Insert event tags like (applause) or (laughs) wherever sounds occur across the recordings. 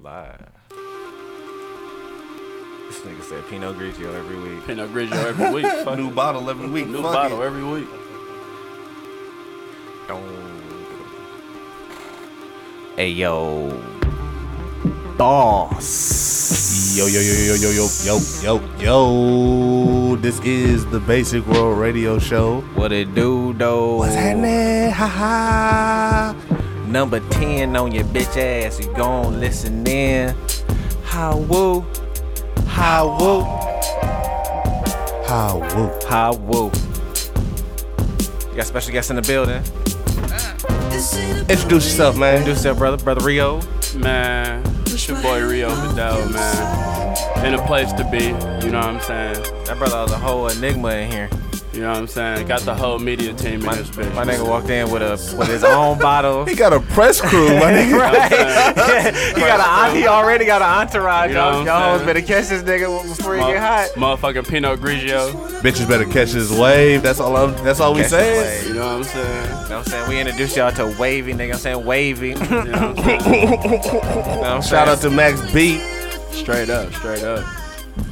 Live. This nigga said Pinot Grigio every week. Pinot Grigio every (laughs) week. Fuck New it. bottle every week. New fuck bottle it. every week. Hey yo, boss. Yo, yo, yo, yo, yo, yo, yo, yo, yo. This is the Basic World Radio Show. What it do though? What's happening? Ha ha. Number ten on your bitch ass. You gon' listen in. How woo, how woo, How woo. how woo. You got special guests in the building. Introduce yourself, man. Introduce yourself, brother. Brother Rio. Man, it's your boy Rio Vidal, man. In a place to be, you know what I'm saying? That brother was a whole enigma in here. You know what I'm saying? Got the whole media team in My, this bitch. my nigga walked in with a with his (laughs) own bottle. He got a press crew, (laughs) my nigga. (laughs) Right. he got an he already got an entourage. You know what Y'all I'm y'all almost saying? better catch this nigga before he Mo- get hot. Motherfucking Pinot Grigio. Bitches better catch his wave. That's all. I'm, that's all we Catch say. You know what I'm saying? You know what I'm saying? We introduced y'all to Wavy, nigga. I'm saying (laughs) Wavy. You know what (laughs) I'm saying? Shout out to Max B. straight up, straight up.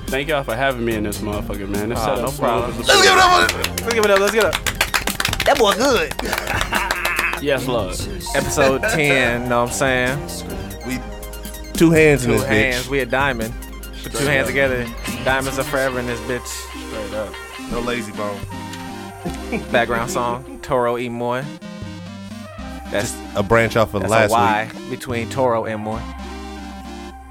Thank y'all for having me in this motherfucker, man. This Oh, setup no smooth problem. as a- Let's give it up. for- Let's give it up. Let's give it up. That boy good. Yes, love. (laughs) Episode 10, know what I'm saying? We two hands Two in this hands. bitch. We a diamond. Put two Straight hands up. together. Diamonds are forever in this bitch. Straight up. No lazy bone. Background song, Toro e Moy. That's, A branch off of that's last a week. Y between Toro and Moy.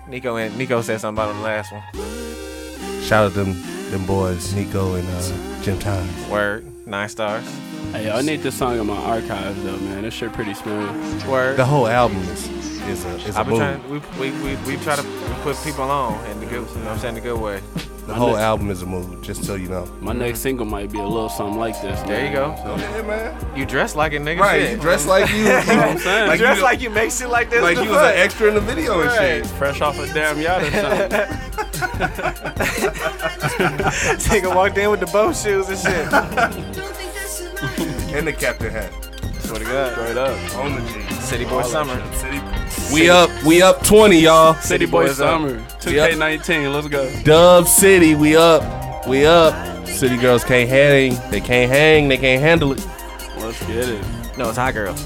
Nico and Nico said something about him the last one. Shout out them them boys, Nico and uh, Jim Time. Word. Nine stars. Hey, I need this song in my archives though, man. This shit pretty smooth. Word. The whole album is is a is a I've been boom. trying. We we we, we try to put people on in the good. You know what I'm saying the good way. the whole album is a move. Just so you know. My next single might be a little something like this. There you man. go. Yeah, man. You dress like it, nigga. Right. shit. You dress like (laughs) you. I'm saying? Like dress you- like you make shit like this. like the you was an fuck? extra in the video and Right. shit. Fresh off a damn yacht or something. (laughs) nigga walked in with the bow shoes and shit. And the captain hat Swear to God. Straight up. on the jeans. City boy summer. City. We up. We up twenty, y'all. City Boy Boys up. Summer. 2K19. Let's go. Dub City. We up. We up. City girls can't hang. They can't hang. They can't handle it. Let's get it. No, it's hot girls.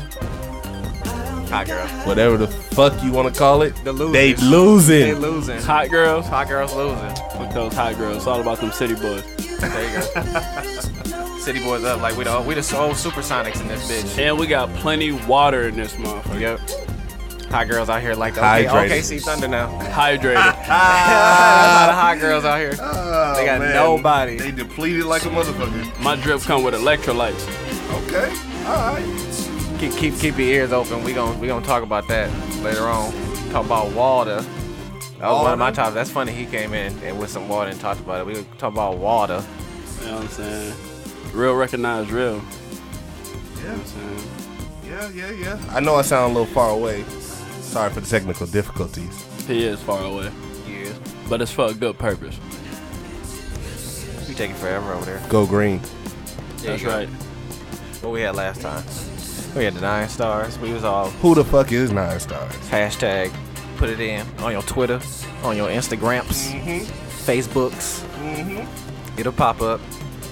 Hot girl. Whatever the fuck you want to call it. The losers. They They losing. losing. Hot, Hot girls. girls losing. Fuck those hot girls. It's all about them city boys. There you go. (laughs) City boys up like we the we the old supersonics in this bitch. And we got plenty water in this motherfucker. Yep. Hot girls out here like okay, Hydrated. Ah. okay, see thunder now. Hydrated. (laughs) (laughs) a lot of hot girls out here. Oh, They got nobody. They depleted like a motherfucker. My drip come with electrolytes. Okay. All right. Keep keep keep your ears open. We gon' we gonna talk about that later on. Talk about water. That was one of my Water? topics. That's funny. He came in and with some water and talked about it. We gonna talk about water. You know what I'm saying? Real recognize real. You know Yeah. what I'm saying? Yeah. Yeah. Yeah. I know I sound a little far away. Sorry for the technical difficulties. He is far away. Yeah. But it's for a good purpose. You taking forever over there. Go green. That's you go. right. What we had last time? We had the nine stars. We was all Who the fuck is Nine Stars? hashtag put it in on your Twitter, on your Instagrams, Facebooks. It'll pop up.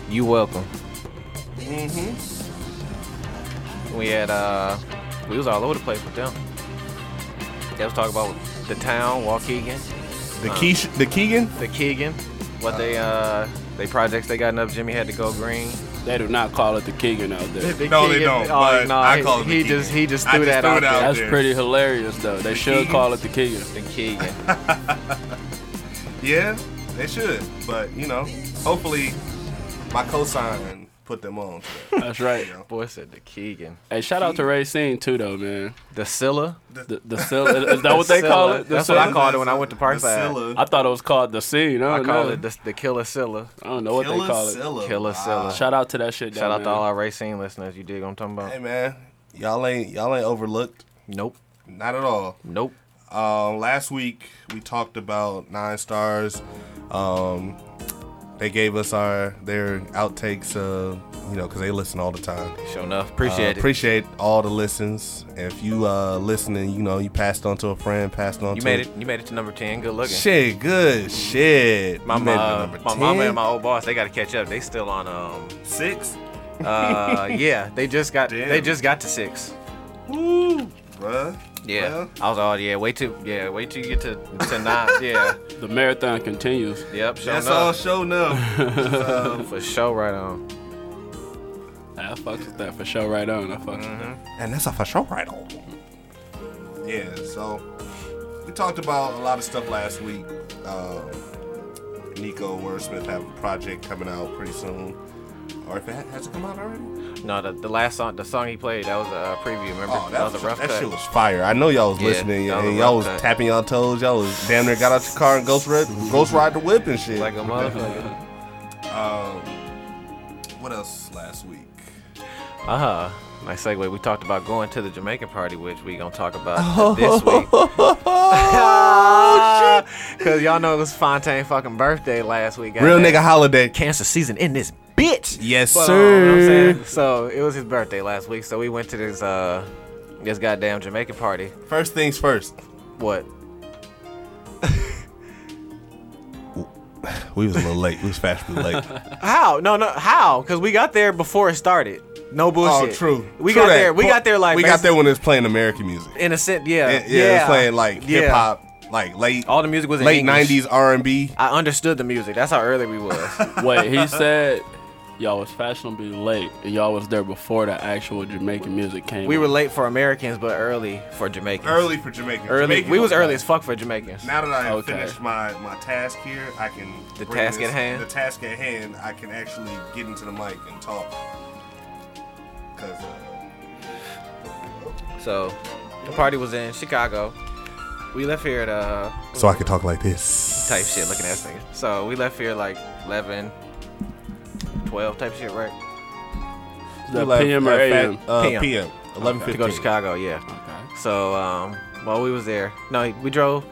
You welcome. We had uh, we was all over the place with them. They was talking about the town, Waukegan, The Keisha, the Keegan. the Keegan, what they uh, they projects they got up. Jimmy had to go green. They do not call it the Keegan out there. The No, they Keegan- don't, Oh, but no, I he, call it the he just Keegan. he just I threw that just threw out it out there. That's there. pretty hilarious though. They should Keegan? call it the Keegan. The (laughs) Keegan. Yeah, they should. But you know, hopefully, my cosign put them on. (laughs) That's right. Boy said the Keegan. Hey, shout out to Racine too though, man. The Scylla. The, the Sil- is that what they call Scylla. it? The That's what I Sil- called it when I went to Parkside. I thought it was called the scene. I I don't call know. it the, the Killer Scylla. I don't know what they call it. Killer Scylla. Shout out to that shit. Shout though, out to man. all our Racine listeners. You dig what I'm talking about? Hey man, y'all ain't y'all ain't overlooked. Nope. Not at all. Nope. Um, last week we talked about nine stars. Um, They gave us our their outtakes, uh, you know, because they listen all the time. Sure enough. Uh, Appreciate it. appreciate all the listens. If you uh listening, you know, you passed on to a friend, passed on you to made it. You made it to number ten. Good looking. Shit, good shit. My, You made it to uh, number my mama 10? and my old boss, they got to catch up. They still on um. six. (laughs) Uh, yeah, they just got. Damn. They just got to six. Woo, bruh. Yeah, Well, I was all yeah. Wait till yeah. Wait till you get to to (laughs) nine. yeah. The marathon continues. Yep. Sure that's all enough. show now. for sure. Right on. Ah, I fucks with that for sure. Right on. I fucks with Mm-hmm. that. (laughs) and that's a for sure right on. Yeah, so we talked about a lot of stuff last week. Um, Nico Wordsmith have a project coming out pretty soon. Or if it ha- has it come out already? No, the, the last song, the song he played, that was a uh, preview. Remember? Oh, that, was a rough that cut. shit was fire. I know y'all was Yeah, listening that was and a y'all rough was cut. tapping y'all toes. Y'all was damn near got out your car and ghost ride, ghost ride the whip and shit. (laughs) like a motherfucker. um, what else last week? Uh huh. Nice segue. We talked about going to the Jamaican party, which we gonna talk (laughs) about this week. Oh, (laughs) Cause y'all know it was Fontaine fucking birthday last week. Real goddamn. nigga holiday. cancer season in this bitch. Yes, But, um, you know what I'm sir. saying? So it was his birthday last week. So we went to this uh this goddamn Jamaican party. First things first. What? We was a little late. We was fashionably (laughs) late. How? No, no. How? Because we got there before it started. No oh, bullshit. true. We True got that. there. We got there like we got there when it was playing American music. in a sense. Yeah. yeah, yeah, it was playing like hip hop, like late All the music was in late English. nineties R and B. I understood the music. That's how early we (laughs) was. Wait, he said y'all was fashionably late, and y'all was there before the actual Jamaican music came. we out. were late for Americans, but early for Jamaicans. Early for Jamaican. Early. Jamaican we was early as fuck for Jamaicans. Now that I have Okay. finished my, my task here, I can The bring task this- at hand? The task at hand, I can actually get into the mic and talk. Cause uh, So the party was in Chicago. We left here at uh so I can talk like this type shit looking at things. So we left here like 11, 12 type shit, right? Is that PM or AM? PM. PM. uh, Eleven To go to Chicago, yeah. Okay. So um, while we was there, no, we drove.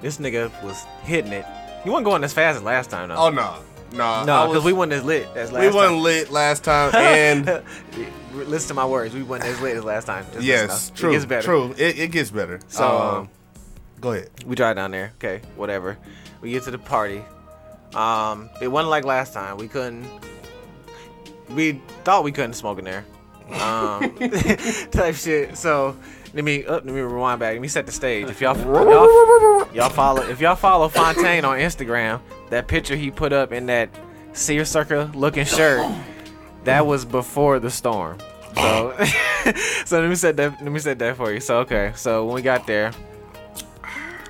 This nigga was hitting it. You wasn't going as fast as last time though. Oh no, no, no, because we wasn't as lit as last we wasn't lit last time, (laughs) time. and listen to my words. We wasn't as lit as last time. Just listen yes, up. true, It gets better. true. It, it gets better. So um, go ahead. we drive down there. Okay, whatever. We get to the party. Um, it wasn't like last time. We couldn't. We thought we couldn't smoke in there. Um, (laughs) type shit. So let me uh, let me rewind back. Let me set the stage. If y'all y'all, y'all follow if y'all follow Fontaine on Instagram, that picture he put up in that seersucker looking shirt, that was before the storm. So (laughs) so let me set that let me set that for you. So okay. So when we got there,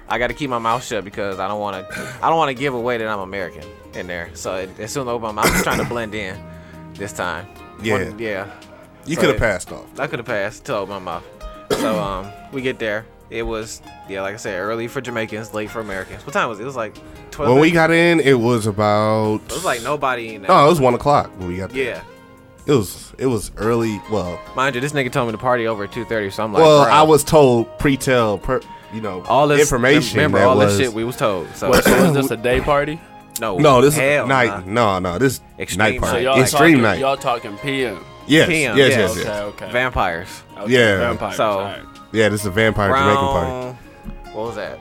I got to keep my mouth shut because I don't want to. I don't want to give away that I'm American in there. So it, as soon as I open my mouth, I'm trying to blend in this time. Yeah. One- yeah. You so could have it- passed off. I could have passed to open my mouth. (clears throat) So um, we get there. It was yeah, like I said, early for Jamaicans, late for Americans. What time was it? It was like twelve. When we got in, it was about. it was like nobody in there. No, it was one o'clock when we got there. Yeah, It was it was early. Well, mind you, this nigga told me to party over at two thirty. So I'm like, well, bruh, I was told pre-tell, per, you know, all this information. Remember that all was, this shit we was told. So Wait, so was this (clears throat) a day party? no, no, this hell is nah. night. No, no, this Extreme night. night party. So y'all Extreme talking, night. Y'all talking PM? yes, PM, yes, yeah. yes, yes, Okay, okay. Vampires. Okay, Yeah. Vampires, So- all right. Yeah, this is a vampire Jamaican party. Around- What was that?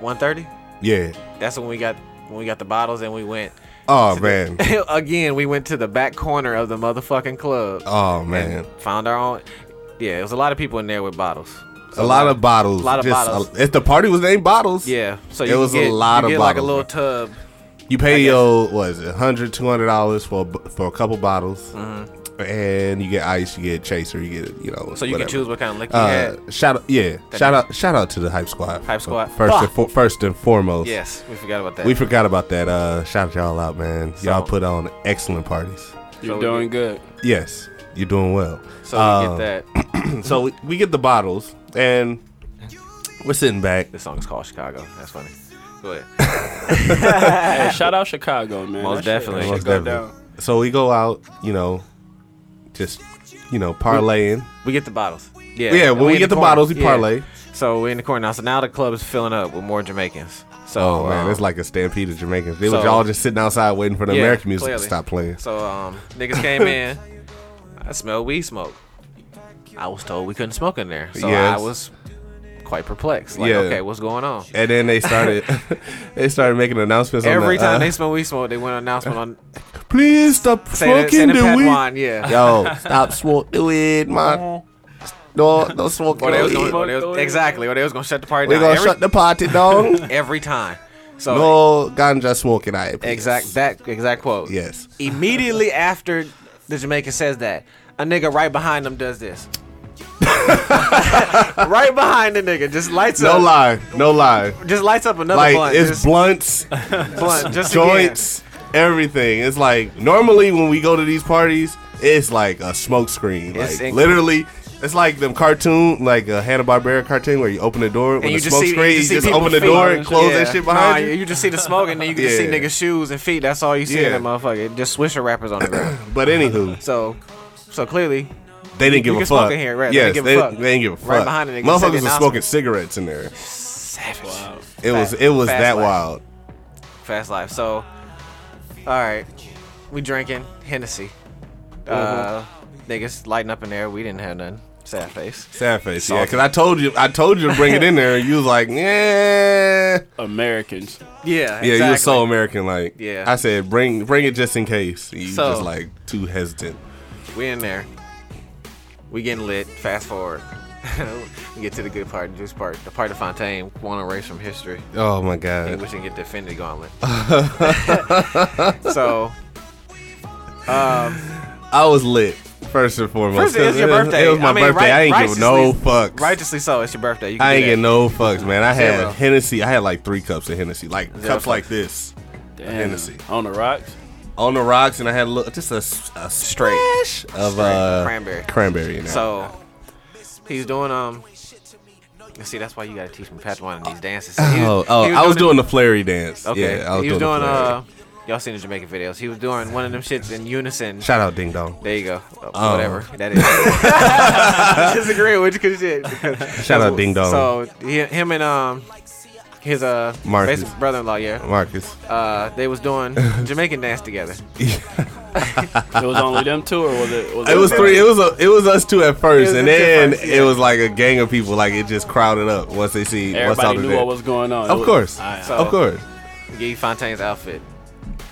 One thirty. Yeah. That's when we got when we got the bottles and we went. (laughs) Oh man. Again, we went to the back corner of the motherfucking club. Oh and man. found our own. Yeah, it was a lot of people in there with bottles. So A lot of bottles. lot of just, bottles. if the party was named bottles, Yeah, so It you was a get, lot you of get like a bottles, little tub. you pay your what is it, 100 dollars for a bu- for a couple bottles, and you get ice, you get chaser, you get you know. Mm. So you whatever. can choose what kind of liquor you Uh, had. shout out, yeah, That shout makes- out, shout out to the hype squad. Hype Squad. First, and Fuck. fo- first and foremost. Yes, we forgot about that. We forgot about that. Uh, shout y'all out, man. So- y'all put on excellent parties. You're So- doing good. Yes, you're doing (laughs) well. so Um, we get that. So we, we get the bottles and we're sitting back. This song is called Chicago. That's funny. Go ahead. Hey, shout out Chicago, man. Most That shit- definitely. that Most shit go definitely. down. So we go out, you know, just you know, parlaying. We get the bottles. Yeah, Yeah, and when we in get the corner. bottles, we Yeah. parlay. So we're in the corner now. So now the club is filling up with more Jamaicans. So Oh man, um, it's like a stampede of Jamaicans. They was so- all just sitting outside waiting for the Yeah, American music clearly. to stop playing. So um, niggas came (laughs) in. I smelled weed smoke. I was told we couldn't smoke in there, so Yes. I was quite perplexed. Like, Yeah. okay, what's going on? And then they started, (laughs) they started making announcements. Every on the, time uh, they smell weed smoke, they went an announcement on please stop Santa, smoking Santa the weed. Padawan. Yeah. Yo, stop smoking the (laughs) weed, man. No, no smoking Or they the was weed. gonna, Smoke or they was- the weed. exactly. Or they was gonna shut the party We're down. gonna every, shut the party (laughs) down. every time. So no ganja smoking, I please. exact that exact quote. Yes. Immediately after the Jamaican says that, a nigga right behind them does (laughs) this. (laughs) right behind the nigga, just lights No up. lie, no lie. Just lights up another Like blunt. it's just (laughs) blunts, blunt. Just joints, everything. It's like normally when we go to these parties, it's like a smoke screen. It's Like inc- literally, it's like them cartoon, like a Hanna Barbera cartoon where you open the door with again. a smoke screen, you just, people open the feet. door and close Yeah. that shit behind Nah, you. You just see the smoke and then you can just see (laughs) Yeah. niggas' shoes and feet. That's all you see in Yeah. that motherfucker. It Just swisher wrappers on the (clears throat) ground. But anywho, So, so clearly, they didn't You give a can smoke fuck. in here, right, they Yes, didn't give a they, fuck. they didn't give a fuck. Right behind it, they said the Motherfuckers were smoking announcement. cigarettes in there. savage. It was Fast- it was fast that life. wild. Fast Life. So, all right, we drinking Hennessy. Uh, Mm-hmm. niggas lighting up in there. We didn't have none. Sad face. Sad face, yeah. Because I told you, I told you to bring it in there, and you was like, (laughs) yeah, Americans. Yeah. yeah. You were so American, like, Yeah. I said, bring, bring it just in case. You So- just like too hesitant. We in there. We getting lit. Fast forward. (laughs) we get to the good part, the juice part, the part of Fontaine, one erase from history. Oh my god. English and get the Infinity (laughs) Gauntlet. (laughs) so, I was lit. First and foremost, First, it's your It was- birthday. It was my I mean, birthday. right- I ain't give no righteously- fucks. righteously so, it's your birthday. You can I do ain't that. get no fucks, man. I had Yeah. a Hennessy. I had like three cups of Hennessy, like cups fucks. like this Damn. Hennessy. On the rocks. on the rocks, and I had a little, just a, s- a Straight. splash of uh, cranberry. Cranberry in there. So he's doing um. you See, that's why you gotta teach me Padawan and these dances. So he oh, he oh, I was doing the- the flary dance. Okay, Yeah, I was he was doing, doing, the flary. uh, y'all seen the Jamaican videos. He was doing one of them shits in unison. Shout out Ding Dong. (laughs) There you go. Oh, Oh. Whatever that is. (laughs) I (laughs) disagree with you because shit. Shout out Ding Dong. So he, him and um his uh Marcus. basic brother-in-law, yeah, Marcus. uh, they was (laughs) doing Jamaican dance together. It was only them two, or was it? Was It was three. It was a, it was us two at It first, was and us two at then first, it yeah. was like a gang of people. Like it just crowded up once they see what's Everybody out of knew there. what was going on. Of It was- course, All right, So- of course. Gee Fontaine's outfit.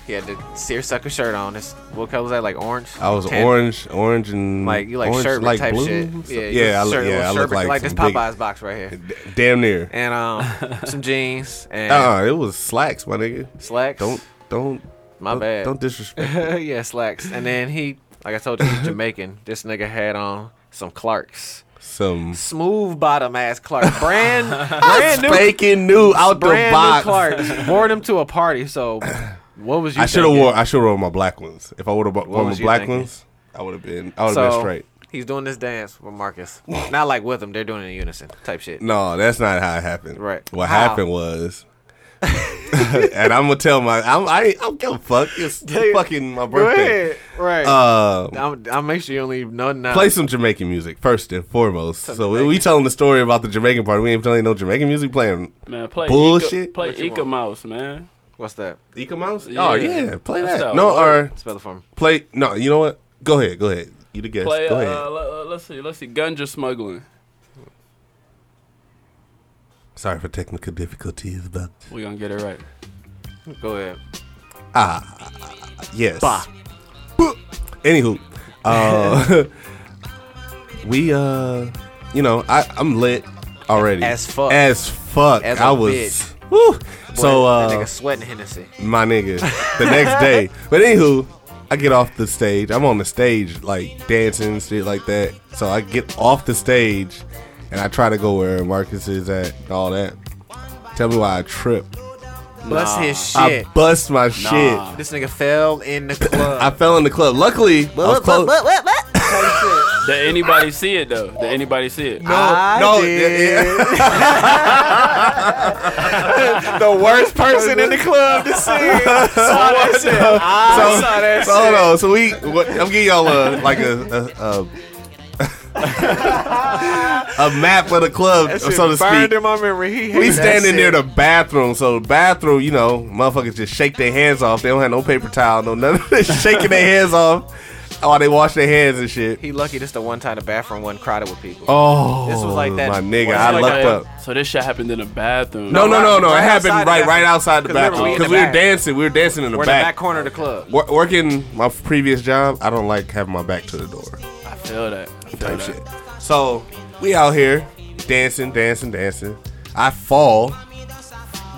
He had the seersucker shirt on. It's, what color was that? Like orange. I was Tan- orange, orange and Like you like orange, sherbet like type blue? shit. So- Yeah, yeah, I, you look- sherbet, yeah. I little look sherbet, like, like this some big- Popeyes box right (laughs) here, d- damn near. and (laughs) um some jeans and Uh, it was slacks, my nigga. slacks. Don't don't. my don't, bad. Don't (laughs) disrespect. yeah, slacks. And then he, like I told you, (laughs) he's Jamaican. This nigga had on some Clarks, Some smooth bottom ass (laughs) Clarks, brand brand new, bacon new out the brand new box. (laughs) Clarks. Wore them to a party. (clears throat) So what was you? I should have thinking? wore. I should have worn my black ones. If I would have worn my was you black thinking? ones, I would have been. I would have So been straight. he's doing this dance with Marcus. Not like with him. They're doing it in unison type shit. No, that's not how it happened. Right. What How? happened was, (laughs) and I'm gonna tell my I'm, I ain't- I don't give a fuck. (laughs) It's Dude, fucking my birthday. Right. Uh, I'll, I'll make sure you don't leave none now. play some Jamaican music first and foremost. So we, we Jamaican. telling the story about the Jamaican part. We ain't telling no Jamaican music. Playing Man, play Bullshit. Ika, play What you Ika want? Mouse, man. What's that? Ika Mouse. Yeah. Oh yeah, play That's that. the No, word. or Spell it for me. play no. You know what? Go ahead. Go ahead. You the guest. Play. go ahead. Uh, let, let- let's see. Let's see. Gunja smuggling. Sorry for technical difficulties, but We gonna get it right. Go ahead. Yes. Boop. Anywho, uh, (laughs) we uh, you know, I I'm lit already. As fuck. As fuck. As a I was. bitch. Woo. Boy, So that uh, nigga sweating Hennessy. my nigga, (laughs) the next day. But anywho, I get off the stage. I'm on the stage like dancing and shit like that. So I get off the stage, and I try to go where Marcus is at and all that. Tell me why I trip. Bust his I shit. bust my shit. this nigga fell in the I club. fell in the club. Luckily, I was close. Did anybody see it though? Did anybody see it? I no, did. (laughs) the worst person in the club to see. it. Saw that shit. (laughs) I So, saw that so hold shit. on. So we, what, I'm giving y'all a like a, a, a a (laughs) map of the club, That shit so to burned speak. in my memory. He We hated that standing near shit. the bathroom, so the bathroom, you know, motherfuckers just shake their hands off. They don't have no paper towel, no nothing. (laughs) They're shaking their hands off while they wash their hands and shit. He lucky this the one time the bathroom wasn't crowded with people. Oh, This was like that- My nigga, was I like lucked that- up. So this shit happened in a bathroom. No, no, no, no. right it happened outside the right, right bathroom. outside the 'Cause remember, we bathroom in the because we were back. dancing. We were dancing in the We're in the back back. corner of the club. Wor- Working my previous job, I don't like having my back to the door. I feel that. I feel type that. shit. So we out here dancing, dancing, dancing. I fall,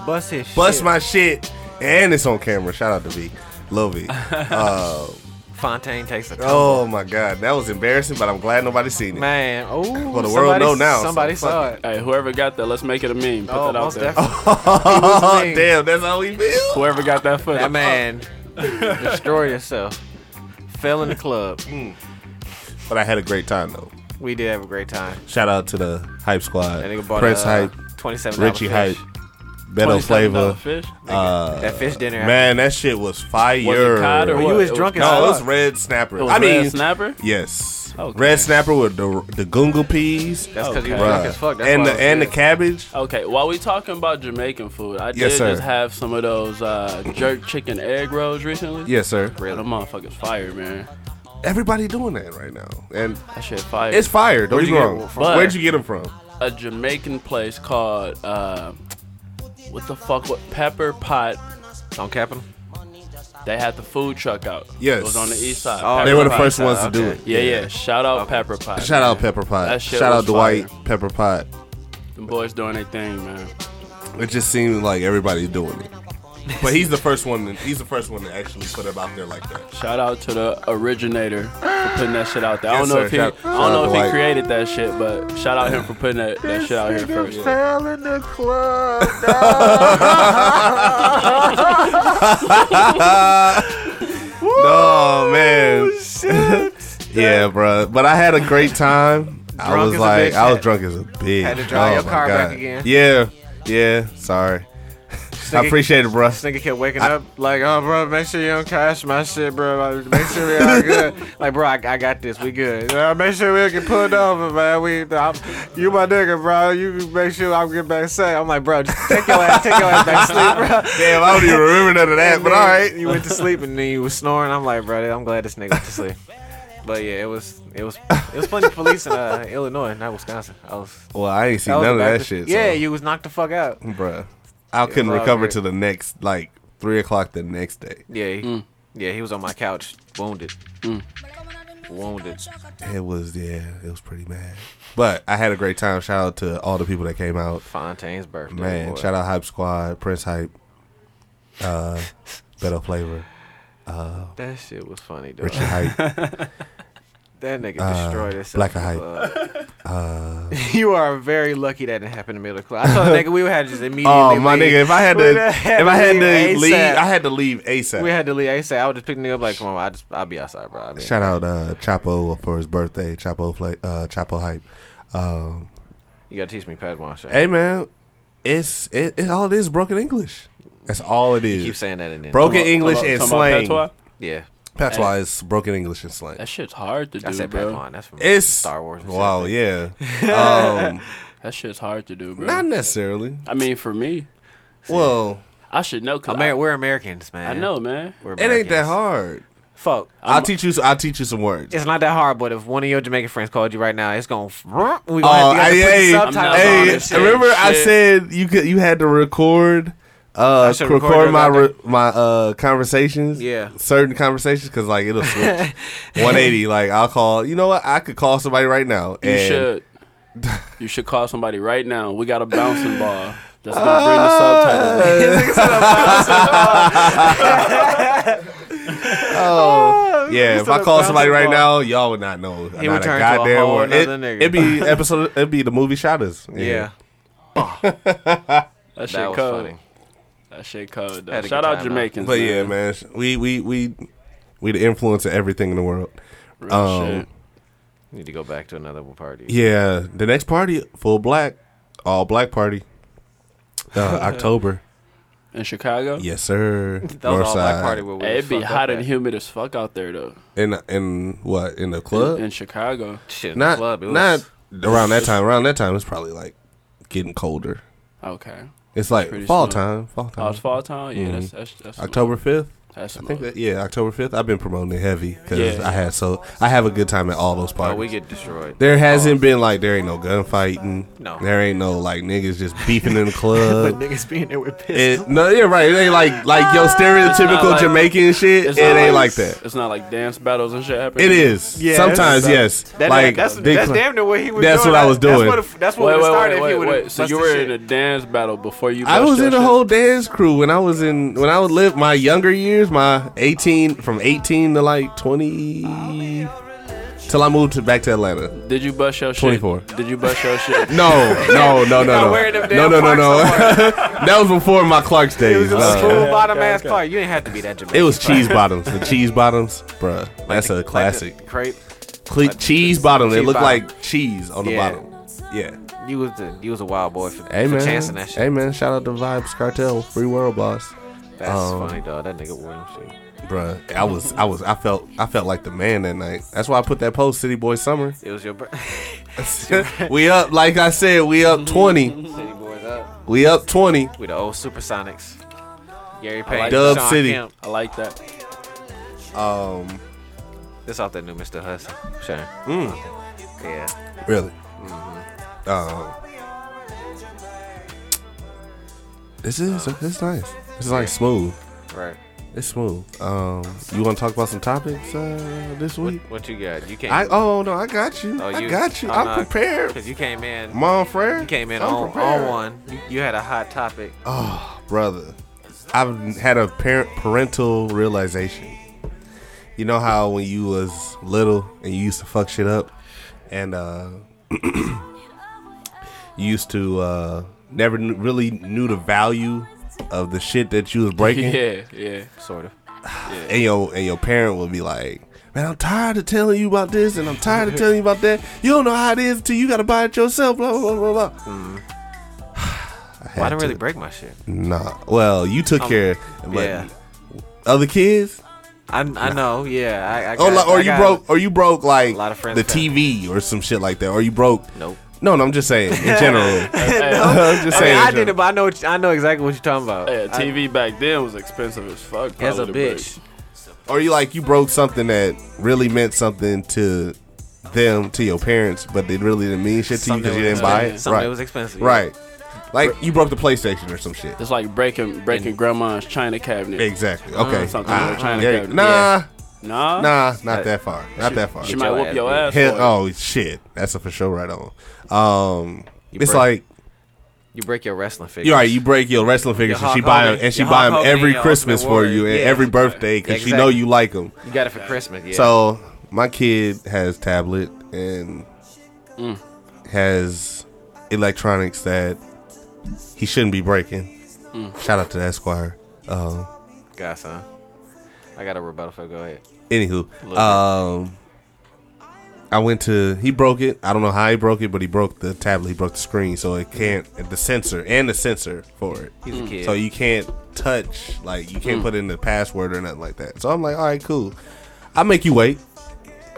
Bust his bust shit. my shit, and it's on camera. Shout out to V, (laughs) Lil V. Uh, Fontaine takes a oh my god, that was embarrassing, but I'm glad nobody seen it. man. Oh, (laughs) Well, the world somebody- know now, so Somebody fuck saw it. it. Hey, whoever got that, let's make it a meme. Put Oh, that out most there. definitely. (laughs) Oh, mean. damn, that's how we feel. Whoever got that footage. That man (laughs) destroy yourself. Fell in the club. But I had a great time though. We did have a great time. Shout out to the Hype Squad, That nigga bought Prince a Hype, twenty-seven Richie Hype, fish. Beto Flavor. Fish. Uh, That fish dinner. man, that shit was fire. cod or you what? was It was- drunk as No, it was fuck. Red Snapper. It was I mean, Red snapper. Yes. Okay. Red snapper with the the gunga peas. That's because you was Okay. drunk Bruh. as fuck. That's and why the I was and the good. cabbage. Okay, while we talking about Jamaican food, I did Yes, sir. just have some of those uh, jerk chicken egg rolls recently. Yes, sir. Them motherfuckers fire, man. Everybody doing that right now, and That shit fire. it's fire. Don't Where'd get you me get wrong. it from? But- Where'd you get them from? a Jamaican place called uh, what the fuck? What Pepper Pot? on Capitol. They had the food truck out. Yes. it was on the east side. Oh, Pepper they were the Pot. first ones okay. to do it. Yeah, yeah. Shout out Pepper Pot. Shout out man. Pepper Pot. That shit Shout out was Dwight fire. Pepper Pot. Them boys doing their thing, man. It just seems like everybody's doing it. But he's the first one. He's the first one to actually put it out there like (laughs) that. Shout out to the originator for putting that shit out there. I Yes, don't know sir. if he, Shout- I don't shout out know to if he White. created that shit, but shout out him for putting that, that shit out here first. fell in the (laughs) club. Oh man. yeah, bro. But I had a great time. I Drunk was as a bitch. like, I was drunk as a bitch. Oh Had to drive your my car back again. Yeah, yeah. Sorry. I appreciate it, bro. This nigga kept waking up like, oh, bro, make sure you don't crash my shit, bro. Like, Make sure we all (laughs) good. like, bro, I, I got this. We good. Uh, make sure we don't get pulled over, man. We, I'm, you my nigga, bro. You make sure I get back safe. I'm like, bro, just take your ass, take your ass back to sleep, bro. Damn, I don't even remember none of that. And (laughs) But then all right. you went to sleep and then you was snoring. I'm like, bro, I'm glad this nigga went to sleep. But yeah, it was it was it was funny police in uh, Illinois, not Wisconsin. I was Well, I ain't seen that was none of about that to- shit. Yeah, so, you was knocked the fuck out. bruh. I couldn't all recover good. to the next like three o'clock the next day. Yeah, he, yeah, he was on my couch, wounded, wounded. It was yeah, it was pretty bad. But I had a great time. Shout out to all the people that came out. Fontaine's birthday. Man, boy. shout out Hype Squad, Prince Hype, uh, Beto Flavor, That shit was funny, dog. Richard (laughs) Hype. That nigga Uh, destroyed us. Black Hype. hype. (laughs) Uh, you are very lucky that didn't happen in the middle of class. I told nigga we would have just immediately. (laughs) oh my leave. nigga, if I had (laughs) to, We'd if have I had to leave, ASAP. I had to leave ASAP. we had to leave. I said I would just pick the nigga up like, come on, I just I'll be outside, bro. I mean, Shout out uh, Chapo for his birthday. Chapo, Fla- uh, Chapo Hype. Um, you gotta teach me Padawan shit. Hey man, it's it, it all it is broken English. That's all it Keep is. saying that in there. Broken Talking English about- and talking about slang. patois? Yeah, That's why it's broken English and slang. That shit's hard to do, I said bro. Padawan. That's from It's Star Wars. and shit. Wow, (laughs) yeah. Um, That shit's hard to do, bro. not necessarily. I mean, for me, Well, I should know. 'cause Amer- we're Americans, man. I, I know, man. We're it ain't that Americans. hard. Fuck. I'll teach you. I'll teach you some words. It's not that hard, but if one of your Jamaican friends called you right now, it's going. We gonna (laughs) Oh, have to, you have to put hey, the I'm not subtitles hey, on hey, and shit. remember I shit. said you could. You had to record. Uh, I should record, record those my out there. re- my uh conversations. Yeah. certain conversations because like it'll (laughs) switch 180. Like I'll call. You know what? I could call somebody right now. You and (laughs) (laughs) should. you should call somebody right now. We got a bouncing ball that's gonna bring the subtitles. in. Oh yeah, if I call somebody right bouncing now, y'all would not know. He not would turn a to a goddamn whole word. nother nigga. It, (laughs) would be episode. It'd be the movie Shotters. Yeah, That shit that was cold. funny. That shit cold. Though. Had a Shout good out time, Jamaicans. But yeah, man, sh- we we we we the influence of everything in the world. Real um, shit. Need to go back to another party. Yeah, (laughs) the next party full black, all black party, uh, October. in Chicago. Yes, sir. That was all black party Northside. where we It'd was be fucked hot up and at. humid as fuck out there though. In in what in the club? In Chicago. Shit, in the not club, it was- not around that time. Around that time, it's probably like getting colder. Okay. It's like Pretty fall smooth. time. Fall time. Oh, it's fall time. Yeah, that's that's, that's October fifth. That's I think that yeah, October fifth. I've been promoting it heavy because Yeah. I had so I have a good time at all those Oh, parties. we get destroyed. there hasn't been like there ain't no gunfighting. No. there ain't no like niggas just beefing in the (laughs) club. niggas being there with pistols. It, no, yeah, right. It ain't like like your stereotypical like- Jamaican shit. It it's not ain't like that. It's not like dance battles and shit happening. It is. Yeah, Sometimes, that's- yes. That, like that's, they that's cl- damn near what he was That's doing. what I was doing. That's what, that's what Wait, it wait, started. wait, if he wait, would've wait. So bust you the were shit. in a dance battle before you. I bust was your in a shit? whole dance crew when I was in when I would live my younger years, my eighteen from eighteen to like twenty, till I moved to, back to Atlanta. Did you bust your shit? 24. Did you bust your shit? No, no, no, no, Y'all no, wearing them damn no, no, no, no. Clarks (laughs) that was before my Clark's It was days. a Nah. school bottom ass car. You didn't have to be that Jamaican. It was but- (laughs) cheese bottoms. The cheese bottoms, bruh. That's a like the classic. Crepe. Cle- cheese bottom. It cheese looked bottom. like cheese on the Yeah. bottom. Yeah. You was the you was a wild boy for, Hey for man. chancing that shit. Hey man. Shout out to Vibes Cartel, Free World Boss. That's um, funny, dog. That nigga wore them shit. Bruh, I was, I was, I felt, I felt like the man that night. That's why I put that post, City Boy Summer. (laughs) It was your br- we up, like I said, we up twenty. City Boys up. We Mm-hmm. up twenty. We the old Supersonics. Gary Payne, like Dub Sean City. Kemp. I like that. (laughs) Um, That's off that new Mr. Hustle. Sure. Mm. Yeah. really. Um, this is this is nice. This is like smooth. Right. It's smooth. Um, you want to talk about some topics uh, this What, week? what you got? You can't. I oh no, I got you. Oh, I got you. oh, I'm no, prepared. Cause you came in. Mom, Frere. You came in I'm on, on prepared. one. You, you had a hot topic. Oh, brother. I've had a parent parental realization. You know how when you was little and you used to fuck shit up and uh (clears throat) you used to uh never kn- really knew the value of the shit that you was (laughs) breaking Yeah, (laughs) yeah. Sort of. and your and your parent would be like, "Man, I'm tired of telling you about this, and I'm tired of telling you about that. You don't know how it is till you got to buy it yourself." Blah blah blah blah. blah. I Well, I had didn't to- really break my shit. Nah. Well, you took Um, care. But yeah. Other kids? I, I know. Yeah. I, I Oh, got, like, or I you got- broke? Or you broke like lot of friends the got- TV or some shit like that? Or you broke? Nope. No, no. I'm just saying (laughs) in general. (laughs) I'm just I, mean, I saying. in general. didn't, but I know. What you, I know exactly what you're talking about. Yeah, I- TV back then was expensive as fuck. as a probably to bitch. Or you like you broke something that really meant something to them to your parents, but it really didn't mean shit to Something you because you was didn't buy expensive. it. Something Right. that was expensive, yeah. Right. Like you broke the PlayStation or some shit. break. It's like breaking breaking grandma's china cabinet. Exactly. Uh, Okay. something Ah, with China there you- cabinet. Nah, Nah, nah, not that far. Not that far. She Get might your whoop ass your beat. ass. Hell, for it. oh shit, that's a for sure right on. Um, it's break- like You break your wrestling figure. you're right. You break your wrestling figures, Your and she Hulk buy Hogan- 'em- and she your buy Hulk them Hogan every and your Christmas Ultimate for Warrior. you and Yeah. every birthday because she Exactly. know you like them. You got it for Christmas. Yeah. So my kid has tablet and Mm. has electronics that he shouldn't be breaking. Mm. Shout out to that Esquire. Um, God, son. I got a rebuttal. For, go ahead. Anywho, bit. um, I went to he broke it. I don't know how he broke it, but he broke the tablet. He broke the screen, so it can't the sensor and the sensor for it. He's a kid. So you can't touch, like you can't put in the password or nothing like that. So I'm like, all right, cool. I make you wait.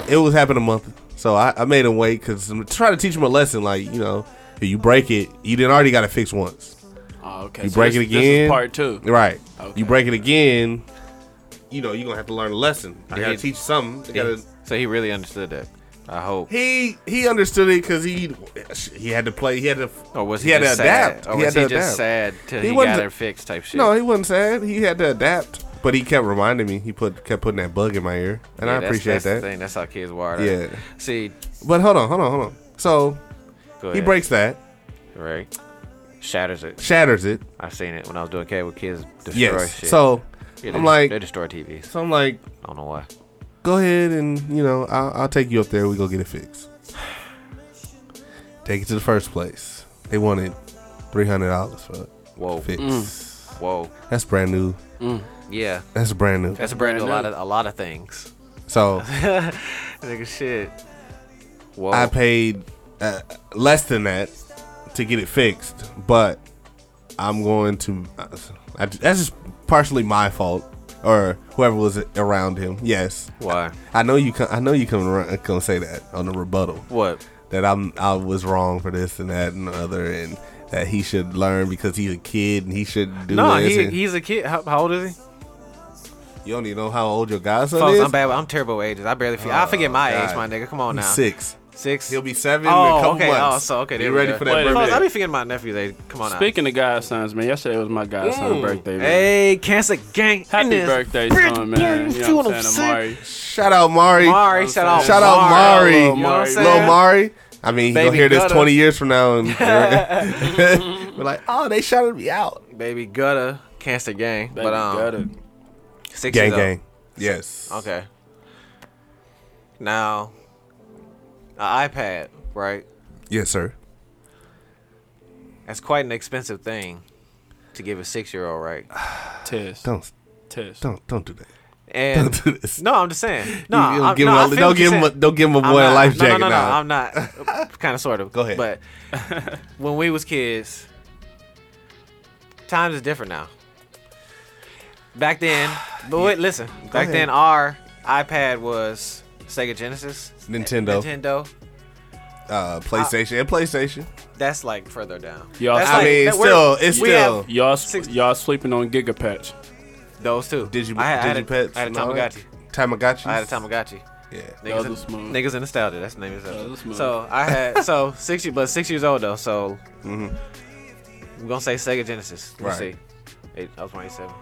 It was happened a month, so I, I made him wait because I'm trying to teach him a lesson. Like you know, if you break it, you didn't already got to fix once. Oh, okay. You so break this- it again. This is part two. Right. Okay. You break it again. You know, you're gonna have to learn a lesson. I gotta he- teach something. I gotta, so he really understood that. I hope. he he understood it because he he had to play. He had to. Or was he, he had to just sad? adapt. Or he was had he to just adapt. sad till He he, wasn't- got it fixed type shit? No, he wasn't sad. He had to adapt, but he kept reminding me. He put kept putting that bug in my ear, and Yeah, I that's- appreciate that's the that. thing. That's how kids wired. Yeah. See, But hold on, hold on, hold on. So go he ahead. breaks that, right. Shatters it. shatters it. I've seen it when I was doing cable. Kids destroy Yes. shit. So Yeah, they- I'm like, they destroy TVs. so I'm like, I don't know why. go ahead and you know I'll, I'll take you up there. We go get it fixed. Take it to the first place. They wanted three hundred dollars for it Whoa, fixed. whoa, That's brand new. yeah. That's brand new. That's a brand new. A Brand lot new. of a lot of things. (laughs) So Nigga, shit. Whoa. I paid uh, less than that to get it fixed, but I'm going to. uh, I, that's just partially my fault, or whoever was around him. Yes. Why? I know you. Come, I know you come around, come say that on the rebuttal What? that I'm I was wrong for this and that and the other and that he should learn because he's a kid and he should do No, this. he, and- he's a kid. How, how old is he? you don't even know how old your godson Folks, is. Oh, I'm bad. with- I'm terrible with ages. I barely forget. I forget my God. age, my nigga. Come on now. He's six. Six. He'll be seven. in a Oh, couple okay. Months. Oh, so okay. There You we ready go. for that Wait, birthday? Folks, I be forgetting my nephew. They come on now. Speaking of godsons, man, yesterday was my godson's Mm. birthday. Man. Hey, Cancer Gang. Happy in this birthday, bitch. son, man. You know what I'm I'm saying, saying? Amari. Shout out Mari. Mari, shout out. Shout out Mari. You know what I'm Lil saying? Lil Mari. I mean, you'll Baby hear this gutter. 20 years from now, (laughs) and we're like, (laughs) oh, they shouted me out. Baby Gutter. Cancer Gang. Baby, but um, got it. six Gang, years old. gang. Yes. Okay. Now, an iPad, right? Yes, sir. That's quite an expensive thing to give a six-year-old, (laughs) right? Test. Don't, Test. don't, don't do that. And Don't do this. no, I'm just saying. No, You- you I'm, give no, him a- I feel don't what you're give him. A, saying. don't give him a I'm boy a not- life no, jacket. No, no, no, now. I'm (laughs) not. kind of, sort of. Go ahead. (laughs) But when we was kids, times is different now. Back (sighs) then, but wait, listen. Back ahead. then, our iPad was Sega Genesis, Nintendo. Nintendo. uh, PlayStation and PlayStation. That's like further down. Y'all- That's I like- mean, we're- still, it's we still- have Y'all, sw- Six- y'all sleeping on Gigapatch. those two. Did you? I had, I had did you a- pets? I had a and all that? Tamagotchi. Tamagotchi. I had a Tamagotchi. Yeah. Niggas, That in, was smooth. niggas in nostalgia. That's the name of the That was episode. smooth. So I had (laughs) so six years, but six years old though. So we're gonna say Sega Genesis. Let's Right. see. Eight, I was 27.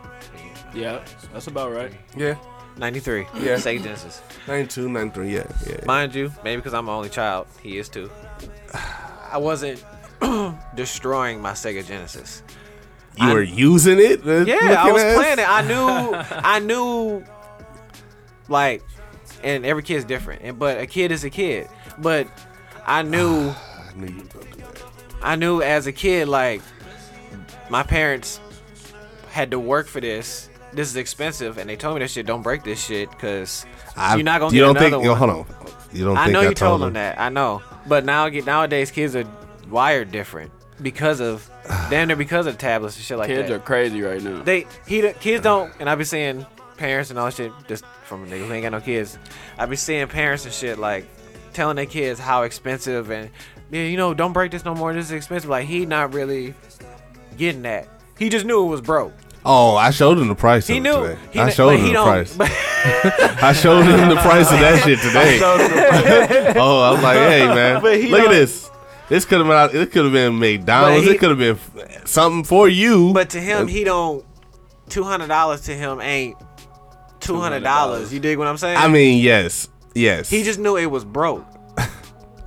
Yeah, that's about right. Yeah. 93. Yeah. Sega Genesis. 92, 93, Yeah. Yeah. Mind you, maybe because I'm an only child, he is too. I wasn't (clears throat) destroying my Sega Genesis. you were using it. Uh, Yeah, I was playing it. I (laughs) knew, I knew, like, and every kid's different. And but a kid is a kid. But I knew, I knew you were gonna do that. I knew as a kid, like, my parents had to work for this. This is expensive, and they told me this shit. Don't break this shit, cause I- you're not gonna You get don't another think? one. Hold on. You don't I think know I you told them him that. I know, but now get nowadays kids are wired different because of damn near because of tablets and shit like Kids that are crazy right now. they he the kids don't and I be seeing parents and all shit just from a nigga who ain't got no kids. I be seeing parents and shit like telling their kids how expensive and yeah, you know, don't break this no more. This is expensive. Like he not really getting that. He just knew it was broke. Oh, I showed him the price. He of knew. It today. He I kn- showed but him he the don't- (laughs) price. but- I showed him the price (laughs) of that shit today. (laughs) oh, I was like, hey man, But he look at don't- this. This could have been out- it could have been McDonald's. But he- it could have been f- something for you. But to him, he don't. Two hundred dollars to him ain't two hundred dollars. You dig what I'm saying? I mean, yes, yes. he just knew it was broke.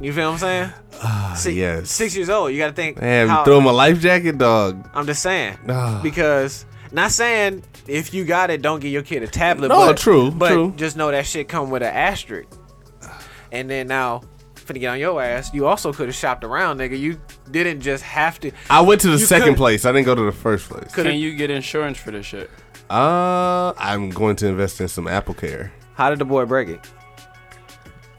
You feel what I'm (laughs) saying? Six, Ah, yes. Six years old. You got to think. man how- threw him a life jacket, dog. I'm just saying Nah. because not saying if you got it, don't give your kid a tablet. No, but, true, but true. just know that shit come with an asterisk. And then now, finna get on your ass. You also could have shopped around, nigga. You didn't just have to. I went to the You second could- place. I didn't go to the first place. coulda- Can you get insurance for this shit? Uh, I'm going to invest in some Apple Care. How did the boy break it?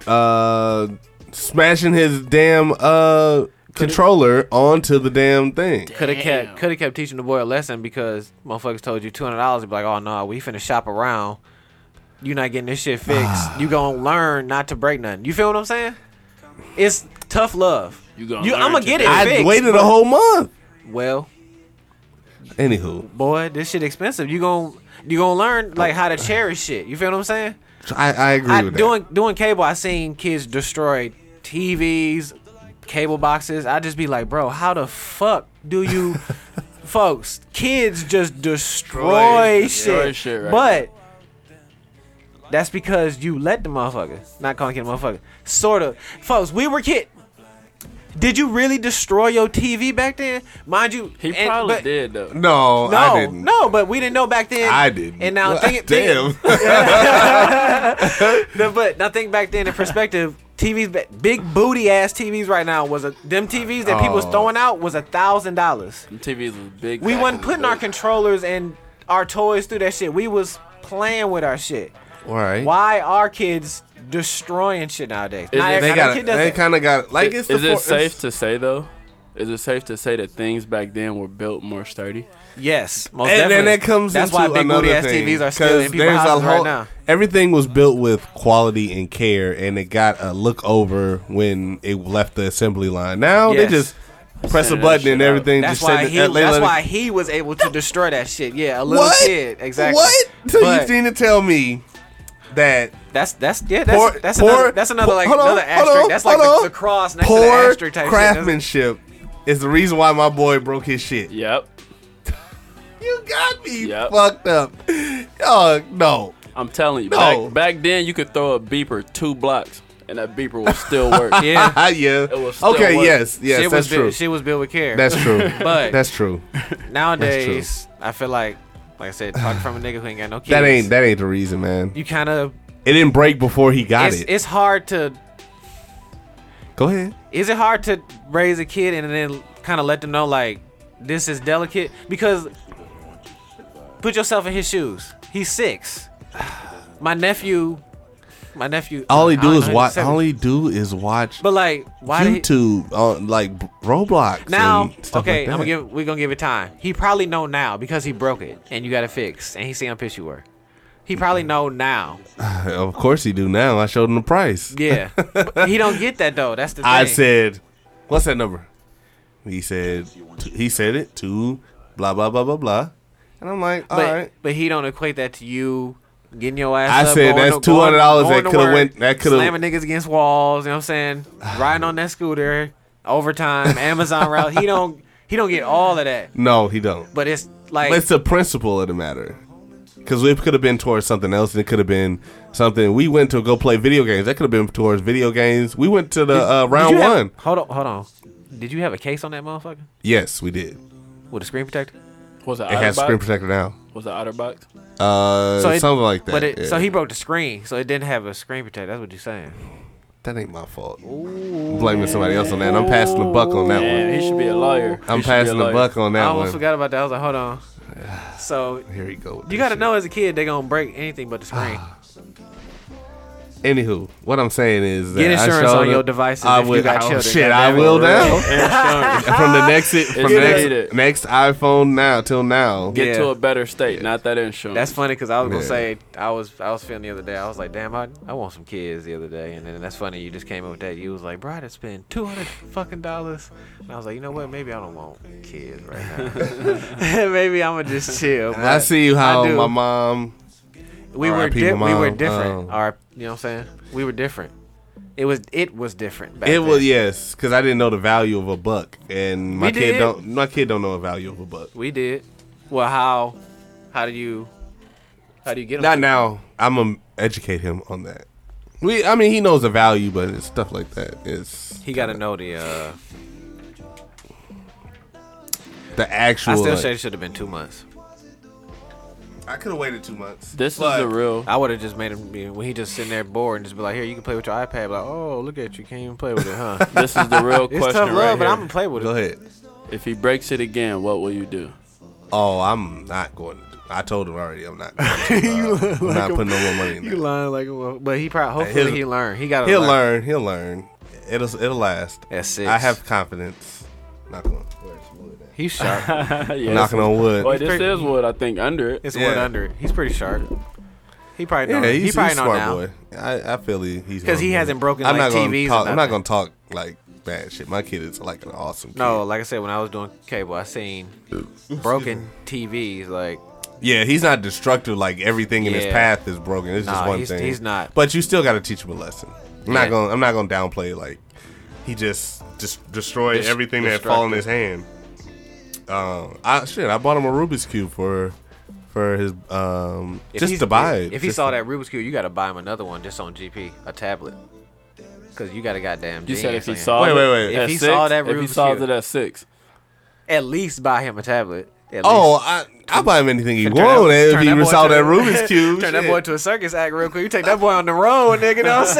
Uh, smashing his damn uh controller onto the damn thing. Could have kept could have kept teaching the boy a lesson because motherfuckers told you two hundred dollars. Be like, oh no, we finna shop around. You not getting this shit fixed. (sighs) you gonna learn not to break nothing. You feel what I'm saying? It's tough love. You gonna learn I'm gonna to get it do- I fixed. waited a but- whole month. Well, Anywho, boy, this shit expensive. You gon' you gonna learn like Oh. how to cherish shit. You feel what I'm saying? I, I agree I, with doing doing cable, I seen kids destroy TVs, cable boxes. I just be like, bro, how the fuck do (laughs) you, folks? Kids just destroy, Destroy- shit. destroy shit right but that's because you let the motherfucker. Not calling kid a motherfucker. Sort of, folks. We were kid. Did you really destroy your TV back then? Mind you, He and- probably but- did though. that. No, no, I didn't. no, but we didn't know back then. I didn't. And (laughs) (laughs) now think, damn. think, no, but now think back then in perspective. TVs, ba- big booty ass TVs right now was a them TVs that people was Oh. throwing out was a thousand dollars. Them TVs was big. We back wasn't in the putting our day. controllers and our toys through that shit. We was playing with our shit. All right. Why are kids destroying shit nowadays? Is Not it- every They not every got. kid does They that. kind of got. Like, Is it's the it for- safe it's- to say though? Is it safe to say that things back then were built more sturdy? Yes, most and definitely. then it comes That's into why big another booty ass thing, TVs are still 'cause in people's houses right now. Everything was built with quality and care, and it got a look over when it left the assembly line. Now Yes. they just press a Sending that button shit out. and everything. That's just why send he. it- they that's let it- why he was able to destroy that shit. Yeah, a little kid. Exactly. What? So But you seem to tell me that that's that's yeah. That's Poor- that's poor- another that's another like hold on, another hold asterisk. on, that's like hold the, on. the cross next to the poor asterisk type shit. craftsmanship is the reason why my boy broke his shit? Yep. You got me Yep. fucked up. Oh no. I'm telling you. No. Back, back then, you could throw a beeper two blocks, and that beeper would still work. Doesn't, (laughs) yeah, yeah. was still Okay. work. Yes. (laughs) Yes. she was that's built, true. She was built with care. That's true. (laughs) But- that's true. nowadays. I feel like, like I said, talking from a nigga who ain't got no kids. (sighs) That ain't that ain't the reason, man. You kind of. It didn't break before he got It's, it. it's hard to. Go ahead. Is it hard to raise a kid and then kind of let them know like this is delicate because put yourself in his shoes. He's six. My nephew. My nephew. All he I do don't is know, watch. he's seven. All he do is watch But like, why did he- YouTube on like Roblox. now? and stuff Okay, like I'm that. gonna give. We're gonna give it time. He probably know now because he broke it and you got it fixed and he seen how pissed you were. He probably know now. Of course he do now. I showed him the price. Yeah, But he don't get that though. That's the thing. (laughs) I said, "What's that number?" He said, "He said it to blah blah blah blah blah," and I'm like, "All but, right." but he don't equate that to you getting your ass. I up, said going that's to- going- $200 going that to coulda work, went- that coulda- slamming niggas against walls. You know what I'm (sighs) saying? Riding on that scooter, (laughs) overtime, Amazon route. He don't he don't get all of that. No, he don't. But it's like But it's the principle of the matter. Because it could have been towards something else, and it could have been something. We went to go play video games. That could have been towards video games. We went to the uh, Did round you have- one. Hold on, hold on. Did you have a case on that motherfucker Yes, we did. with a screen protector? Was it It has screen Otterbox? protector now. Was it Otterbox? Uh, it- something like that. But it, yeah. so he broke the screen, so it didn't have a screen protector. That's what you're saying. that ain't my fault. I'm blaming somebody else on that. and I'm passing the buck on that one. Man, he should be a lawyer. I'm He should be a passing the lawyer. buck on I that almost one. forgot about that. I was like, hold (sighs) on. So Here you go. with you this got to shit. know as a kid they gonna break anything but the screen. Anywho, what I'm saying is that Get I insurance showed on up- your devices I if you will- got oh, children. Shit, Goddamn I it. (laughs) will now. Insurance. (laughs) from the next it, from Get next, it. next iPhone now till now. Get to Yeah. a better state, not that insurance. (laughs) That's funny because I was gonna Yeah. say I was I was feeling the other day. I was like, damn, I, I want some kids the other day, and then that's funny. You just came up with that. You was like, bro, I just spent two hundred fucking dollars, and I was like, you know what? Maybe I don't want kids right (laughs) now. (laughs) Maybe I'm gonna just chill. And I but see how I do. my mom. we were R.I.P. di- my we were mom, different. um, Our you know what I'm saying? We were different. It was it was different. Back It was then. yes, because I didn't know the value of a buck, and my We kid did. don't. My kid don't know the value of a buck. We did. Well, how how do you how do you get them? Not now. I'm gonna educate him on that. We, I mean, he knows the value, but it's stuff like that. It's He got to know the. uh the actual. I still like- say it should have been two months. I could have waited two months. this is but the real. I would have just made him be- when he just sitting there bored and just be like, "Here, you can play with your iPad." Like, oh, look at you, can't even play with it, (laughs) huh? This is the real (laughs) it's question tough love, right but here. I'm gonna play with Go it. ahead. If he breaks it again, what will you do? Oh, I'm not going. to do- I told him already. I'm not. Going to, uh, I'm not putting no more money in You there. lying like, a mother- but he probably hopefully He'll- he learned. He got He'll learn. He'll learn. It'll it'll last. At six, I have confidence. Knocking on wood. He's (laughs) sharp. (laughs) yes. Knocking on Wait, wood. this is what I think under it. It's Yeah. one under it. He's pretty sharp. He probably know. Yeah, he's, he he's probably a know smart now. boy. I, I feel he, he's 'Cause he gonna- hasn't broken, I'm like, not gonna TVs or talk. I'm not nothing. gonna talk like bad shit. My kid is like an awesome. Kid. No, like I said, when I was doing cable, I seen broken TVs. Like, Yeah, he's not destructive. Like everything in his Yeah. path is broken. It's just Nah, one he's- thing. he's not. But you still got to teach him a lesson. I'm Yeah. not gonna. I'm not gonna downplay like he just just destroyed Dis- everything that fall in his hand. Um, I shit. I bought him a Rubik's cube for for his um if just he's- to buy. it. If he Just- saw that Rubik's cube, you got to buy him another one just on GP, a tablet. Cause you got a goddamn. You said genius if he in him. saw Wait, it wait, wait. at If he six, saw that if he Rubik's saw Cube. it at six, at least buy him a tablet. At Oh, least. I I buy him anything he Turn that- want if turn he boy saw to- (laughs) that Rubik's cube. turn that shit. boy to a circus act real quick. You take that boy on the road, nigga. Know what I'm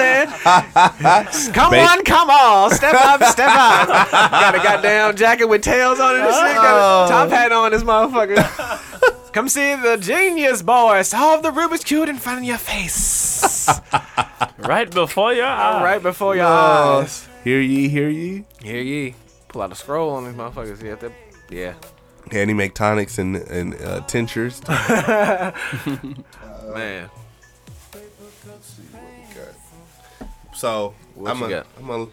(laughs) saying? come Ba- on, come on, step up, step up. Got a goddamn jacket with tails on it and shit. Got Oh. a top hat on this motherfucker. Come see the genius boy solve the Rubik's cube in front of your (laughs) face, right before your eyes. right before your Oh, eyes. hear ye, hear ye. Hear ye. Pull out a scroll on these motherfuckers. Yeah, that, yeah. And he make tonics and and uh, (laughs) tinctures. Let's Man, see what we got. So What I'm you gonna got? I'm gonna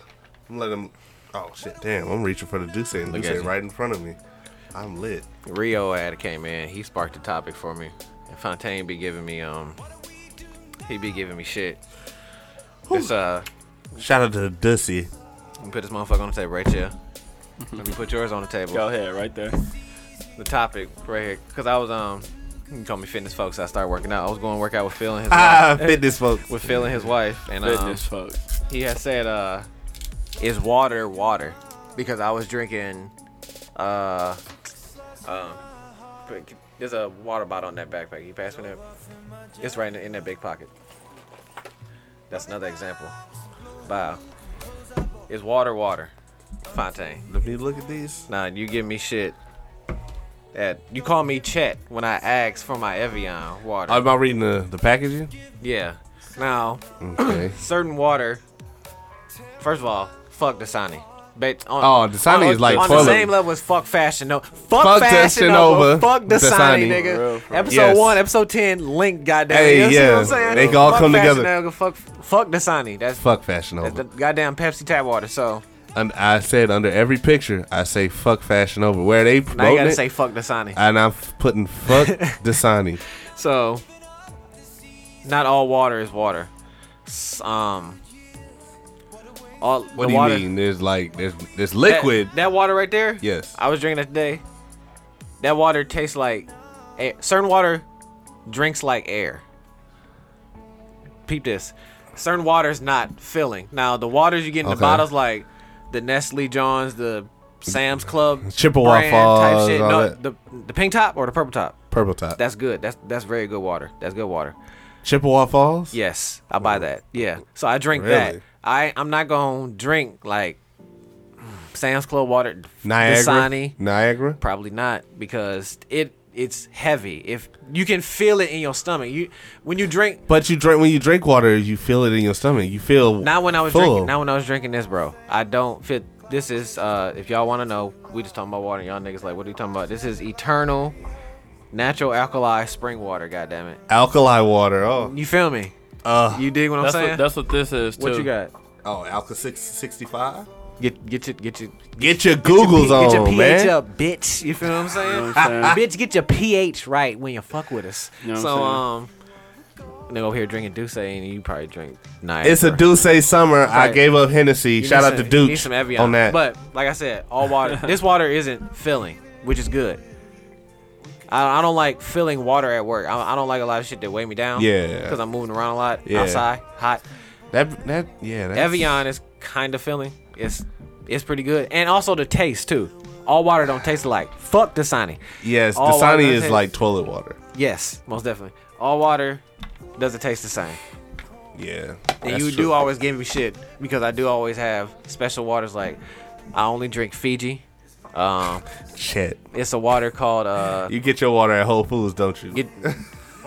let him. Oh shit! Damn, I'm reaching for the Duce and Look Duce at you. right in front of me. I'm lit. Rio ad came in. He sparked the topic for me. And Fontaine be giving me um, he be giving me shit. This uh, Shout out to Ducey. let me put this motherfucker on the table right here. Let me put yours on the table. Go ahead, right there. The topic right here, cause I was um, you can call me fitness folks. I started working out. I was going to work out with Phil and his (laughs) Ah, wife. fitness folks. with Phil and his wife, and um, Fitness folks. he had said, uh, "Is water water?" Because I was drinking, uh, um, but there's a water bottle in that backpack. You pass me that? It's right in, in that big pocket. That's another example. Wow. Is water water? Fontaine. Let me look at these. Nah, you give me shit. That you call me Chet when I ask for my Evian water. Oh, am I reading the, (clears throat) the packaging? yeah. Now Okay. certain water. First of all, fuck Dasani. But on, Oh, Dasani on- is like on the toilet. same level as fuck fashion. No, fuck, Fuck fashion Fashion over. Nova. Fuck Dasani, Dasani. nigga. Real, for real. Episode Yes. one, episode ten, link. Goddamn. Hey, you see yeah. what I'm saying? They can all fuck come Fashion together. Nova, fuck, fuck Dasani. That's Fuck Fashion that's the Nova. goddamn Pepsi tap water. So And I said under every picture, I say fuck Fashion Nova. Where they now you promoting gotta it, say fuck Dasani. and I'm f- (laughs) putting fuck Dasani. So not all water is water. S- Um, all What the do you water, mean? There's like there's there's that- liquid. That, water right there? Yes. I was drinking that today. That water tastes like air. certain water drinks like air. Peep this. Certain water's not filling. Now the waters you get in the Okay. bottles like the Nestle Johns, the Sam's Club, (laughs) Chippewa brand Falls, type shit. all No, that. the the pink top or the purple top. Purple top. That's good. That's that's very good water. That's good water. Chippewa Falls. Yes, I buy that. Yeah, so I drink that. Really? I I'm not gonna drink like Sam's Club water, Niagara. Dasani. Niagara. Probably not because it it's heavy. If you can feel it in your stomach, you when you drink. But you drink when you drink water, you feel it in your stomach. You feel Not when I was full. drinking. Not when I was drinking this, bro. I don't fit. This is uh, if y'all want to know, we just talking about water. and Y'all niggas like, what are you talking about? This is eternal, natural alkali spring water. God damn it. Alkali water. Oh. You feel me? Uh. You dig what I'm That's saying? what, that's what this is too. what you got? Oh, Alka six sixty five. Get get your get your Get your Googles get your on, pH man. up, bitch. You feel what I'm saying? know what (laughs) I'm bitch, get your pH right when you fuck with us. You know what so I'm um, nigga over here drinking Douce, and you probably drink Niagara. It's a Duce summer. I Right. gave up Hennessy. You Shout need out to some- you Need Duke some Evian on that. But like I said, all (laughs) water. this water isn't filling, which is good. I, I don't like filling water at work. I, I don't like a lot of shit that weigh me down. Yeah. Because I'm moving around a lot Yeah. outside, hot. that that yeah. That's, Evian is kind of filling. It's it's pretty good, and also the taste too. All water don't taste alike. Fuck Dasani. Yes, All water Dasani is tastes- like toilet water. Yes, most definitely. All water doesn't taste the same. Yeah. And that's you true. do always give me shit because I do always have special waters. Like I only drink Fiji. Um, shit. it's a water called uh. You get your water at Whole Foods, don't you? Get,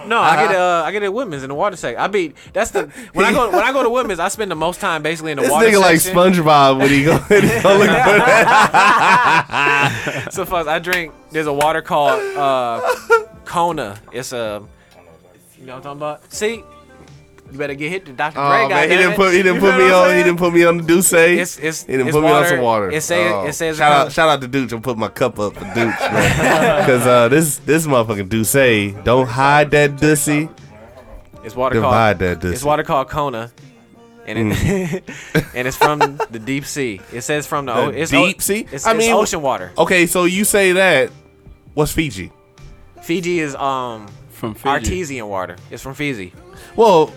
no, I (laughs) get uh, I get at Women's in the water section. I be that's the when I go when I go to Women's, I spend the most time basically in the this water nigga like section. SpongeBob when he go, (laughs) when he go look for (laughs) so fuck, I drink. There's a water called uh, Kona. It's a, you know what I'm talking about. See, you better get hit to Dr. Dre. Oh man, he goddamn didn't it. put he You didn't put feel me what I'm on he saying? didn't put me on the Deuce. It's- it's- he didn't it's put me on some water. water. It say- Oh. it says- shout out shout out to Deuce. I'm putting my cup up for (laughs) Deuce, man. Cause uh, this this motherfucking Deuce, don't hide that Ducey. It's water Divide called. that It's Ducey. water called Kona, and it, (laughs) and it's from the deep sea. It says from the, Mm. The o- it's o- deep sea. It's, I it's mean, ocean water. Okay, so you say that. What's Fiji? Fiji is um From Fiji. artesian water. It's from Fiji. Well,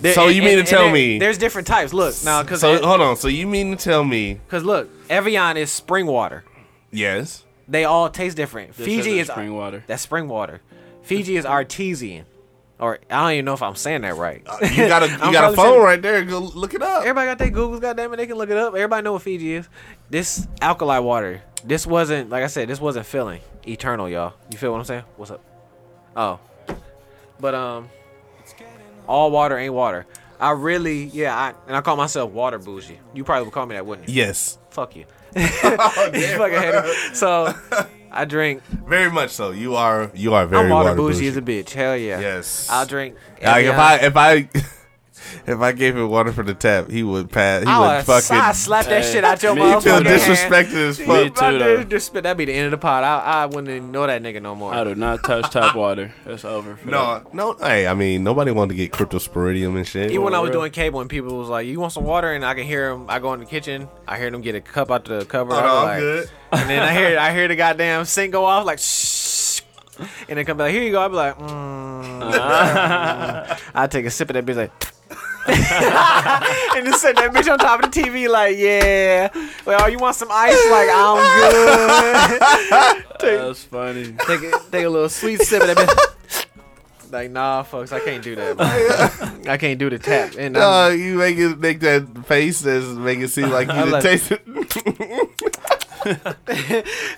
There- so and- you mean and- to tell and there- me? there's different types? Look now, because So hold on. So you mean to tell me? because look, Evian is spring water. Yes. They all taste different. This Fiji isn't is uh, spring water. That's spring water. Fiji is artesian, or I don't even know if I'm saying that right. (laughs) You (laughs) got a you I'm got a probably saying- phone right there. Go look it up. Everybody got their Googles, goddamn it, they can look it up. Everybody know what Fiji is. This alkali water. This wasn't like I said. This wasn't filling. Eternal, y'all. You feel what I'm saying? What's up? Oh, but um, all water ain't water. I really, yeah, I and I call myself water bougie. You probably would call me that, wouldn't you? (laughs) Yes. Fuck you. Oh, damn. fucking hate him. So I drink. (laughs) Very much so. You are you are very I'm water, bougie, bougie. as a bitch. Hell yeah. Yes. I'll drink. Like Evian. if I if I if I (laughs) gave him water from the tap, he would pass. He I'll would fucking Oh, I slap that Hey, shit out your (laughs) me mouth. too. feel fucking- disrespected as Me fuck. too, though. That'd be the end of the pod. I, I wouldn't even know that nigga no more. I do not touch tap (laughs) water. That's over. for that. No, no. Hey, I mean, nobody wanted to get cryptosporidium and shit. Even when I was real. doing cable and people was like, "You want some water?" and I can hear them. I go in the kitchen. I hear them get a cup out the cover. Oh, I no, was I'm like- good. And then I hear I hear the goddamn sink go off like (laughs) shh, and they come back. Here you go. I be like, (laughs) mm. I take a sip of that bitch like. (laughs) and just set that bitch on top of the TV, like, yeah. Like, oh, you want some ice? Like, (laughs) I'm good. That's funny. take, a, take a little sweet sip of that bitch. (laughs) Like, nah, folks, I can't do that. (laughs) man. I can't do the tap. And I'm- No, you make it make that face that's make it seem (laughs) like you I didn't like- taste it.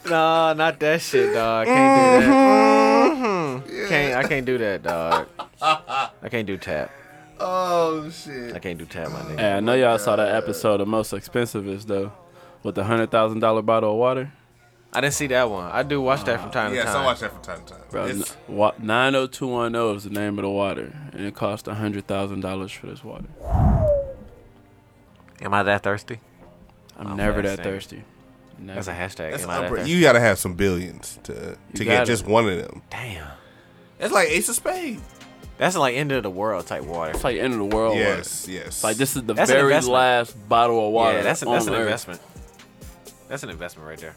No, not that shit, dog. Can't do that. Mm-hmm. Can't I can't do that, dog. I can't do tap. (laughs) Oh I shit! can't do tap, my nigga. Hey, I know y'all saw that episode of Most Expensive is though, with the hundred thousand dollar bottle of water. I didn't see that one. I do watch that from time to Yes, I time. watch that from time to time. Bro, It's- Uh, nine zero two one zero is the name of the water, and it cost hundred thousand dollars for this water. Am I that thirsty? I'm Oh, never that's that it. thirsty. Never. That's a hashtag. that's Am I that upper- thirsty? you gotta have some billions to to gotta. get just one of them. Damn. It's like Ace of Spades. That's like end of the world type water. it's like end of the Oh, world. water. Yes, yes. Like this is the That's an very investment. last bottle of water. Yeah, that's, a, on that's an Earth. investment. That's an investment right there.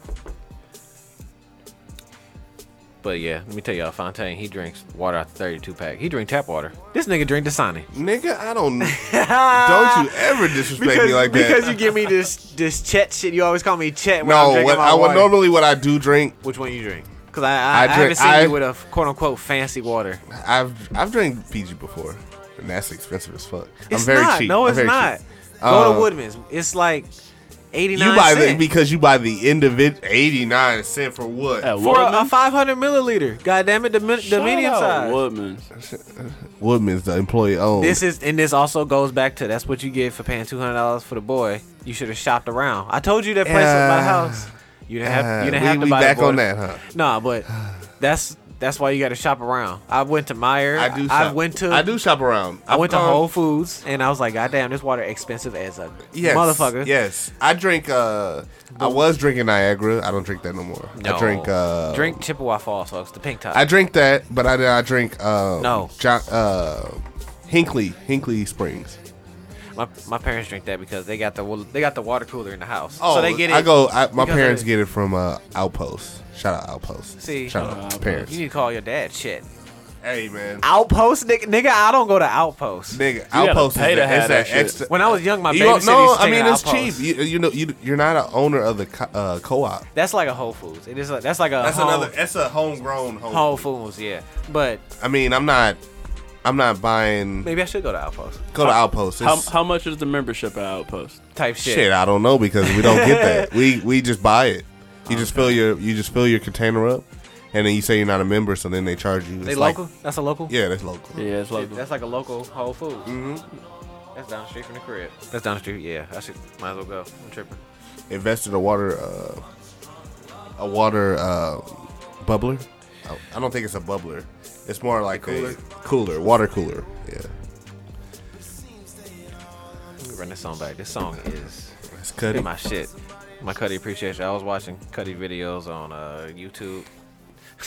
But yeah, let me tell y'all, Fontaine, he drinks water out the 32 pack. He drink tap water. This nigga drink Dasani. nigga. (laughs) I don't. (laughs) don't you ever disrespect me like that? because you give me this this Chet shit. You always call me Chet. When I'm no, drinking what my I would water. normally what I do drink, Which one you drink? Because I, I, I I, drink- haven't seen I- you with a quote unquote fancy water. I've I've drank PG before, and that's expensive as fuck. It's I'm very not. cheap. No, I'm it's very not. cheap. Go Uh, to Woodman's. It's like eighty You nine buy the, cents because you buy the individual eighty nine cent for what? At for a, Woodman? five hundred milliliter. God damn it, the, mi- the Shout medium out size. Woodman's. Woodman's the employee owned. This is and this also goes back to that's what you get for paying two hundred dollars for the boy. You should have shopped around. I told you that place at Uh, my house. You didn't have Uh, you didn't we, have to we buy back the boy. on that, huh? Nah, but that's that's why you got to shop around. I went to Meyer. I do. I Shop. went to. I do shop around. I went to I've gone- Whole Foods and I was like, God damn, this water expensive as a Yes, motherfucker. Yes, I drink. uh I was drinking Niagara. I don't drink that no more. I No. drink. uh drink Chippewa Falls, folks. The pink top. I drink that, but I I drink. Um, No. John, uh, Hinkley Hinkley Springs. my, my parents drink that because they got the they got the water cooler in the house, Oh, so they get it. I go. I, my because parents of- get it from uh, Outpost. Shout out Outpost. See. shout out Uh, parents. You need to call your dad. Shit, Hey man, Outpost, nigga, nigga I don't go to Outpost. nigga, gotta Outpost is pay to that, have it's that that shit. extra. When I was young, my You babysitter don't- used to no, take I me mean to it's cheap. Outpost. You, you know, you, you're not an owner of the co- uh, co-op. That's like a Whole Foods. It is like, that's like a That's Whole, another. That's a homegrown home. Whole Foods. Yeah, but I mean, I'm not. I'm not buying. maybe I should go to Outpost. Go to Outpost. How, It's- how much is the membership at Outpost? Type shit. shit. I don't know because we don't get that. we we just buy it. You just fill your you just fill your container up, and then you say you're not a member, so then they charge you. They It's local? Like, that's a local. yeah, that's local. Yeah, it's like Shit, That's like a local Whole Foods. Mm-hmm. That's down the street from the crib. That's down the street. Yeah, I should might as well go. I'm tripping. Invested a water uh, a water uh, bubbler. I- I don't think it's a bubbler. It's more like a cooler? cooler, water cooler. Yeah, Let me run this song back. This song is that's good. my shit. My Cuddy appreciation. I was watching Cuddy videos on uh, YouTube.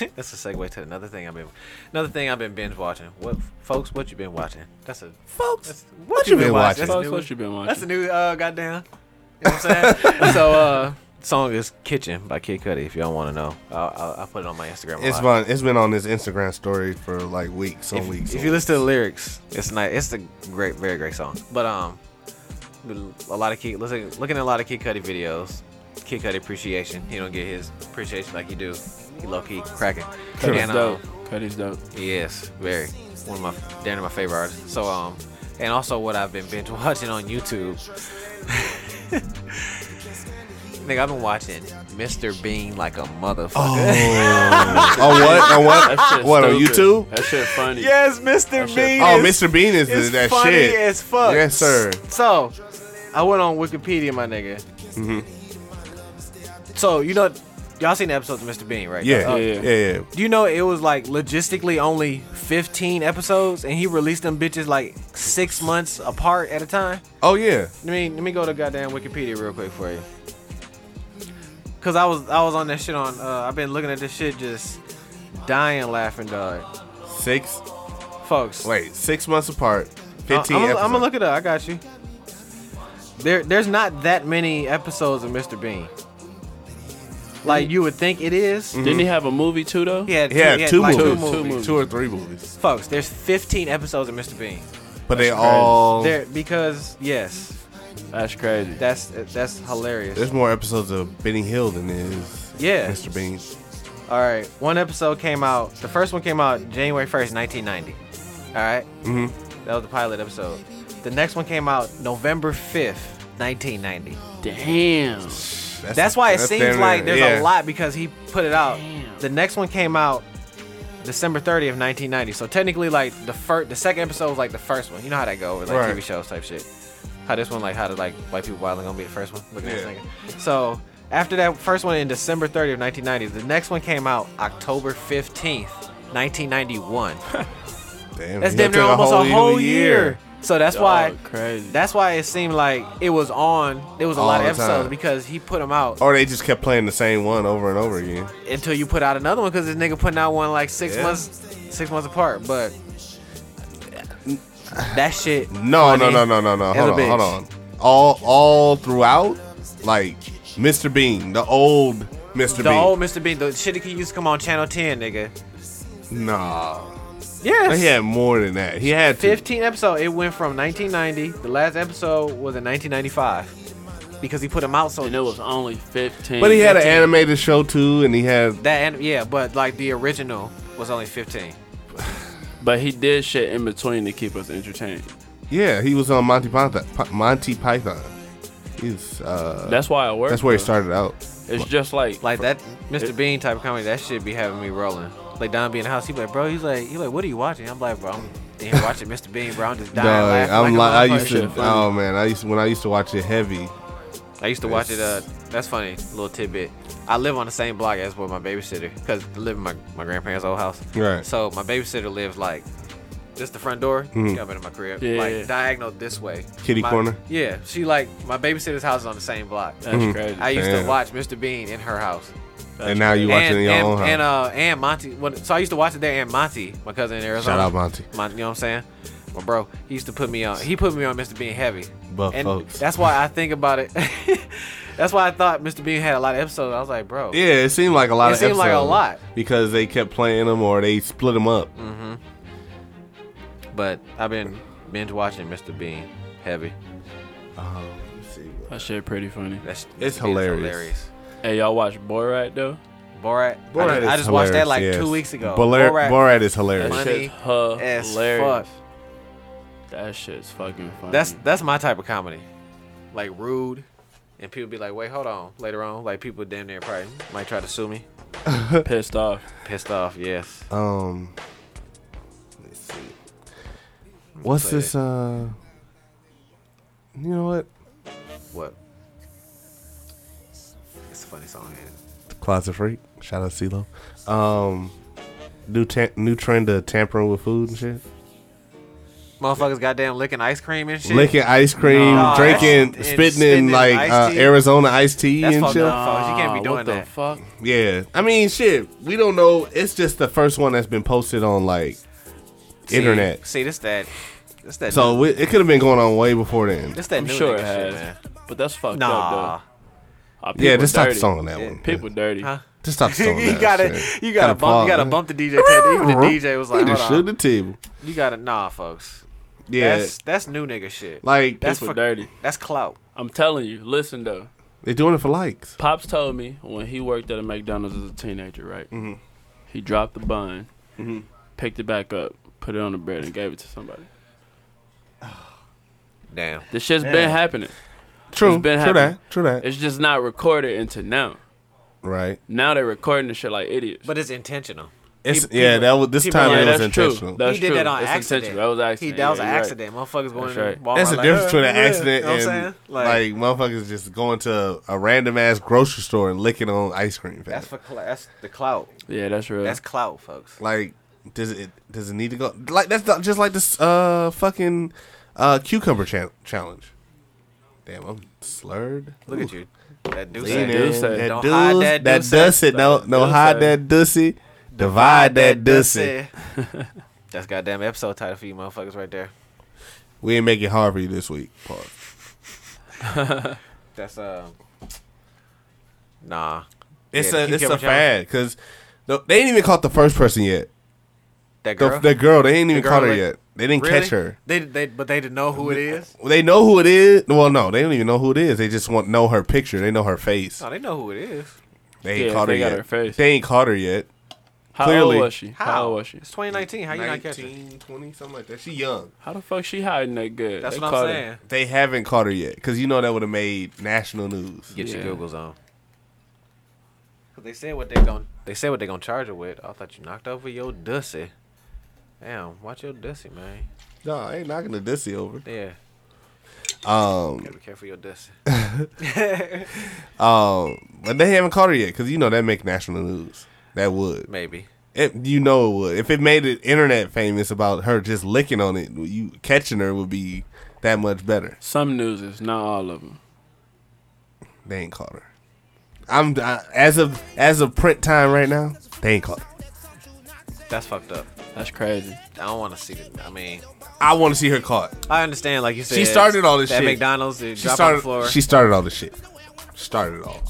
(laughs) That's a segue to another thing I've been, another thing I've been binge watching. What folks? What you been watching? That's a folks. what, you been watching? That's a Folks, new, what you been watching? That's a new uh, goddamn. You know what I'm saying? so uh, song is "Kitchen" by Kid Cudi. If y'all want to know, I'll, I'll, I'll put it on my Instagram. It's live. fun. It's been on this Instagram story for like weeks, some if, weeks. if some you weeks. listen to the lyrics, it's nice. It's a great, very great song. But um, a lot of Kid, listen, looking at a lot of Kid Cudi videos, Kid Cudi appreciation. He don't get his appreciation like you do. He low key cracking. Cuddy's And, um, dope. Cuddy's dope. Yes, very. One of my damn near my favorite artists. So um, and also what I've been binge watching on YouTube. (laughs) Nigga, I've been watching Mr. Bean like a motherfucker. (laughs) (laughs) Oh, what? On That Ah! what? shit What on stupid. YouTube? That shit funny. Yes, Mr. shit- Bean. Oh, is- Mr. Bean is It's that funny shit. as fuck. Yes, sir. Mm-hmm. So, I went on Wikipedia, my nigga. So you know, y'all seen the episodes of Mr. Bean, right? Yeah, yeah. yeah, yeah. Do you know it was like logistically only 15 episodes, and he released them bitches like six months apart at a time? Oh yeah. Let me let me go to goddamn Wikipedia real quick for you. Cause I was I was on that shit on. Uh, I've been looking at this shit just dying laughing, dog. Six. Folks, Wait, six months Uh, apart. I- Fifteen. I'm, gonna- I'm episodes. gonna look it up. I got you. There, there's not that many episodes of Mr. Bean. Like you would think it is. Didn't he have a movie too though? He had two, Yeah, he had, Mm. two, like, movies. two two movies. or three movies, Folks, there's 15 episodes of Mr. Bean. but they all There because yes, That's crazy. that's that's hilarious. there's more episodes of Benny Hill than there is Yeah. Mr. Bean. All right, one episode came out. The first one came out January 1st, 1990. All right? That was the pilot episode. The next one came out November 5th, 1990. Damn. That's, That's why it that's seems damn like near- there's yeah. a lot because he put it out. Damn. The next one came out December 30th, 1990. So technically, like the first, the second episode was like the first one. You know how that goes, like Right. TV shows type shit. How this one, like how to like white people wilding gonna be the first one. Looking at Yeah. this nigga. So after that first one in December 30th, of 1990, the next one came out October 15th, (laughs) 1991. Damn, That's he damn near took almost a whole year. So that's why. Dog, crazy. That's why it seemed like it was on. There was a lot All of the episodes time. because he put them out Or they just kept playing the same one over and over again. until you put out another one because this nigga putting out one like six Yeah. months, six months apart. But that shit. No, no, funny no, no, no, no. as Hold a on, bitch. hold on. All, all throughout, like Mr. Bean, the old Mr. The Bean. old Mr. Bean, the shit that he used to come on Channel 10, nigga. nah, Yes. Oh, (laughs) he had more than that. He had to. 15 episode. It went from 1990. The last episode was in 1995 because he put them out so. And it was only 15. but he had an 15. animated show too, and he had That and yeah, but like the original was only 15. But he did shit in between to keep us entertained. yeah, he was on Monty Python. Pi- Monty Python. He's uh, That's why it worked. that's where he though. started out. It's just like, Like that Mr. Bean type of comedy, that shit be having me rolling. Like Don be in the house, he be like, bro, he's like, he like, what are you watching? I'm like, bro, I'm in here watching Mr. Bean, bro. (laughs) I'm just dying. Dog, laughing I'm like, like, a I used motherfucker. to. Oh man, I used to, when I used to watch it heavy. I used to watch it. Uh, that's funny. Little tidbit. I live on the same block as where my babysitter, cause I live in my, my grandparents' old house. Right. So my babysitter lives like, this the front door. Coming to my crib, Yeah, like yeah. diagonal this way. Mm-hmm. Kitty My- corner? Mm-hmm. Yeah. She like my babysitter's house is on the same block. that's crazy. I used Damn. to watch Mr. Bean in her house. That's and now you watching and, it in your and, own house. and, uh, and Monty. When, so I used to watch it there. And Monty, my cousin in Arizona. Shout out Monty. Mon- you know what I'm saying? My bro, he used to put me on. He put me on Mr. Bean heavy. But and folks. that's why I think about it. (laughs) that's why I thought Mr. Bean had a lot of episodes. I was like, bro, Yeah, it seemed like a lot. It of seemed like a episodes lot. Mm. because they kept playing them or they split them up. but I've been binge watching Mr. Bean heavy. Oh, let's see. That shit pretty funny. That's It's shit's hilarious. Hey, y'all watch Borat though? Borat, I Borat just, is I just watched that hilarious, like yes. two weeks ago. Bolar- Borat, Borat, is hilarious. That Funny shit's as hilarious. fuck. That shit's fucking funny. That's that's my type of comedy, like rude, and people be like, wait, hold on. Later on, like people damn near probably might try to sue me. (laughs) pissed off. Pissed off, yes. Um, let's see. What's play this? Uh, you know what? What? It's a funny song. ain't it? The Closet freak. Shout out CeeLo. Um, new ta- new trend of tampering with food and shit. Motherfuckers goddamn licking ice cream and shit. Licking ice cream, Nah, drinking, that's- and spitting in spitting like iced uh, tea. Arizona iced tea That's and fucked shit. up. Folks, Oh, you can't be Ah, doing what the that. fuck? Yeah, I mean, shit. We don't know. It's just the first one that's been posted on like See- internet. See, this that. This that. So new, we, it could have been going on way before then. this that I'm new sure nigga it shit, has. man. but that's fucked Nah. up though. Ah, Yeah, people just stop the dirty. song on that one. People dirty. Huh? Just stop the song. (laughs) (laughs) on you that gotta, shit. you gotta bump, you gotta pause. bump the DJ. tab. Even the (laughs) DJ was like, He hold just shook on. the table. You gotta, nah, folks. Yeah, That's that's new nigga shit. like that's for- People dirty. That's clout. I'm telling you. Listen though. they're doing it for likes. Pops told me when he worked at a McDonald's as a teenager, right? Mm-hmm. He dropped the bun, Mm-hmm. picked it back up, put it on the bread, and gave it to somebody. Damn. This shit's (laughs) been happening. True, It's been happening. true that, true that. It's just not recorded until now. right. Now they're recording the shit like idiots. But it's intentional. It's- It's, He- yeah, he- that was this he time Yeah, it was that's true. intentional. That's he did true. that on It's accident. intentional. That was an accident. He, that was Yeah, an you're right. accident. Motherfuckers going That's right. to Walmart. That's the like, difference between "Uh, an yeah," accident you know what I'm and saying? like, motherfuckers just going to a random ass grocery store and licking on ice cream. fam. That's for cl- that's the clout. Yeah, that's real. That's clout, folks. like, does it does it need to go? Like that's not, just like this uh fucking uh cucumber cha- challenge. Damn, I'm slurred. Look at you. That dude Lean said, That in. dude said- That Don't hide dude, that that, that dussy. dussy. No, no, Dussy. hide that dussy. Divide that dussy. dussy. That's goddamn episode title for you motherfuckers right there. We ain't make it hard for you this week. Pause. That's um Nah. It's Yeah, a the it's a cucumber fad because they ain't even caught the first person yet. That The girl. the girl they ain't even girl caught her like- yet. They didn't Really? catch her. They they but they didn't know who it is. Well, They know who it is. Well, no, they don't even know who it is. They just want know her picture. They know her face. No, they know who it is. They ain't Yeah, caught her they got yet. her face. They ain't caught her yet. how clearly- old was she? How? old was she? It's 2019. How you not catching? it? 19, 20, something like that. She young. How the fuck she hiding that good? That's They what I'm caught her. saying. They haven't caught her yet because you know that would have made national news. Get Yeah. your Googles on. 'Cause They said what they gon' they said what they gonna charge her with. I thought you knocked over your dussy. Damn, watch your dussy, man. No, I ain't knocking the dissy over. Yeah, Um, gotta be careful your dussy. (laughs) um, but they haven't caught her yet because you know that make national news. That would. Maybe. It, you know it would. If it made it internet famous about her just licking on it, you catching her would be that much better. Some news is not all of them. They ain't caught her. I'm I, as of as of print time right now. They ain't caught. Her. That's fucked up. That's crazy. I don't want to see it. I mean, I want to see her caught. I understand. Like you said, She started all this that shit. McDonald's. She She drop on the floor. started. She started all the shit. Started it all.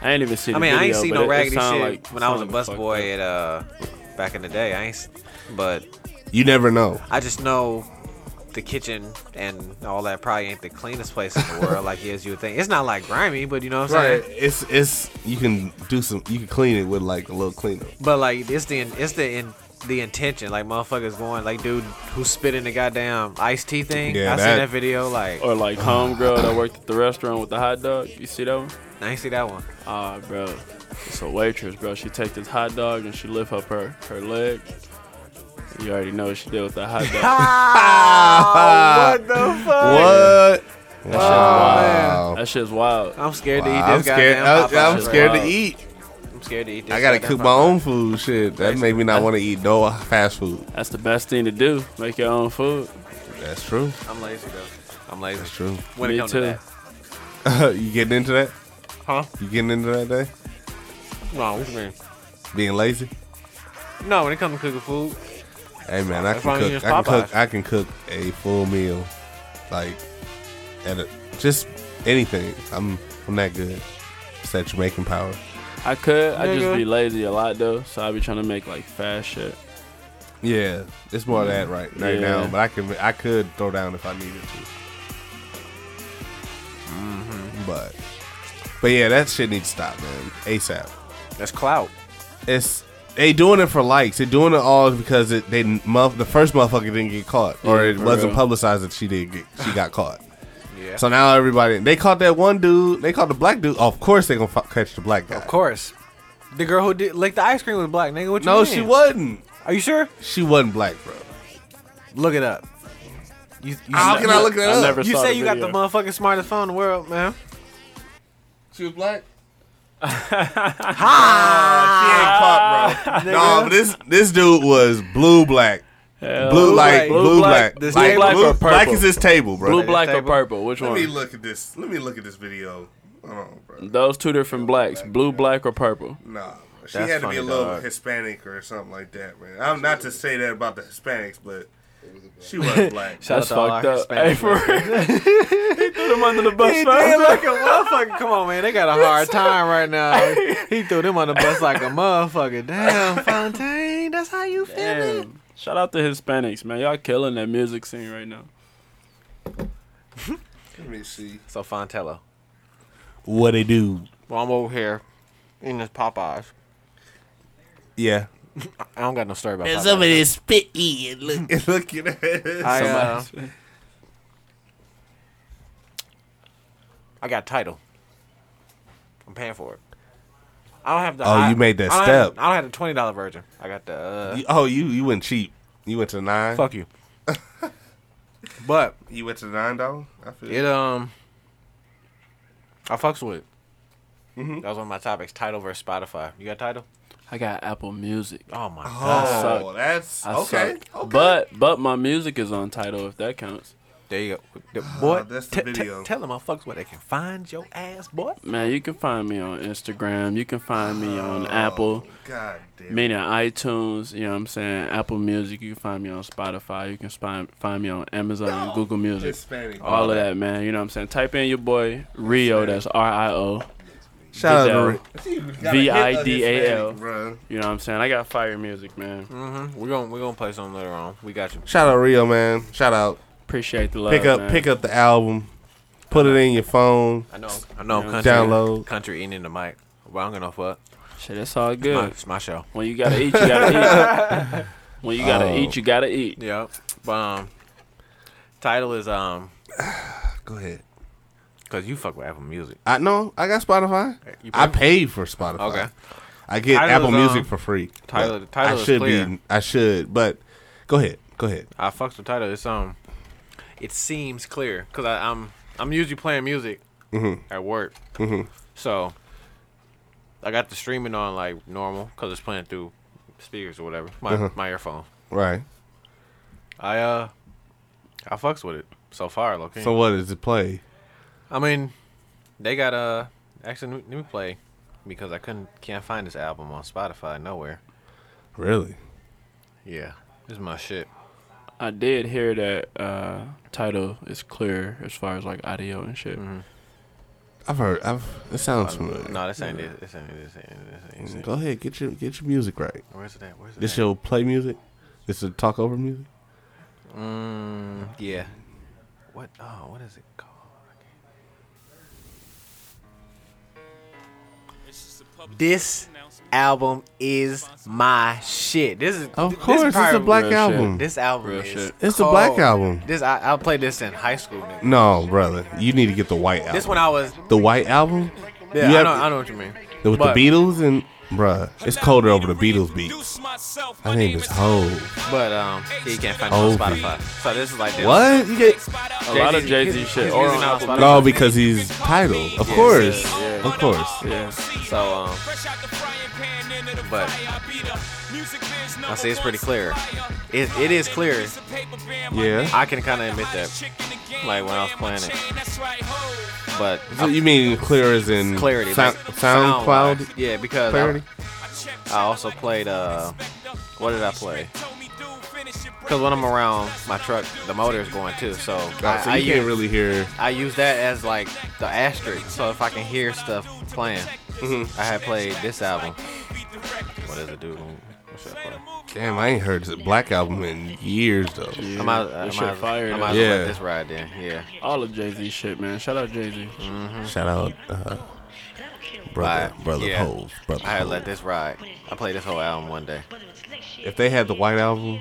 I ain't even seen. I the mean, I ain't video, seen but no it- it raggedy sound shit like- when I was a sound bus fucked boy up. at uh back in the day. I ain't, s- but You never know. I just know the kitchen and all that probably ain't the cleanest place in the (laughs) world. like yes, you would think it's not like grimy, but you know what I'm saying. It's it's you can do some. You can clean it with like a little cleanup. But like it's the it's the in, the intention. Like motherfuckers going like dude who spit in the goddamn iced tea thing. Yeah, I that- seen that video. Like Or like homegirl that worked at the restaurant with the hot dog. You see that one? I ain't see that (laughs) one. Ah, bro. It's a waitress, bro. She take this hot dog and she lift up her her leg. You already know what she did with that hot what dog. the fuck? What? Wow. (laughs) Wow. that shit's wild. Oh, I'm scared to eat I'm this scared. goddamn I, Popeye I'm shit. scared to Wow. eat. I'm scared to eat this. I gotta goddamn cook my Popeye. own food. Shit, that make me not want to eat no (laughs) fast food. That's the best thing to do. Make your own food. That's true. I'm lazy though. I'm lazy. That's true. When it Me comes too. to that. (laughs) you getting into that? Huh? You getting into that day? No, what you mean? Being lazy? No, when it comes to cooking food, Hey man, I That's can why you cook. use I can Popeyes. cook. I can cook a full meal, like at a, just anything. I'm I'm that good. It's that Jamaican power. I could. I Nigga. just be lazy a lot though, so I be trying to make like fast shit. Yeah, it's more of that right right Mm. Yeah. now. But I can I could throw down if I needed to. Mm-hmm. But but yeah, that shit needs to stop, man. ASAP. that's clout. it's they doing it for likes. They doing it all because it they muff, the first motherfucker didn't get caught, or Yeah, it for wasn't real. publicized that she did get she got caught. Yeah. So now everybody they caught that one dude. They caught the black dude. of course they gonna fu- catch the black guy. Of course. The girl who did licked the ice cream was black, nigga. What you No, mean? she wasn't. Are you sure? She wasn't black, bro. Look it up. You, you How said- can I look that I up? never You saw say the you got the video. motherfucking smartest phone in the world, man. She was black. ha! She ain't caught, bro. No, but this this dude was blue black, Hell, blue light, blue blue black, black, this Like, table? blue- Black or black purple? is this table, bro. blue, black, or Table. purple. Which Let me one? look at this. Let me look at this video. Hold on, bro. Those two different blacks. Blue, black, or purple. Nah, bro. she That's had to funny, be a little dog. Hispanic or something like that, man. I'm not to say that about the Hispanics, but she was black. out That's to all fucked our up. (laughs) Hey, Hispanic for real. he threw them under the bus. (laughs) He fam. did (laughs) like a motherfucker. Come on, man. They got a hard time right now. (laughs) He threw them on the bus like a motherfucker. (laughs) Damn, Fontaine. That's how you feel it? Damn. Shout out to Hispanics, man. Y'all killing that music scene right now. Let me see. So, Fontello. What they do? Well, I'm over here eating this Popeyes. Yeah. I don't got no story about Popeyes. spit eating. Look, look at that. I, uh, Somebody- I got title. I'm paying for it. I don't have the. Oh, I- you made that I don't have- step. I don't have the twenty dollar version. I got the. Uh, You- oh, you you went cheap. You went to nine. fuck you. but You went to nine dollar. I feel. it um, I fucks with it. That was one of my topics: title versus Spotify. You got title? I got Apple Music. Oh my god! Oh, that's I okay. suck. Okay. But but my music is on title if that counts. There you go, The- boy. that's the t- t- video. tell them motherfuckers where they can find your ass, boy. Man, you can find me on Instagram. You can find me on Apple, God damn. meaning iTunes. You know what I'm saying? Apple Music. You can find me on Spotify. You can find find me on Amazon, Google Music. Hispanic. all of that, man. You know what I'm saying? Type in your boy Rio. That's R I O. Shout out to Vidal. You gotta hit the V-I-D-A-L. Hispanic, bruh. You know what I'm saying? I got fire music, man. Mm-hmm. We're gonna we're gonna play something later on. We got you. shout out Rio man. Shout out. Appreciate the love. Pick up man. pick up the album. Put it in your phone. I know. I know. Yeah. Country, Download. Country eating in the mic. But I don't give no fuck. Shit, that's all It's my, good. it's my show. When you gotta eat, you gotta eat. (laughs) When you gotta Oh. eat, you gotta eat. Yeah. But um, title is um, Go ahead. cause you fuck with Apple Music. I know. I got Spotify. You pay? I paid for Spotify. Okay. I get Tidal's, Apple Music um, for free. Tidal- But Tidal I is should clear. be. I should. But go ahead. Go ahead. I fucks with title. It's um, it seems clear because I'm I'm usually playing music at work. So I got the streaming on like normal because it's playing through speakers or whatever my my earphone. Right. I uh, I fucks with it so far. Look, So what does it play? I mean, they got uh, actually let me- let me play because I couldn't can't find this album on Spotify nowhere. Really? Yeah, this is my shit. I did hear that uh, title is clear as far as like audio and shit. Mm-hmm. I've heard. I've. It sounds familiar. No, this ain't it. This ain't it. This ain't it. This ain't it. Go ahead. Get your get your music right. Where's it at? Where's it This at? your play music. This is talk over music. Mm, yeah. What? Oh, what is it called? This album is my shit. This is Of this course, it's probably- a black real shit. album. This album Real is shit. It's a black cold. album. This I, I played this in high school. Nigga. No, brother, you need to get the white album. This one I was. the white album. Yeah, You I have- know. I know what you mean. the- with but- the Beatles and bruh, it's colder over the Beatles beats. I My think name it's is whole. But um, yeah, you can't find it Oh. on Spotify. So this is like this. What? You get, A Oh, lot of Jay Jay-Z- Z his- shit. his Or music on now Apple is Spotify. no, because he's titled. Of course, yeah, yeah. of course. Yeah. So um, But- But I say it's pretty clear. It, it is clear. Yeah. I can kind of admit that, like when I was playing it. But So you mean clear as in clarity, Sou- like, SoundCloud sound-wise. Yeah, because I- clarity? I, also played. Uh, what did I play? Because when I'm around my truck, the motor is going too. So, I, Oh, so I, you use, can't really hear. I use that as like the asterisk. So if I can hear stuff playing, Mm-hmm. I had played this album. What is it, dude? What should I play? Damn, I ain't heard the black album in years though. I might, I That might, shit I might fire, as though. well Yeah. let this ride then. Yeah. All of Jay Z shit, man. Shout out Jay Z. Mm-hmm. Shout out, uh, brother, Alright, brother yeah. Hove, brother. I had Hove. let this ride. I played this whole album one day. If they had the white album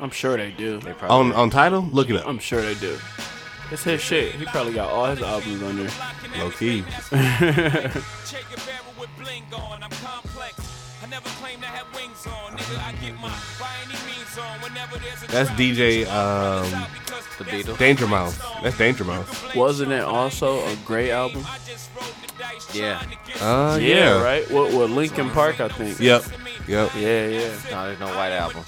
I'm sure they do. They probably on on title, look it up. I'm sure they do. It's his shit. He probably got all his albums on there. Low key. (laughs) That's DJ, um, the Beatles. Danger Mouse. That's Danger Mouse. Wasn't it also a great album? Yeah. Uh, yeah. right. What? What? Linkin Park, I think. Yep. Yep. Yeah, yeah. No, there's no white album.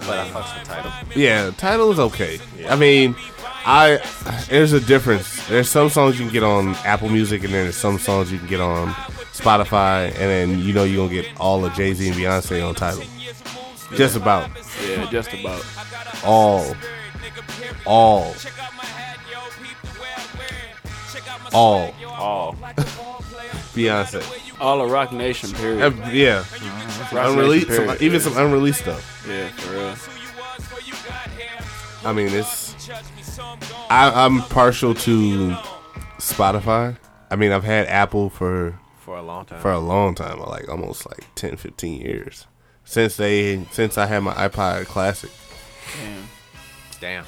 But I fucks with title. Yeah. Title is okay. I mean, I there's a difference. There's some songs you can get on Apple Music, and then there's some songs you can get on Spotify, and then you know you're gonna get all of Jay Z and Beyonce on title. Just about Yeah, just about. all, all. All. All. Beyonce. All of Rock Nation, period. Uh, yeah, Rock unreleased, Nation, some, period. even some unreleased stuff. Yeah, for real. I mean, it's I, I'm partial to Spotify. I mean, I've had Apple for For a long time. for a long time, like almost like 10, 15 years since they since I had my iPod Classic. Damn.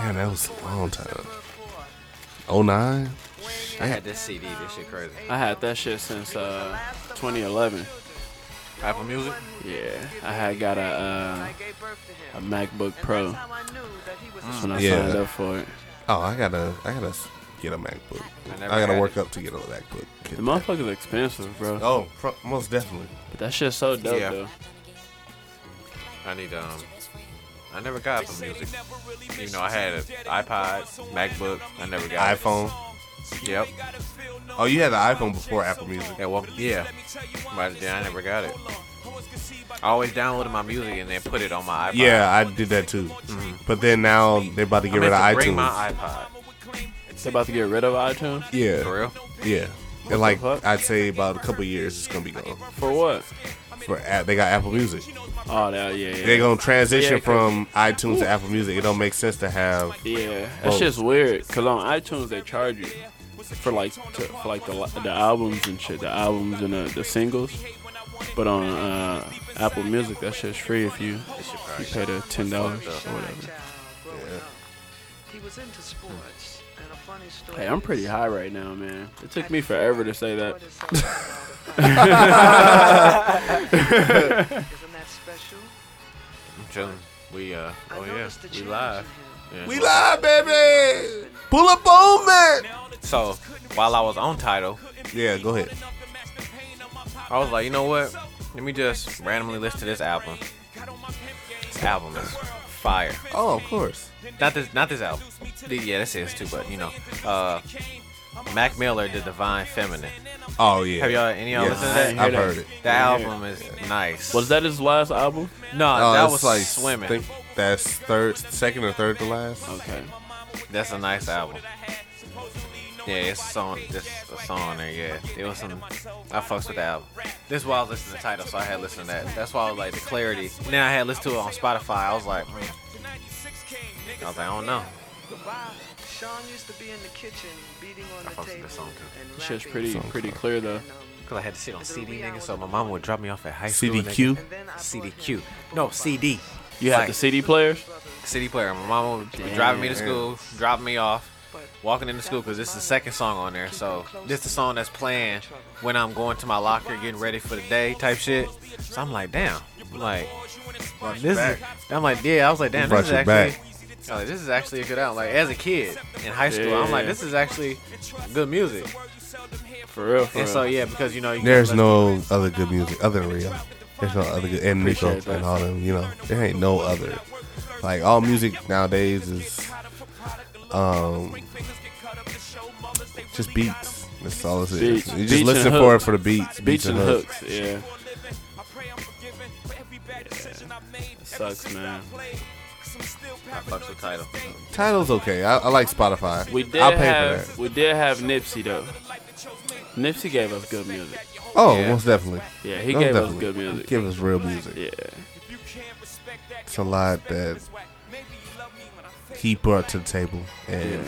Man, that was a long time. Oh nine. I had this CD. This shit crazy. I had that shit since uh 2011. Apple Music. Yeah, I had got a uh, a MacBook Pro Mm. when I Yeah. signed up for it. Oh, I gotta, I gotta s- get a MacBook. I I, never gotta had work it. up to get a MacBook. Get The that. motherfucker's expensive, bro. Oh, pro- most definitely. But that shit's so dope Yeah. though. I need um. I never got Apple Music. Even though I had an iPod, MacBook, I never got it. iPhone. Yep. Oh, you had an iPhone before Apple Music. Yeah, well, yeah. But then I never got it. I always downloaded my music and then put it on my iPod. Yeah, I did that too. But then now they're about to Mm-hmm. I get rid meant of to bring iTunes. my iPod. They're about to get rid of iTunes. yeah, For real? yeah. And like fuck? I'd say about a couple years, it's gonna be gone. For what? For a- they got Apple Music. Oh, that, yeah, yeah. They're gonna transition Yeah, 'cause- from iTunes to Apple Music. It don't make sense to have. Yeah, that Both. shit's weird. Cause on iTunes they charge you for like to, for like the li- the albums and shit, the albums and the, the singles. But on uh, Apple Music, that shit's free if you you pay the ten dollars or whatever. He was into sports and a funny story. Hey, I'm pretty high right now, man. It took me forever to say that. (laughs) Isn't that special? I'm chilling. We, uh, oh I yeah, noticed the we change live. in him. Yeah. We live, baby. Pull up on me. So, while I was on title, Yeah, go ahead. I was like, you know what? Let me just randomly listen to this album. This album is fire. Oh, of course. Not this, not this album. The- Yeah, this is too, but you know, uh, Mac Miller, The Divine Feminine. Oh yeah. Have y'all any of y'all Yeah. listened to that? I've heard it. That album is nice. Was that his last album? No, Oh, Uh, that that's was like swimming. think that's third, second or third to last. Okay. That's a nice album. Yeah, it's a song. This a song there. Yeah, it was some. I fucks with the album. This is why I was listening to the title, so I had listened to that. That's why I was like the clarity. And then I had listened to it on Spotify. I was like, mm. I was like, I don't know. Sean used to be in the kitchen beating on I the fucks with table this song, too. and This shit's rapping. pretty uh, pretty clear though. And, um, Cause I had to sit on CD, nigga. So my mama would drop me off at high school. nigga. CDQ. and then I bought him CDQ. No, CD. You had Like, the CD players. CD player. My mama would be driving me to school, dropping me off, walking into school because this is the second song on there. So this is the song that's playing when I'm going to my locker, getting ready for the day, type shit. So I'm like, damn, like this is. I'm like, yeah. I was like, damn, Brought this is you actually. back. I was like, this is actually a good album. Like as a kid in high school, I'm like, Yeah. this is actually good music. For real. For And real. so yeah, because you know you can There's listen- no other good music other than Rio. There's no other good and Nico Appreciate that. and all them. You know, there ain't no other. Like all music nowadays is, um, just beats. That's all it is. Beats. You Beats just and listen for it hooks. for the beats, beats, Beats and hooks. Yeah. It sucks, man. I fucks with title. Title's okay. I, I like Spotify. We did I'll pay have for that. we did have Nipsey though. Nipsey gave us good music. Oh, Yeah. most definitely. Yeah, he Most gave us definitely. good music. Give us real music. Yeah, It's a lot that he brought to the table, and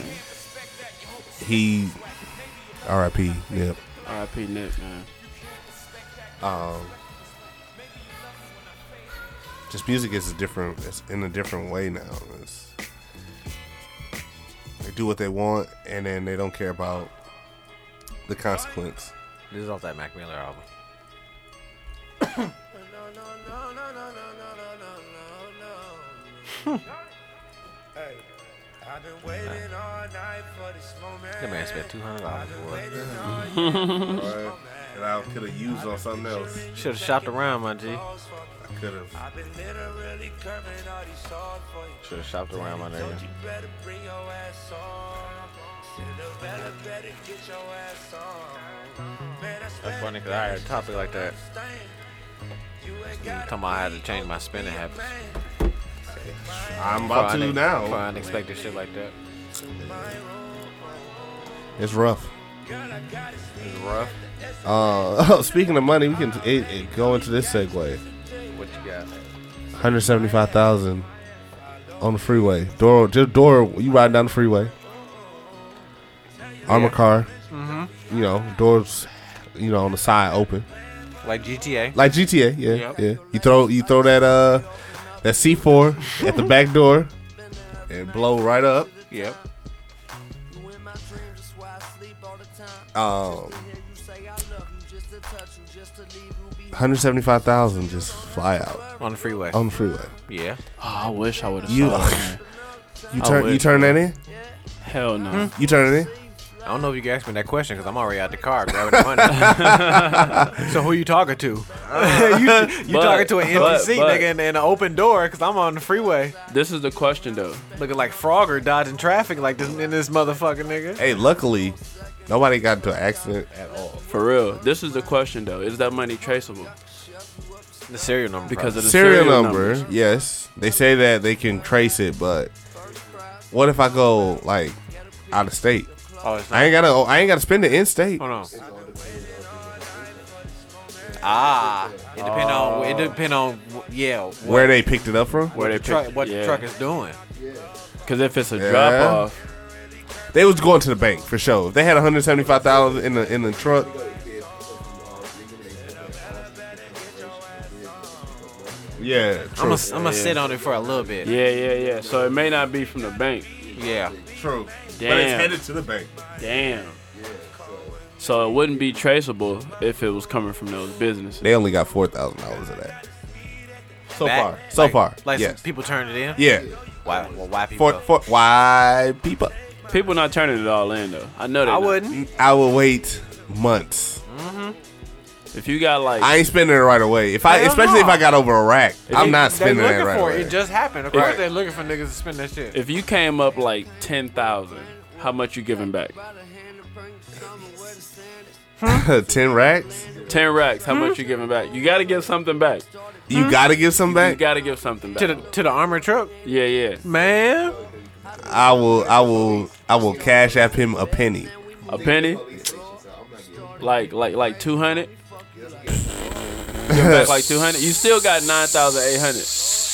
he, R.I.P. Yep. R.I.P. Nip, man. um, just music is a different it's in a different way now it's, they do what they want and then they don't care about the consequence This is off that Mac Miller album. That man spent two hundred dollars for it. (laughs) and i could have used on something else Should have shopped around, my G. i could have Should have shopped around, my nigga. That's funny because I had a topic like that. Talking about I had to change my spending habits. i'm about For to une- For now unexpected shit like that. it's rough (laughs) It's rough. uh, speaking of money we can it, it, go into this segue What you got? 175000 on the freeway door just door you riding down the freeway armor car you know doors you know on the side open Like GTA. like gta yeah Yep. yeah you throw you throw that uh that c4 at the back door and blow right up Yep. um, 175,000 just fly out on the freeway. on the freeway. yeah. Oh, I wish I would have You- saw that. You I turn you would. turn that in? Hell no. You turn it in? I don't know if you can ask me that question because I'm already out the car grabbing the money. so who you talking to? (laughs) you you But- talking to an but- NPC but- nigga in, in an open door because I'm on the freeway This is the question though. looking like Frogger dodging traffic like this in this motherfucker nigga. Hey, luckily nobody got into an accident at all. For real. This is the question though. Is that money traceable? The serial number Because of the serial, number, numbers. yes. They say that they can trace it, but what if I go like out of state? oh it's I not. ain't gotta I ain't gotta spend it in state. Hold on. Ah, it depend on it depend on wh- yeah what, Oh. Where they picked it up from? Where they the truck pick- what the yeah. truck is doing. Because if it's a Yeah. drop off, They was going to the bank for sure. If they had 175,000 in the in the truck, yeah, I'm true. gonna I'm gonna sit on it for a little bit. yeah, yeah, yeah. So it may not be from the bank. Yeah. true. But it's Damn. headed to the bank. Damn. So it wouldn't be traceable if it was coming from those businesses. They only got four thousand dollars of that so Back- far. So like- far, like yes, some people turn it in. yeah. Why? Well, why people? For for why people? People not turning it all in though. I know that. I wouldn't. I will wait months. If you got like, I ain't spending it right away. If I, Hell no. especially if I got over a rack, I'm They- not they spending looking that right for away. It just happened. Of course, they're looking for niggas to spend that shit. if you came up like ten thousand, how much you giving back? (laughs) Ten racks. Ten racks. How much you giving back? You got to give something back. Hmm? You gotta give some You back. got to give something back. to the to the armored truck, yeah, yeah. man. I will. I will. I will cash app him a penny. A penny. Like, like, like two hundred. Back like two hundred. You still got nine thousand eight hundred.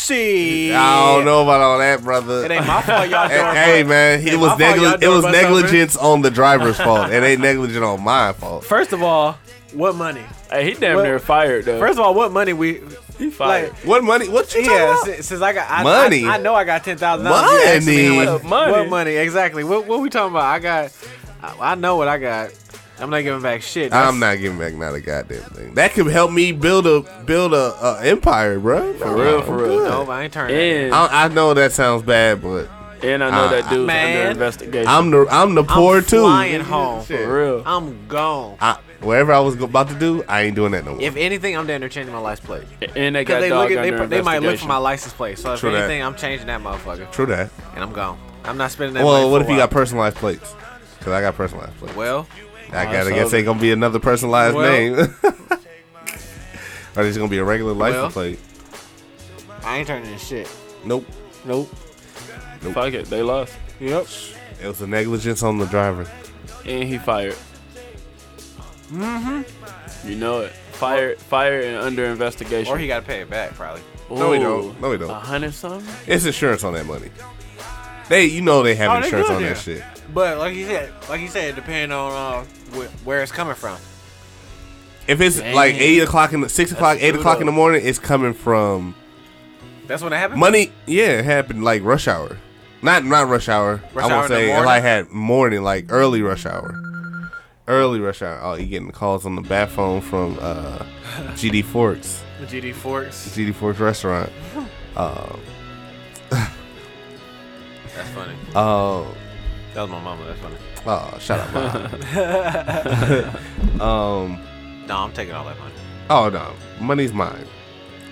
See, I don't know about all that, brother. It ain't my fault, y'all. doing (laughs) Hey, hey, bust- man, it ain't my was fault y'all negli- it doing was bust over. negligence on the driver's fault. (laughs) It ain't negligent on my fault. First of all, what money? Hey, he damn Well, near fired though. First of all, what money we? he fired. What money? What you Yeah, talking since, since I got I, Money? I, I know I got ten thousand dollars. Money? Money. What money? Exactly. What what we talking about? I got. I, I know what I got. I'm not giving back shit. about? I'm not giving back not a goddamn thing. That could help me build a build a, a empire, bro. For real, for real. No, I ain't turning. and I, I know that sounds bad, but and I know Uh, that dude's man. under investigation. I'm the I'm the poor too. flying home. for real. I'm gone. I, whatever I was go- about to do, I ain't doing that no more. If anything, I'm down there changing my license plate. and they got Because they dog look at, under they, they might look for investigation. my license plate. So if True that. anything, I'm changing that motherfucker, True that. and I'm gone. I'm not spending that. money Well, for what a if you while. got personalized plates? Because I got personalized plates. Well, I Oh, gotta so- guess ain't gonna be another personalized Well- name. (laughs) or there's gonna be a regular license Well- plate. I ain't turning this shit. Nope. Nope. Fuck it, they lost, Yep. It was a negligence on the driver. and he fired. Mm-hmm. Mm-hmm. You know it. Fire, fire, and under investigation. Or he got to pay it back, probably. No, he don't. No, he don't. A hundred something. It's insurance on that money. They, you know, they have Oh, they insurance good on there. that shit. But like you said, like you said, depending on uh, wh- where it's coming from. If it's Dang. like eight o'clock in the six o'clock, eight true, o'clock in the though. morning, it's coming from That's when it happened. money. Yeah, it happened like rush hour. Not not rush hour. Rush I hour won't in the say if morning? I had morning like early rush hour. Early rush hour. Oh, you getting calls on the bat phone from (laughs) uh, GD Forks. GD Forks. GD Forks restaurant. That's funny. Oh, That was my mama. That's funny. oh, shut up. (laughs) Mom. No, I'm taking all that money. oh no, money's mine.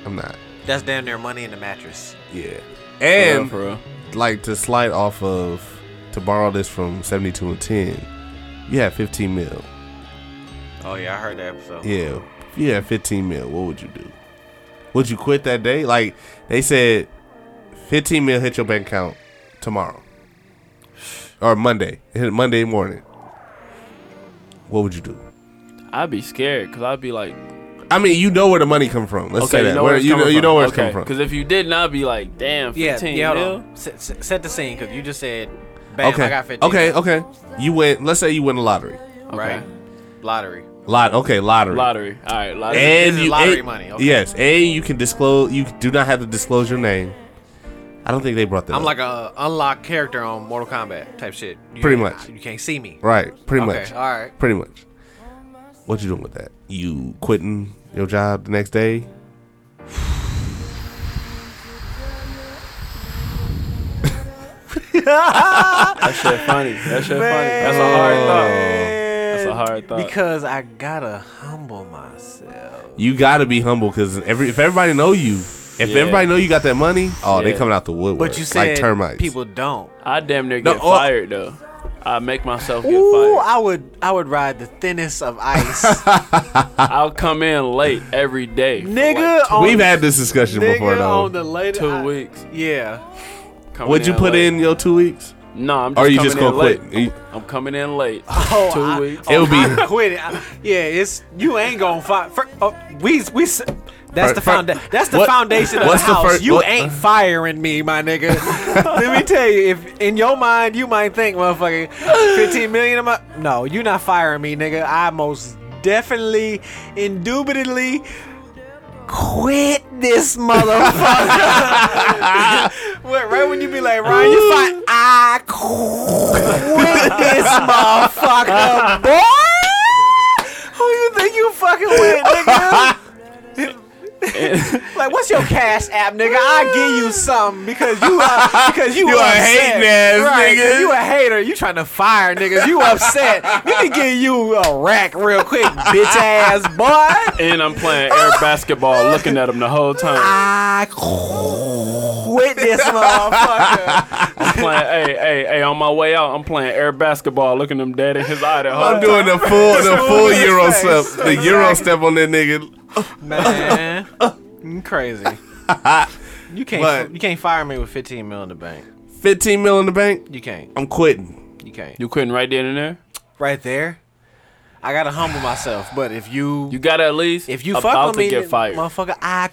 I'm not. That's damn near money in the mattress. Yeah, For real, and for real. like to slide off of to borrow this from seventy two and ten. You have fifteen mil. Oh yeah, I heard that episode. Yeah, if you had 15 mil, what would you do? Would you quit that day? Like they said, 15 mil hit your bank account tomorrow or Monday. It hit Monday morning. What would you do? I'd be scared because I'd be like, I mean, you know where the money come from. Let's okay, say you that. know Where- where it's you, know, coming you know where it's okay. coming from. Because if you didn't, I'd be like, damn, Yeah, fifteen yeah, hold mil. on. Set, set- set the scene because you just said, "Bam, okay, I got 15. okay, okay. You win. Let's say you win the lottery. Okay. right? Lottery. Lot. Okay, lottery. Lottery. All right, lottery. This And is you, lottery and- money, okay. Yes, and you can disclose. You do not have to disclose your name. I don't think they brought that. I'm up. like a unlocked character on Mortal Kombat type shit. You- Pretty much. You can't see me. right, pretty Okay, much. all right. pretty much. What you doing with that? You quitting your job the next day? That shit funny. That shit funny. That's a hard thought. Man. That's a hard thought. Because I gotta humble myself. You gotta be humble because every if everybody know you, if Yeah. everybody know you got that money, oh, they Yeah. coming out the woodwork. But you said like termites. people don't. I damn near No, get oh. fired though. I make myself get Ooh, fired. I would I would ride the thinnest of (laughs) ice. I'll come in late every day. for nigga oh, like on We've had this discussion nigga before on though. the later two I- weeks. Yeah. coming Would you put late. in your two weeks? No, I'm just Or you coming just in gonna late. quit? You- I'm coming in (laughs) late. Oh, Two I- weeks. It would be I (laughs) quit it. I- yeah, it's you ain't gonna find. Fir- oh, we we. s- That's Fir- the fir- founda- That's the what- foundation of what's the the house. fir- you what- (laughs) ain't firing me, my nigga. Let me tell you, if in your mind you might think, motherfucker, fifteen million a month. No, you not firing me, nigga. I most definitely, indubitably. Quit this (laughs) motherfucker. Wait, right when you be like, Ryan, you fight. I quit this motherfucker, boy. Who you think you fucking with, (laughs) nigga? like, what's your cash app, nigga? I give you something because you uh, because you, (laughs) You a upset. hating ass Right, nigga. You a hater. You trying to fire niggas. You upset. Let me give you a rack real quick, bitch ass boy. and I'm playing air basketball, looking at him the whole time. Ah. I quit this motherfucker. I'm playing, hey, hey, hey, on my way out, I'm playing air basketball, looking him dead in his eye the whole I'm doing the full the full his euro face. step the euro step on that nigga. Man, you (laughs) crazy. You can't. But- you can't fire me with 15 mil in the bank. Fifteen mil in the bank. You can't. I'm quitting. You can't. You quitting right then and there? Right there. I gotta humble myself. But if you, You got to at least if you about fuck with to me, get then, fired. motherfucker, I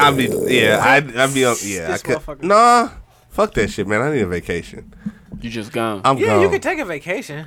I'd be yeah. I'd, I'd be up yeah. I This could, motherfucker. nah, fuck that shit, man. I need a vacation. you just gone. I'm Yeah, gone. you can take a vacation.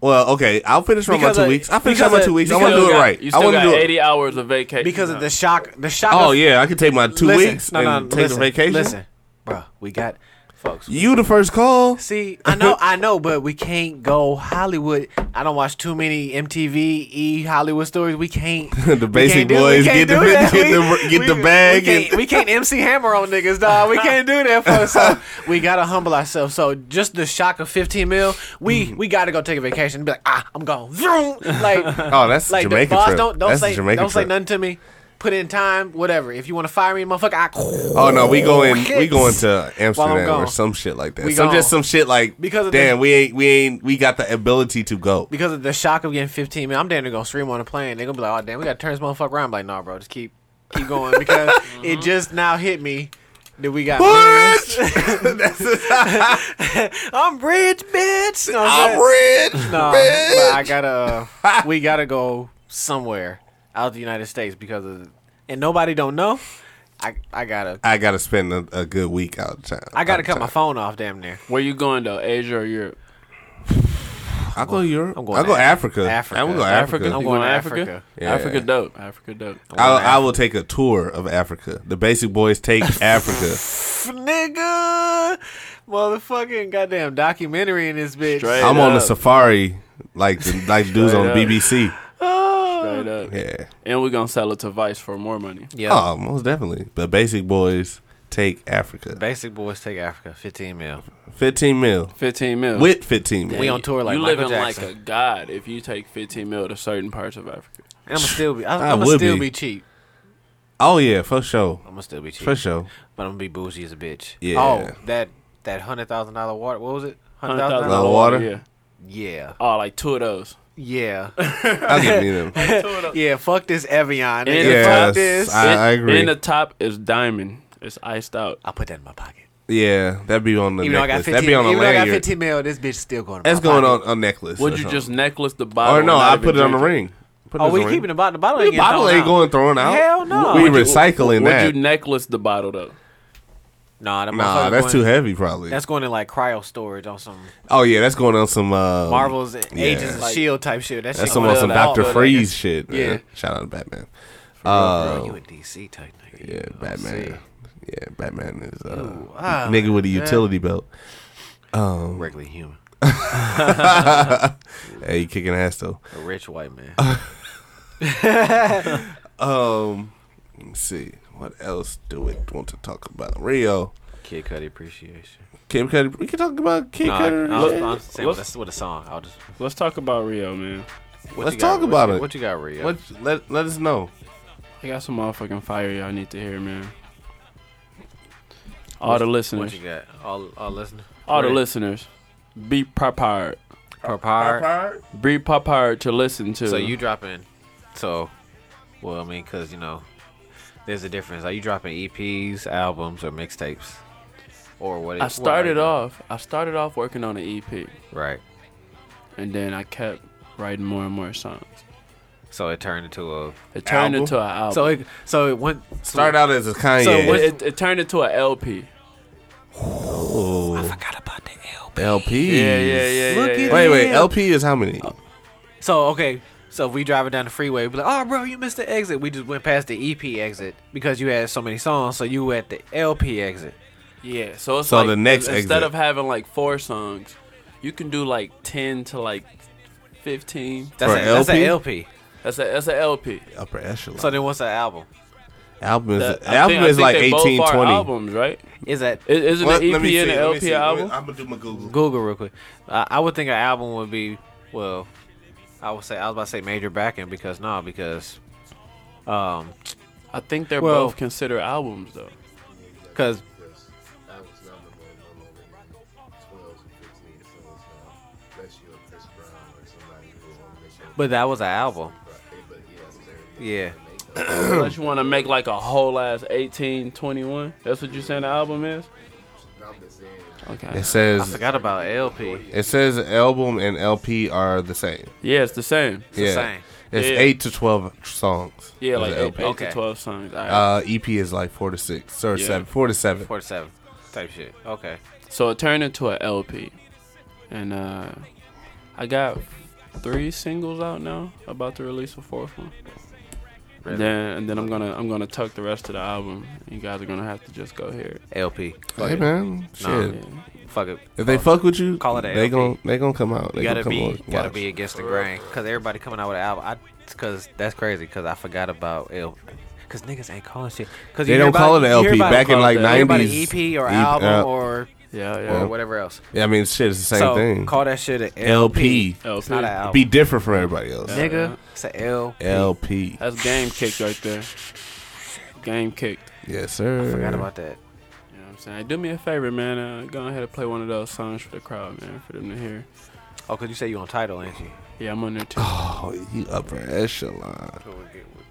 well, okay. I'll finish on my Because two of- weeks. I finish on because my of- two weeks. I because want You to do still it got- right. You I still want to got do it. 80 hours of vacation. Because of the shock, the shock. Oh of, yeah, I can take my two listen, weeks No, no, and take listen, a vacation. Listen, bro, we got, folks. You the first call. See, I (laughs) know, I know, but we can't go Hollywood. I don't watch too many MTV E Hollywood stories. We can't. The we (laughs) basic can't do- we boys can't get the- do that. (laughs) get the- We- get we- the bag We can't, and- we can't MC Hammer on niggas, dog. We can't do that for (laughs) so we gotta humble ourselves. So just the shock of fifteen mil, Mm-hmm. we we gotta go take a vacation. and Be like, ah, I'm gone. (laughs) Vroom. (laughs) Like, Oh, that's like the Jamaican boss trip. don't don't that's say don't Jamaican say trip. nothing to me. Put in time, whatever. If you want to fire me, motherfucker, I. (laughs) Oh no, we going we Kids. going to Amsterdam gone. or some shit like that. We Some just gone. some shit like Because of damn, the- we ain't we ain't we got the ability to go. because of the shock of getting 15 man, I'm damn near gonna scream on the plane. They're gonna be like, oh damn, we gotta turn this motherfucker around. I'm like, nah, bro, just keep keep going because (laughs) it just now hit me that we got. (laughs) What? millions. That's (laughs) it. I'm rich, bitch. You know what I'm saying? rich. Nah, bitch. but I gotta. (laughs) uh, we gotta go somewhere out of the United States because of, and nobody don't know. I I gotta I gotta spend a, a good week out of town. I gotta Out of cut my town. phone off. Damn near. Where you going though? Asia or Europe? I'll go to Europe. I'm I'm going going I'll to go Af- Africa. Africa. I will go Africa. Africa. You I'm going going to Africa? Africa, Africa. Yeah. dope. Africa dope. I, I will take a tour of Africa. The Basic Boys (laughs) take Africa. Nigga, motherfucking goddamn documentary in this bitch. Straight. I'm on up. the safari, like the, like the dudes on up. BBC. Oh. Straight up. Yeah. And we're gonna sell it to Vice for more money. Yeah. Oh, most definitely. The Basic Boys take Africa. Basic boys take Africa. 15 mil. Fifteen mil Fifteen mil. with fifteen mil. We on tour like you Michael living Jackson. like a god if you take 15 mil to certain parts of Africa. And I'm still be. I I'm, I'm would still be. be. cheap. Oh yeah, for sure, I'm gonna still be cheap. for sure. But I'm gonna be bougie as a bitch. Yeah. Oh, that that hundred thousand dollar water. What was it? Hundred thousand Lot dollar. of $100,000 water? Yeah. Yeah. Oh, like two of those. (laughs) Yeah. I'll give (laughs) you them. yeah. Fuck this Evian. And nigga. Fuck Yes. this. I- I agree. And the top is diamond. It's iced out. I'll put that in my pocket. Yeah, that'd be on the Even though I got necklace. That'd fifteen. be on a Even though I got lanyard. fifteen mil, this bitch still going. in That's my going pocket. on a necklace. Would or you something. just necklace the bottle? Or Oh, no, and not I even put it on the drink ring. Put it Oh, on the we ring. keeping the bottle. The bottle The ain't getting bottle thrown ain't out. going thrown out. Hell no. We Would you- recycling Would that. you necklace the bottle though? Nah, that nah, motherfucker that's going- too heavy, probably. That's going in like cryo storage on some oh yeah, that's going on some uh, Marvel's yeah. Agents of Like- Shield E type shit. That That's shit some going on Well, some in the Doctor vault. Freeze shit. Yeah. Yeah. Shout out to Batman. Bro, Uh, you a DC type nigga. You yeah, know what I'm Batman. saying? Yeah, Batman is uh, Ooh, ah, nigga with a man. utility belt. Um, Regular human. (laughs) hey, you kicking ass though. A rich white (laughs) man. Uh, Um, let me see what else do we want to talk about. Rio, Kid Cudi appreciation. Kim Cudi. We can talk about Kim No, I, Cudi. I was, Yeah. I was saying with a, with a song. I'll just. Let's talk about Rio, man. what Let's you got- talk about what, it. What you got, Rio? What? Let Let us know. I got some motherfucking fire y'all need to hear, man. All the listeners, What you got? All, all listeners. all the Ready? listeners, be prepared. Prepare. Be prepared to listen to. So you dropping? So, well, I mean, cause you know, there's a difference. Are you dropping EPs, albums, or mixtapes, or what? I what started are you- off. I started off working on an EP, right. and then I kept writing more and more songs. So it turned into a. It turned Album? into an album. So it so it went Oh. Start out as a Kanye. So it, it, it turned into an LP. oh, Forgot about the L. LPs. Yeah, yeah, yeah. Look yeah, at yeah. Wait, wait. Yeah. LP is how many? So okay, so if we driving down the freeway, we be like, oh, bro, you missed the exit. We just went past the EP exit because you had so many songs, so you at the LP exit. Yeah, so it's So like the next in- instead exit. of having like four songs, you can do like ten to like fifteen. That's For a, that's a LP? LP. That's a that's a LP. Upper echelon. So then what's the album? album is That- I album think- I is think like they both 18, are 20. albums, right? Is that I- Isn't Let- the let me EP and see, the let me LP see. album? I'm gonna do my Google. Google real quick. I I would think an album would be well. I would say I was about to say major backing because no, because um, I think they're Well- both considered albums though. because but that was an album. Yeah, Unless you want to make like a whole ass 18, 21. That's what you're saying the album is. Okay. It says forgot about LP. it says album and LP are the same. Yeah, it's the same. the yeah, same. it's Yeah. eight to twelve songs. Yeah, as like an eight, LP. eight Okay. to twelve songs. All right. Uh, EP is like four to six or Yeah. seven, four to seven. Four to seven type shit. Okay, So it turned into an LP, and uh, I got three singles out now. About to release a fourth one. Really? Then and then I'm gonna I'm gonna tuck the rest of the album. You guys are gonna have to just go hear it. LP. Fuck Hey it. man, shit. Nah. Yeah. Fuck it. If they fuck with you, Call it a they LP. gon' they gon' come out. They You gon' gotta come be on, gotta watch. be against the grain because everybody coming out with an album. I because that's crazy because I forgot about L. Because niggas ain't calling shit. Cause They you hear don't about- call it an you hear LP about- back in call like it a- Hear about an nineties. E EP E or album or Yeah, or yeah. whatever else. yeah, I mean shit, it's the same so thing. call that shit an LP. LP. It's not an album. Be different from everybody else. Yeah. Nigga, Uh, it's an L. LP. That's game kicked right there. Game kicked. Yes, sir. I forgot about that. You know what I'm saying? Do me a favor, man. Uh, go ahead and play one of those songs for the crowd, man, for them to hear. Oh, cause you say you on title, ain't you? Yeah, I'm on there too. Oh, you upper echelon.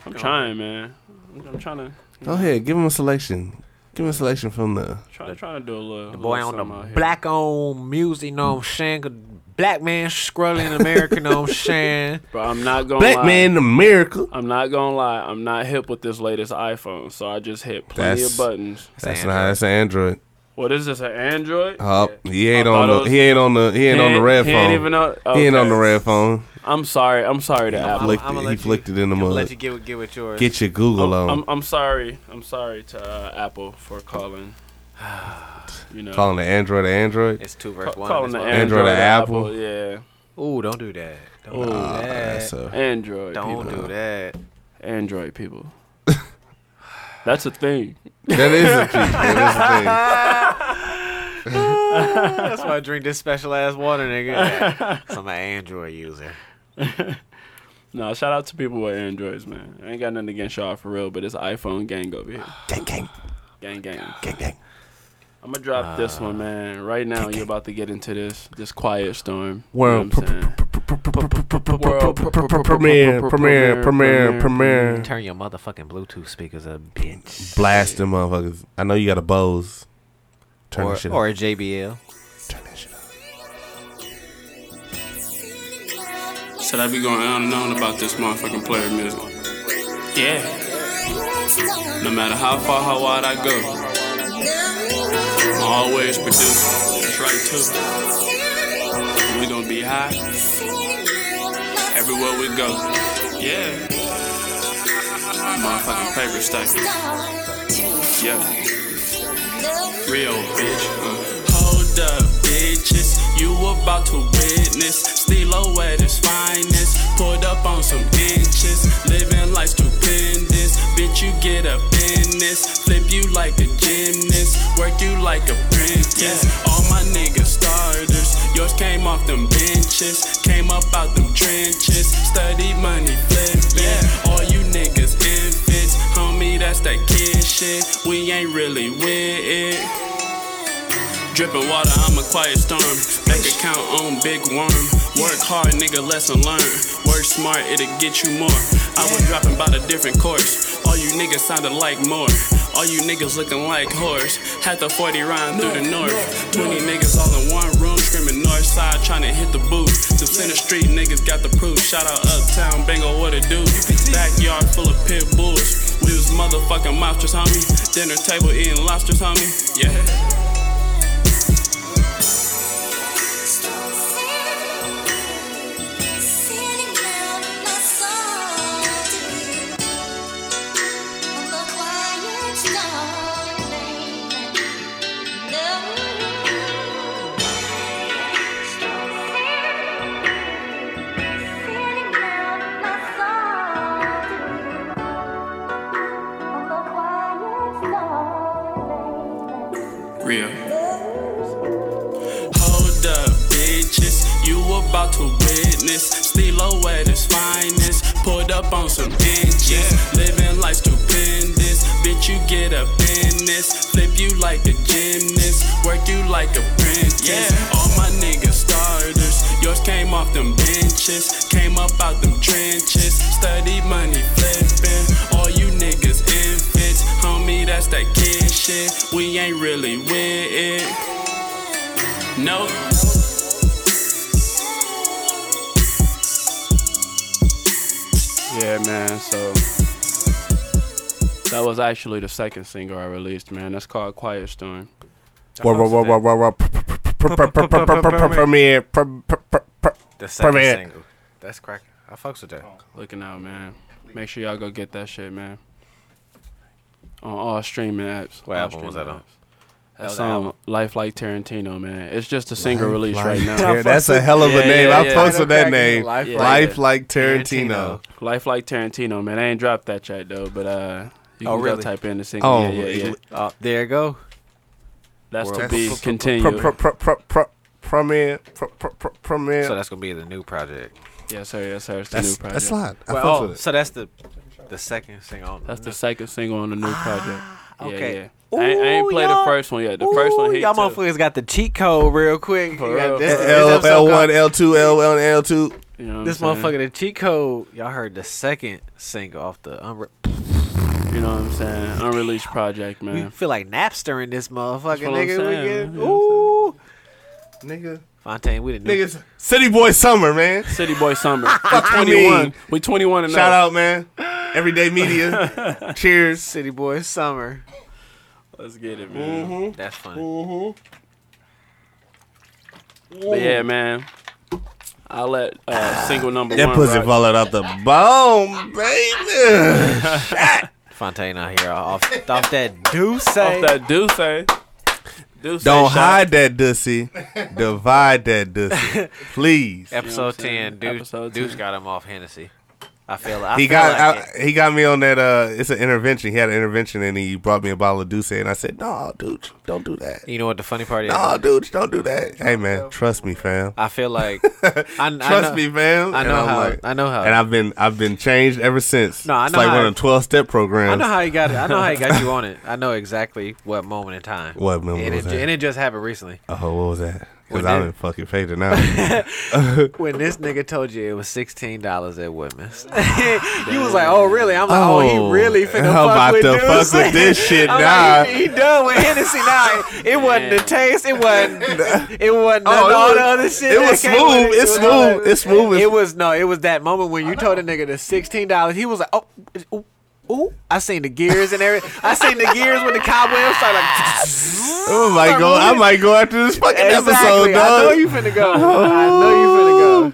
I'm trying, man. I'm, I'm trying to Go ahead, give him a selection. Give him a selection from the. trying, trying to do a little. The boy little on the something out here. black on music, you know what I'm saying? Black man scrolling American, you know what I'm (laughs) saying? Bro, I'm not gonna. Black lie. man, America. I'm not gonna lie, I'm not hip with this latest iPhone, so I just hit plenty That's- of buttons. That's an not. That's an Android. What is this? An Android? Up. He ain't I on thought it the. was- he ain't on the. Uh, He ain't on the red he phone. Ain't even on, He ain't on the okay. red phone. I'm sorry. I'm sorry to I'm- Apple. Flicked it. He flicked it in the I'ma mud. Let you get, get with yours. Get your Google I'm, on. Oh, I'm, I'm sorry. I'm sorry to uh, Apple for calling. (sighs) You know, Calling the Android to Android. it's two verse ca- one. calling It's the one- Android, Android to Apple. Apple. Yeah, Ooh, don't do that. Don't Ooh. do Ah, that. that's a- Android. don't people. do (laughs) that. Android people. (laughs) That's a thing. that is a cheat. That That's why I drink this special ass water, (laughs) nigga. 'Cause I'm an Android user. No, shout out to people with Androids, man. I ain't got nothing against y'all for real, but it's iPhone gang over here. is a cheat. (laughs) Gang, Gang gang, gang. gang, gang. I'm gonna drop this Ah. one, man. Right now, you're about to get into this this quiet storm. World you know what I'm saying? World pr- pr- pr- premiere, premiere, premiere, premiere. Turn your motherfucking Bluetooth speakers up, bitch. Blast them motherfuckers. I know you got a Bose. Turn Or, that shit or up. a JBL. Turn that shit up. Should I be going on and on about this motherfucking player music? Yeah. No matter how far, how wide I go, I'm always producing. That's right too. We gonna be high everywhere we go. Yeah. Motherfucking paper stack. Yeah. real bitch. uh. Hold up, bitches, you about to witness. Stilo at his finest, pulled up on some inches, living like stupendous. Bitch, you get up in this, flip you like a gymnast, work you like a princess. All my niggas starters, yours came off them benches, came up out them trenches, study money flipping. All you niggas infants, homie, that's that kid shit. We ain't really with it. Dripping water, I'm a quiet storm. Make a count on big worm. Work hard, nigga, lesson learned. Work smart, it'll get you more. I was dropping by the different course. All you niggas sounded like more. All you niggas looking like horse. Had the 40 round through the north. 20 niggas all in one room, screaming north side, trying to hit the booth. The center street niggas got the proof. Shout out Uptown, Bango, what it do. Backyard full of pit bulls. We was motherfucking monsters, homie. Dinner table eating lobsters, homie. Yeah. Real. Hold up, bitches. You about to witness. Stilo at his finest. Pulled up on some bitches. Living like stupendous. Bitch, you get up in this. Flip you like a gymnast. Work you like a princess. All my niggas starters. Yours came off them benches. Came up out them trenches. Study money flipping. All you niggas infants. Homie, that's that kid shit. We ain't really with it. Nope. Yeah, man. So that was actually the second single I released, man. That's called Quiet Storm. Whoa, whoa, whoa, whoa, whoa, whoa. pr- pr- pr- pr- pr- pr- pr- pr- pr- Premiere. pr- pr- pr- pr- The second Premiere. single. That's crack. I fucks with that. Looking out, man. Make sure y'all go get that shit, man. On all streaming apps. What all album was streaming that on? apps. That's the on Life Like Tarantino, man. It's just a single release right now. Yeah, That's a hell of Yeah, a name. yeah, I yeah. posted that Crack name. Life Yeah. Life like Tarantino. Life Like Tarantino, man. I ain't dropped that yet though, but uh, you can go Oh, really? type in the single. Oh, yeah, yeah, yeah. Uh, there you go. That's to World. be That's- Pr- continued. pr- pr- pr- pr- Premiere. Pr- pr- pr- So Premiere. that's gonna be the new project. Yes, sir. Yes, sir. It's the new That's project. that's lot. I Well, fucks oh, with it. so that's the the second single. On That's the second single on the new project. Yeah, okay. yeah. I, ain't- I ain't Ooh, played the y'all- first one yet. The first one Ooh, hit. Y'all too. motherfuckers got the cheat code real quick. For You got real. this- this L episode L one called- L two L L L two. You know what This I'm motherfucker, the cheat code. Y'all heard the second single off the. Unre- saying? You know what I'm saying? Unreleased project, we man. feel like Napster in this motherfucker, what I'm saying, nigga. we man. get You know ooh. Nigga, Fontaine, we the new. niggas, City Boy Summer, man. City Boy Summer. We Fuck you 21. mean. We 21 and Shout up. out, man. (laughs) Everyday Media. Cheers. City Boy Summer. Let's get it, man. That's funny. But yeah, man. I let uh, single number That one. pussy rock. falling off the bone, baby. (laughs) Fontaine out here off off that do Off say. that Deuce. eh? Deuce Don't shot. hide that dussy. Divide (laughs) that dussy, please. Episode You know what I'm ten, saying? Deuce, Episode Deuce 10. got him off Hennessy. I feel. I He feel got like it. I, he got me on that. Uh, it's an intervention. He had an intervention, and he brought me a bottle of Douce, and I said, "No, dude, don't do that. You know what the funny part is? No, dude, don't do that." Hey, man, trust me, fam. I feel (laughs) like I, I Trust know, me, fam. I And know I'm how. like- I know how. And I've been I've been changed ever since. No, I it's know like how one I- of twelve step programs. I know how he got it. I know how he got you on (laughs) it. I know exactly what moment in time. What moment And was it, that? and it just happened recently. oh, what was that? Because When I'm did- in fucking faded now. When this nigga told you it was sixteen dollars at Woodman's, (laughs) you was like, "Oh, really?" I'm like, (laughs) "Oh, he really finna I'm fuck about with to Deuce. fuck with this (laughs) shit I'm now. like, he, he done with Hennessy now. It, it wasn't the taste. It (laughs) wasn't. It wasn't none Oh, of it all was- the other shit. it that was came with smooth. It It's It was all smooth. that- It's smooth. It was no. It was that moment when you told a nigga the sixteen dollars. He was like, "Oh, ooh, ooh." I seen the gears and everything. I seen the gears when the cobwebs started. Like, I might go. I might go after (laughs) this fucking exactly. episode, dog. I know you finna go. I know you finna go.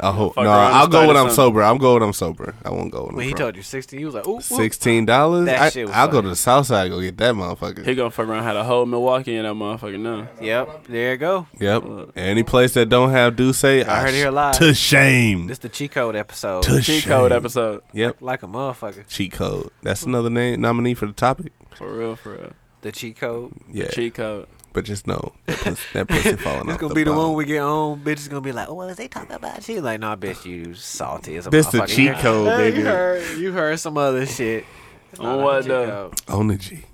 I hope. Fuck No, around and I'll go started when I'm something. sober. I'm going when I'm sober. I won't go when I'm When he drunk. told you 16, you was like, ooh, ooh. Sixteen dollars. That shit was I'll go funny. to the south side and go get that motherfucker. He gonna fuck around had a whole Milwaukee in that motherfucker now. Yep, there you go. Yep. uh, Any place that don't have Duce, I, I heard it here live. To shame. This the cheat code episode. To Cheat shame. code episode. Yep. Like a motherfucker. Cheat code. That's another name nominee for the topic. For real, for real. The cheat code. Yeah. Cheat code. But (laughs) just know that pussy, that pussy falling It's off gonna the be the bone. one we get on. Bitch is gonna be like, oh, what was they talking about? She's like, nah, bitch, you salty as a This the motherfucker. cheat code, Hey, baby. You heard, you heard some other shit. It's On not what a cheat though? code. On the G.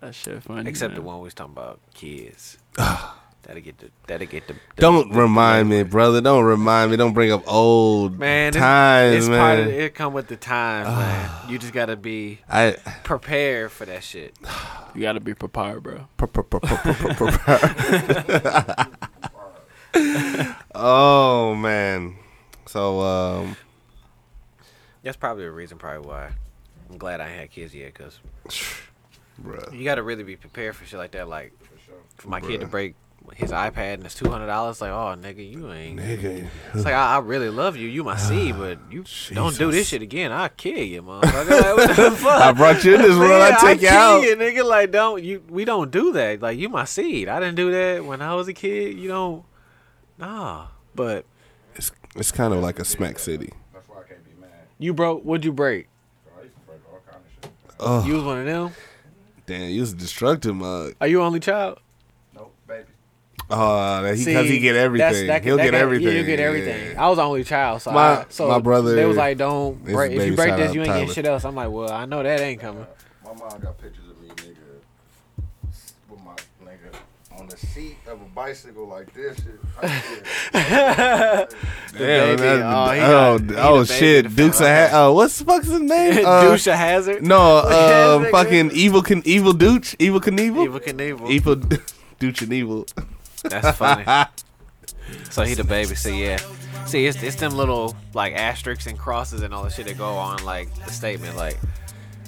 That shit funny. Except the man. one we was talking about, (sighs) kids. that'll get the. That'll get the. the- Don't the- remind me, brother. Don't remind me. Don't bring up old Man, times, it's, it's man. part of it. Come with the time, man. You just gotta be I prepared for that shit. You gotta be prepared, bro. pr- pr- pr- pr- pr- pr- pr- (laughs) Oh man. So um That's probably the reason, probably why. I'm glad I ain't had kids yet, cause bruh. you gotta really be prepared for shit like that. Like, for my kid to break his iPad and it's two hundred dollars, like, oh nigga, you ain't. Nigga. Ah, It's like I, I really love you, you my seed, but you don't do this shit again. I'll kill you, motherfucker. Like, what (laughs) the fuck? I brought you in this world, I Yeah, take you kill out. you, nigga. Like, don't you? We don't do that. Like, you my seed. I didn't do that when I was a kid. You don't. Nah, but It's it's kind of like a smack city. you broke. What'd you break? Oh You was one of them. damn, you was a destructive mug. Are you only child? Oh, that he because he See, get that's- everything. that- He'll that get got- everything. Yeah, he'll get yeah. everything. I was the only child, so My- I, so my brother They was like, "Don't is break. If baby you break shout this, out you ain't Tyler. getting shit else." I'm like, "Well, I know that ain't (laughs) coming." My mom got pictures of me, nigga, with my nigga on the seat of a bicycle like this. Shit. (laughs) I Damn, baby. that's- Oh, he oh, got- he oh, the baby shit. in the Duke's a family. hat. Oh, what's the (laughs) fuck's his name? Uh, Dusha Hazard. (laughs) no, uh, Yes, nigga. fucking evil can evil Dooch, evil Knievel, Evil Knievel. evil (laughs) Dooch and evil. That's (laughs) funny. so he the baby. So yeah. See, it's, it's them little like asterisks and crosses and all the shit that go on like the statement. Like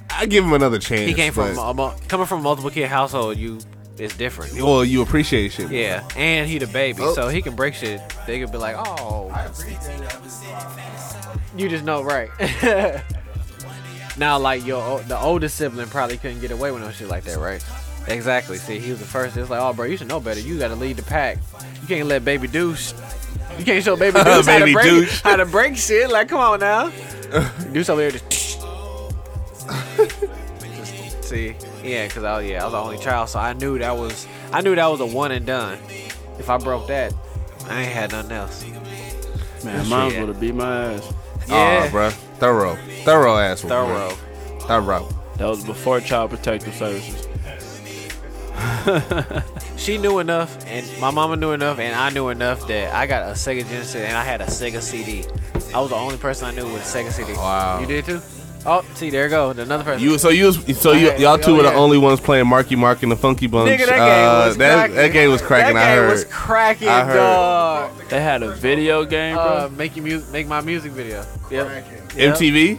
I give him another chance. he came from uh, but- a, mul- coming from a multiple kid household. You it's different. well, you appreciate shit. Oh. more. Yeah, and he the baby, so he can break shit. They could be like, oh, appreciate it. I just- you just know right. (laughs) now, like your o- the oldest sibling probably couldn't get away with no shit like that, right? Exactly. See, he was the first. It's like, oh, bro, you should know better. You got to lead the pack. You can't let baby douche. You can't show (laughs) baby douche, how, Baby to break, douche. how to break shit. Like, come on now. (laughs) Deuce over there just. See, yeah, cause I yeah I was the only child, so I knew that was I knew that was a one and done. If I broke that, I ain't had nothing else. Uh, Man, mine shit. would have beat my ass. Yeah, Aw, bruh. Thorough, thorough ass. one, bruh. thorough. thorough. That was before Child Protective Services. she knew enough, and my mama knew enough, and I knew enough that I got a Sega Genesis and I had a Sega CD. I was the only person I knew with a Sega CD. Wow. You did too? Oh, see, there you go. Another person. You so you was, so you Hey, y'all two oh, were the yeah. only ones playing Marky Mark and the Funky Bunch. Nigga, that game Uh, was that, cracking. that game was cracking. That I game heard. was cracking, I heard. dog. They had a video game, bro. Uh, make your music, make my music video. Yep. Cracking. Yep. MTV.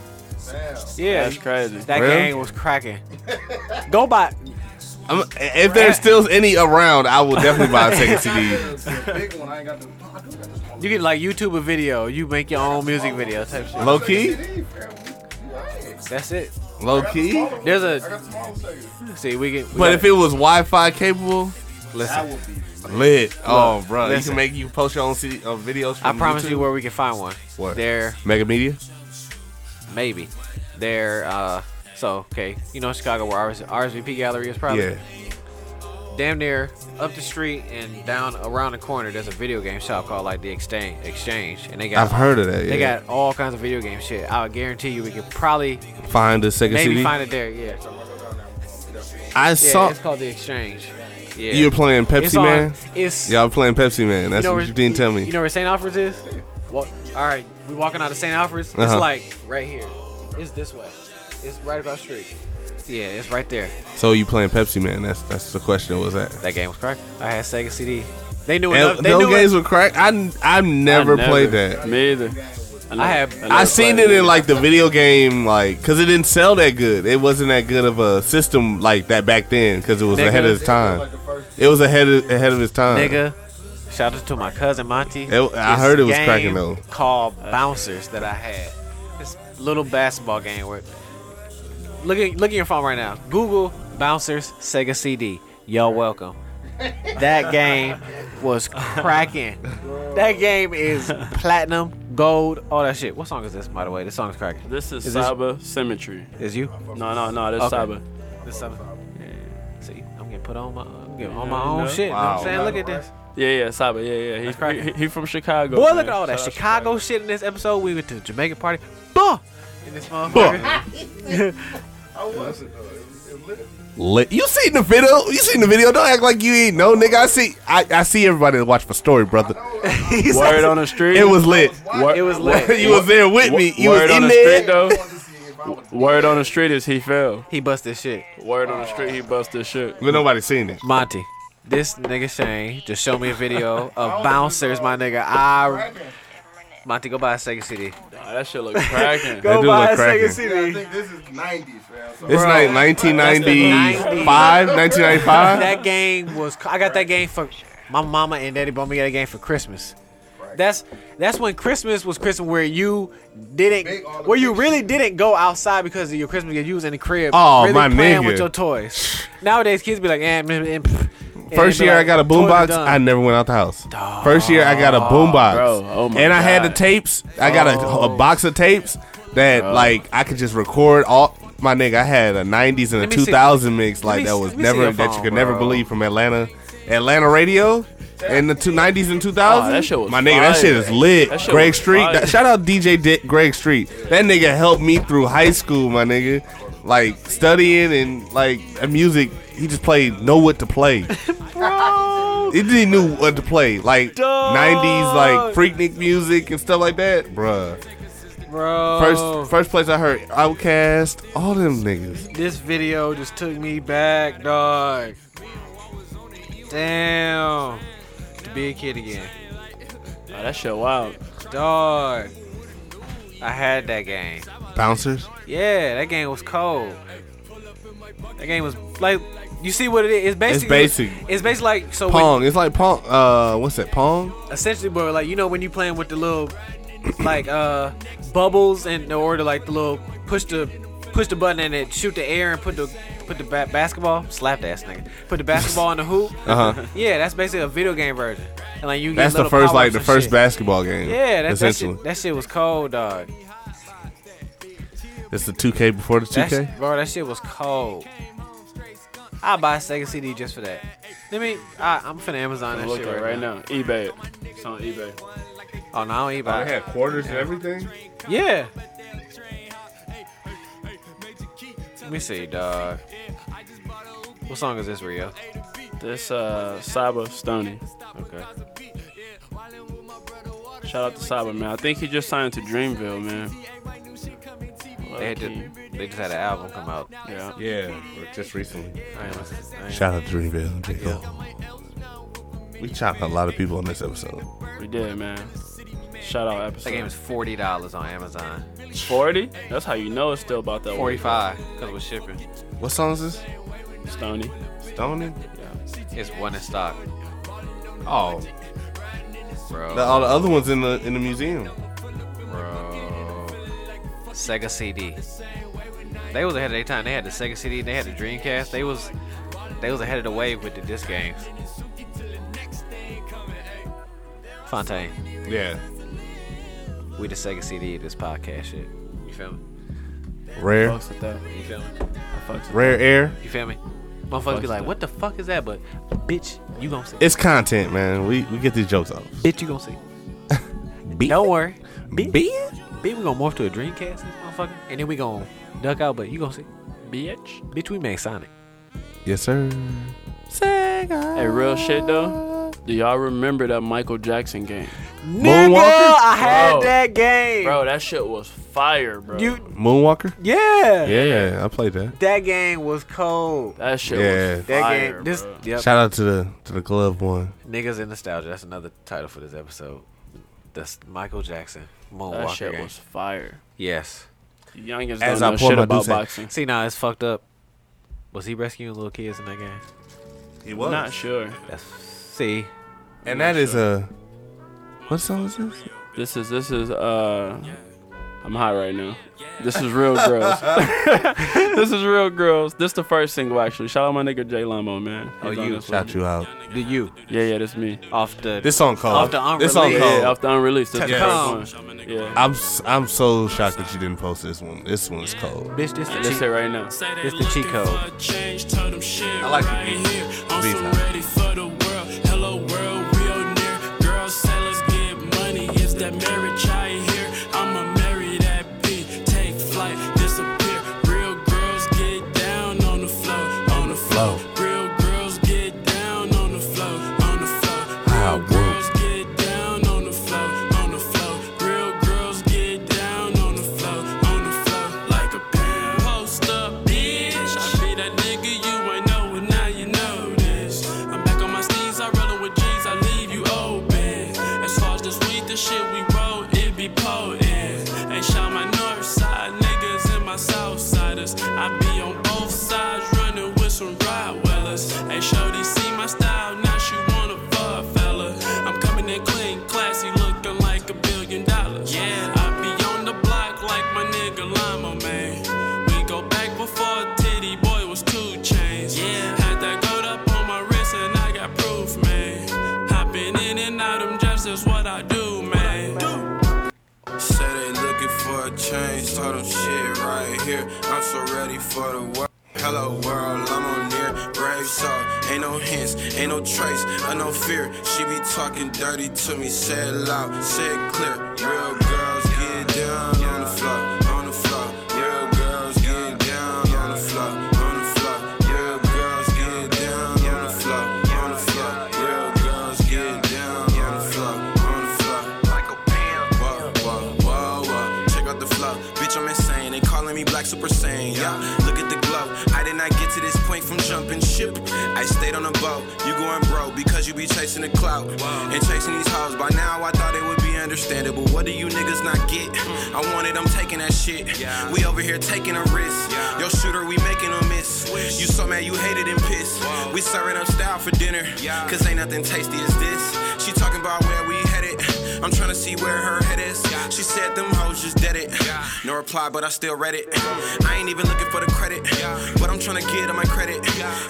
Yeah, That's crazy. that Really? game was cracking. Go buy. I'm, if there's still any around, I will definitely buy a (laughs) second CD. Damn. Big one. I ain't got the. I do got this one. You can like YouTube a video. You make your own music video type shit. Low key, That's it. low key. There's I a got the small second. see we can. We But got- if it was Wi-Fi capable, That would be. lit. Oh, bro, you listen. can make you post your own CD, uh, videos. I From promise YouTube. you where we can find one. What? There Mega Media. maybe. There. Uh. So okay, you know Chicago where RS, RSVP Gallery is probably. Yeah. damn near up the street and down around the corner there's a video game shop called like the exchange exchange and they got I've heard of that. Yeah. they got all kinds of video game shit i would guarantee you we could probably find a second maybe CD. find it there yeah I yeah saw it's called the exchange yeah you were playing Pepsi it's on- Man. it's Y'all playing Pepsi Man. That's what where- you didn't tell me. you know where st alfred's is well all right we walking out of st alfred's it's Uh-huh. like right here it's this way it's right across the street yeah it's right there so you playing Pepsi Man? That's that's the question. Was that? that game was cracked i had sega cd they knew And enough they those knew games it. were crack. I n- I've never, played that. Me either. I have- never I seen played it in like the video game, like because it didn't sell that good. It wasn't that good of a system like that back then because it was Nigga. ahead of its time. It was ahead of, ahead of its time. nigga Shout out to my cousin Monty. Uh, It- I This heard it was game cracking, though. Called bouncers that I had. This little basketball game where look at look at your phone right now. Google bouncers Sega CD. Y'all welcome. That game was cracking. That game is platinum, gold, all that shit. What song is this, by the way? This song's cracking. This is, Is this- Cyber Symmetry. Is you? No, no, no. This Okay. Cyber. This song. See, I'm getting put on my, I'm getting on Yeah, my you own know. shit. You know what I'm Wow. saying? Look at this. Yeah, yeah, Cyber. Yeah, yeah. He's crazy. he, he from Chicago. Boy, man. look at all that Shout out Chicago shit in this episode. We went to the Jamaican party. Bah! In this (laughs) motherfucker. I wasn't though. It was, it lit. Lit. You seen the video? You seen the video? Don't act like you ain't no nigga. I see. I, I see everybody that watch for story, brother. (laughs) He's Word like- on the street. It was lit. Word, It was lit. (laughs) you was there with me. You word was on in the there. street I though. wanted to see if I was Word on the street is he fell. He busted shit. Word on the street he busted shit. But nobody seen it. Monty, this nigga Shane just showed me a (laughs) video of bouncers, my nigga. I cracking. Monty, go buy a Sega CD. Nah, that shit (laughs) look cracking. That dude look cracking. Yeah, I think this is 90s, fam. So It's Bro. like 1995, 1995. That game was. I got that game for my mama and daddy bought me that game for Christmas. That's that's when Christmas was Christmas where you Big all didn't the where you pictures. really didn't go outside because of your Christmas gift. You was in the crib, Oh, really my playing nigga. with your toys. Nowadays, kids be like, eh, meh, meh, pff," and they First be year I like, got a "Toys are boombox. done." I never went out the house. First year I got a boombox, Bro, oh my and I had the God. tapes. I got Oh. a, a box of tapes that like I could just record all. My nigga, I had a '90s and a Let me see. 2000 mix like me that see- was let me see your never that you phone, could never bro. believe from Atlanta, Atlanta radio. In the two, 90s and 2000s, Oh, that shit was my nigga, that fire. shit is lit. That shit Greg was Street, fire. that, shout out DJ Dick, Greg Street. That nigga helped me through high school, my nigga. Like studying and like uh, music, he just played know what to play. Bro, He didn't knew what to play. Like Dog. nineties, like freaknik music and stuff like that, bruh. bro. First, first place I heard Outcast, all them niggas. this video just took me back, dog. Damn, to be a kid again. Nah, that shit wild. Dog. I had that game. Bouncers. Yeah, that game was cold. That game was like you see what it is. It's basically basic. It's basically like so when, Pong. It's like Pong. Uh, what's that? Pong. essentially, but like you know when you playing with the little like uh bubbles and or the like the little push the push the button and it shoot the air and put the put the ba- basketball slap the ass nigga put the basketball in the hoop. Uh huh. (laughs) Yeah, that's basically a video game version. And like you get That's the little first, like power-ups the and first shit. basketball game. Yeah, that, that essentially, shit that shit was cold, dog. it's the two K before the two That K. sh- bro, that shit was cold. I buy a Sega CD just for that. Let me. I, I'm finna Amazon I'm that looking shit right, right now. now. eBay. It's on eBay. Oh no, I don't even buy. it. quarters and everything. Yeah. Let me see, dog. What song is this, Rio? This uh Cyber Stoney. Okay. Shout out to Cyber man. I think he just signed to Dreamville, man. They had Low-key. to, They just had an album come out. Yeah. Yeah, just recently. I ain't listen- I ain't- Shout out to Dreamville. J. Cole. We chopped a lot of people on this episode. We did, man. Shout out That game episode is forty dollars on Amazon. 40. That's how you know it's still about that Forty five, cause we're shipping. What song is this? one. Stoney. Stoney. It's one in stock, Oh, bro. the, all the other ones in the in the museum. Bro. Sega CD. They was ahead of their time. They had the Sega CD. They had the Dreamcast. They was they was ahead of the wave with the disc games. Fontaine, Yeah. we the Sega CD of this podcast shit. You feel me? Rare, Fucks with that. You feel me? I fucks with rare air. You feel me? Motherfuckers be like, what the fuck is that? But bitch, you gonna see. It's content, man. We we get these jokes off. Bitch, you gonna see. Don't worry. Bitch, bitch, we gonna morph to a Dreamcast, this motherfucker, and then we gonna duck out. But you gonna see. Bitch. Bitch, we made Sonic. Yes, sir. Hey, real shit though. Do y'all remember that Michael Jackson game? Nigga, Moonwalker? I had Bro. that game. Bro, that shit was fire, bro. You, Moonwalker. yeah. (laughs) Yeah, I played that. That game was cold. that shit Yeah. was That That fire, game, this, bro. yep. Shout out to the to the glove one. Niggas and Nostalgia. That's another title for this episode. That's Michael Jackson That Moonwalker shit game. was fire. yes. Youngins As I don't know pour shit my about Douce. boxing. See, now it's fucked up. Was he rescuing little kids in that game? He was. Not sure. That's see. And that is a. What song is this? This is this is uh I'm hot right now. This is real girls. (laughs) this is real girls. This the first single actually. Shout out my nigga Jay Lamo, man. Oh, He's on you. this one. Shout you out. The you Oh. Yeah, yeah, that's me. off the This song called. Off the this song unreleased. called. Yeah, off the unreleased. That's Come. the first one. Yeah. I'm s- I'm so shocked that you didn't post this one. This one's cold. bitch. This the Let's say cheat. right now. This the cheat code. I like the beat. Beat's the nice. ready for the world. Hello world, real near. Girls say let's get money. If that marriage I hear, I'ma marry that bitch. Take flight, disappear. Real girls get down on the floor, on the floor. Real girls get down on the floor, on the floor. Real girls get down on the floor, on the floor. Real girls get down on the floor, on the floor. Like a pimp. Post up, bitch. I be that nigga you ain't know, and now you know this. I'm back on my steez, I rollin' with G's, I leave you open. As far as this week, the shit we roll, it be potent. And shout my north side niggas and my south siders. I be on both sides, running with some ride wellers. Hey, Shorty, see my style, now she wanna fuck, fella. I'm coming in clean, classy, looking like a billion dollars. Yeah, I be on the block like my nigga Lima, man. We go back before Titty Boy was two chains. Yeah, had that gold up on my wrist and I got proof, man. Hopping in and out them drops, that's what I do, man. Say they looking for a change, told them shit right here. I'm so ready for the world. Hello world, I'm on near grave salt. Ain't no hints, ain't no trace, I no fear. She be talking dirty to me, say it loud, say it clear. Real girls get down on the floor, on the floor. Real girls get down on the floor, on the floor. Real girls get down on the floor, on the floor. Real girls get down on the floor, on the floor. Whoa, whoa, whoa, whoa. Check out the flow. Bitch, I'm insane. They calling me Black Super Saiyan. Yeah, look at the glow. I did not get to this point from jumping ship. I stayed on a boat. You going broke because you be chasing the clout and chasing these hoes. By now, I thought it would be understandable. What do you niggas not get? I want it. I'm taking that shit. We over here taking a risk. Yo, shooter, we making a miss. You so mad you hated and pissed. We serving up style for dinner. Cause ain't nothing tasty as this. She talking about where we headed. I'm tryna see where her head is. She said them hoes just dead it. No reply, but I still read it. I ain't even looking for the credit, but I'm tryna get on my credit.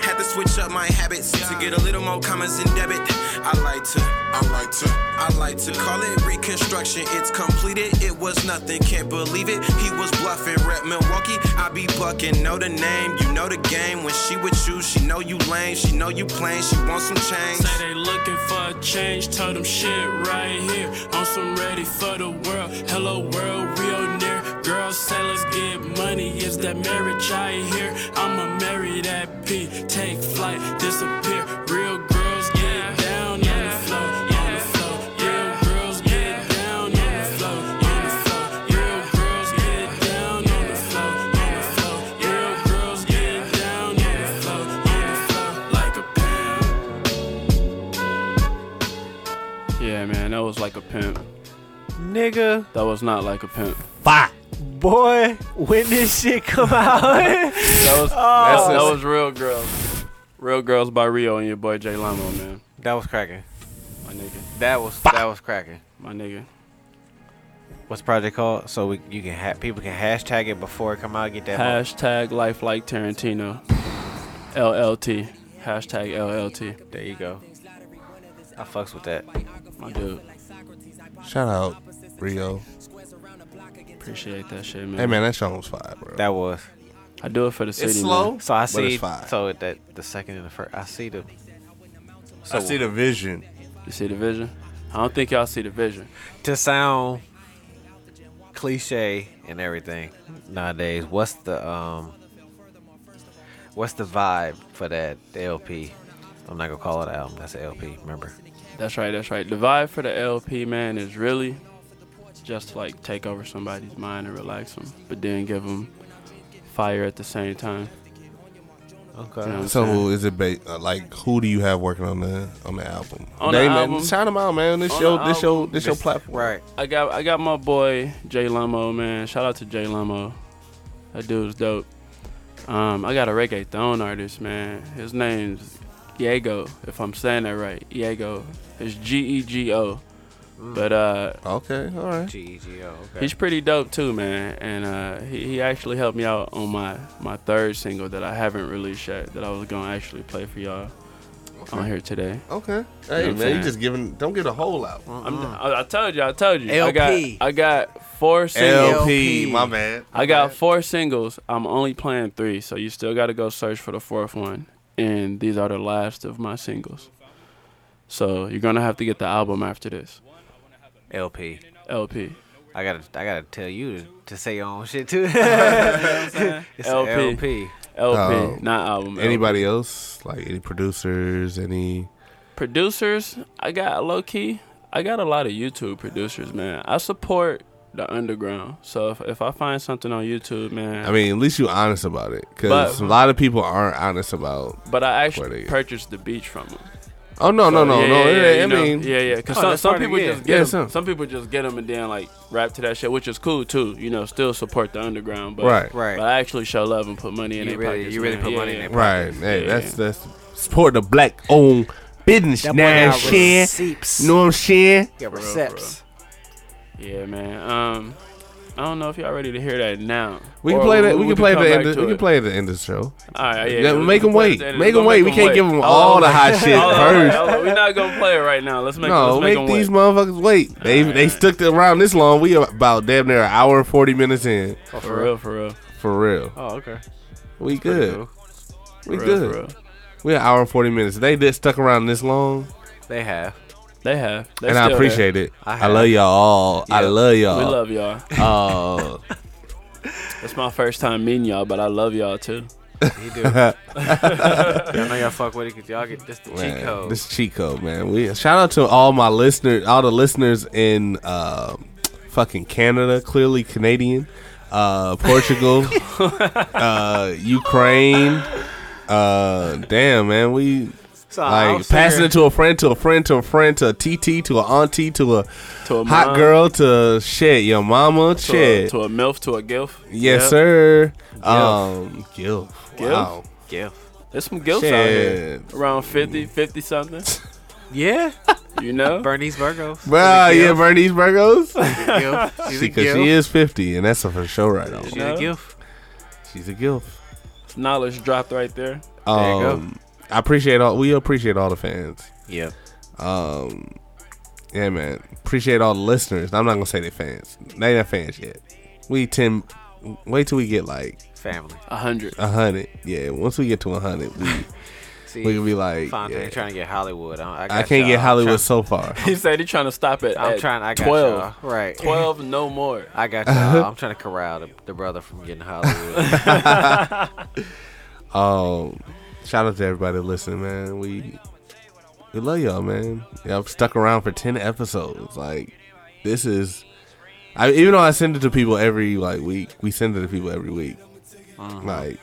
Had to switch up my habits to get a little more commas in debit. I like to, I like to, I like to call it reconstruction. It's completed. It was nothing, can't believe it. He was bluffing. Rep Milwaukee, I be bucking. Know the name, you know the game. When she with you, she know you lame. She know you plain. She want some change. Say they looking for a change, told them shit right here. On some ready for the world, hello world, real near. Girls say let's get money, is that marriage I hear? I'ma marry that P, take flight, disappear. Real girls get down on the floor, on the floor. Real girls get down on the floor, on the floor. Real girls get down on the floor, on the floor. Real girls get down on the floor, on the floor. Like a pimp. Yeah, man, that was like a pimp. nigga. That was not like a pimp. Bye. Boy, when this shit come out, (laughs) Oh. That was That's that a- was real girls. Real girls by Rio and your boy Jay Lamo, man. that was cracking. My nigga. That was that was cracking. My nigga. What's the project called? So we, you can ha- people can hashtag it before it come out. Get that. vote. Hashtag life like Tarantino. LLT. Hashtag LLT. there you go. I fucks with that. My dude. Shout out Rio. Appreciate that shit, man. Hey man, that song was fire, bro. That was. I do it for the city. slow. Man. So I But see. it's fire. So that the second and the first. I see the. So I see the vision. You see the vision? I don't think y'all see the vision. to sound cliche and everything nowadays. What's the um? What's the vibe for that LP? I'm not gonna call it an album. That's an LP. Remember? That's right, that's right. The vibe for the LP, man, is really just to, like take over somebody's mind and relax them, but then give them fire at the same time. You know Okay. what I'm So saying? who is it ba- uh, like who do you have working on the on the album? On the Name it. album. Shout them out, man. This On your the this your album. this your platform. Right. I got I got my boy Jay Lamo, man. Shout out to Jay Lamo. That dude's dope. Um, I got a reggaeton artist, man. His name's Diego, if I'm saying that right. Diego. It's G E G O. But uh Okay, all right. G E G O. Okay. He's pretty dope too, man. And uh, he, he actually helped me out on my, my third single that I haven't released yet that I was gonna actually play for y'all on here today. You Okay. know what Hey I'm man, saying? you just giving don't get a whole out. I'm, I, I told you, I told you. LP. I got I got four singles. LP, my bad. I got four singles. I'm only playing three, so you still got to go search for the fourth one. And these are the last of my singles. So you're gonna have to get the album after this LP. LP. I gotta, I gotta tell you to, to say your own (laughs) shit too. (laughs) it's LP. LP. LP. LP, Oh. not album. LP. Anybody else? Like any producers, any producers i got low key i got a lot of youtube producers man i support the underground so if, if i find something on youtube man I mean, at least you honest about it, because But- a lot of people aren't honest about. but i Where actually they- purchased the beach from them Oh no, no, no, yeah, no! yeah, it yeah, ain't- you know, I mean, yeah yeah because Oh, some, that's some part of people it, yeah. just get Yeah, 'em- some. some. people just get them and then like rap to that shit which is cool too you know still support the underground but Right. Right. but i actually show love and put money in You their really- pockets you really man. put Yeah, money in yeah. their pockets. right? Hey, Yeah, that's yeah. that's support the black owned business That boy now, got shit. receipts. You know what I'm saying? He got receipts. yeah man um i don't know if y'all ready to hear that now We can Or play that. We can play come the back end. Of, to we it. can play the end of the show. All right, yeah. Yeah, we make can 'em play wait. it then. Make We'll 'em wait. We can't wait. Oh, give 'em Hold all on, the hold (laughs) hot on, shit hold on, first. hold on. We're not gonna play it right now. Let's make No, let's make, make, 'em these wait. motherfuckers wait. They they stuck around this long. We about damn near an hour and forty minutes in. Oh, for real, for real, For real, Oh, okay. we good. We for real, good. for real. We an hour and forty minutes. They did stuck around this long, They have. They have, They and I still appreciate it. I I, have. love y'all. all. I Yeah. love There. y'all. We love y'all. (laughs) Oh, It's my first time meeting y'all, but I love y'all too. He do. I know y'all fuck with it because y'all get this the cheat man, code. this Chico, man. We shout out to all my listeners, all the listeners in uh, fucking Canada, clearly Canadian, (laughs) uh, Portugal, uh, Ukraine. Uh, damn, man, we so I'm like sitting passing here- it to a friend, to a friend, to a friend, to a TT, to a auntie, to a To a hot mom, girl, to shit, your mama, to a, shit. to a milf, to a gilf. yes, Yep. sir. Um, Gil. Gilf? Wow. Yeah. There's some gilfs out here. Shit. Around 50, 50 something. (laughs) Yeah. You know, Bernice Virgo. Bruh, yeah, (laughs) Bernice Burgos. Gilf. (laughs) She's a Because she gilf. is 50, and that's a for sure right on. She's a gilf. She's a gilf. knowledge dropped right there. Um, There you go. I appreciate all. We appreciate all the fans. Yeah. Um, yeah, man. Appreciate all the listeners. I'm not gonna say they fans. They not fans yet. We ten. Wait till we get like Family. A hundred. (laughs) a hundred. Yeah, once we get to a hundred, we See, we can be like, Fonte yeah. ain't trying to get Hollywood. I, I, got I can't y'all. get I'm Hollywood so far. He said he's trying to stop it. tryna- I'm at trying. I got 12. y'all. Right. 12, no more. (laughs) I got Uh-huh. y'all. I'm trying to corral the, the brother from getting Hollywood. (laughs) Um, shout out to everybody listening, man. We we love y'all, man. Y'all stuck around for ten episodes. Like this is, I even though I send it to people every like week, we send it to people every week. Like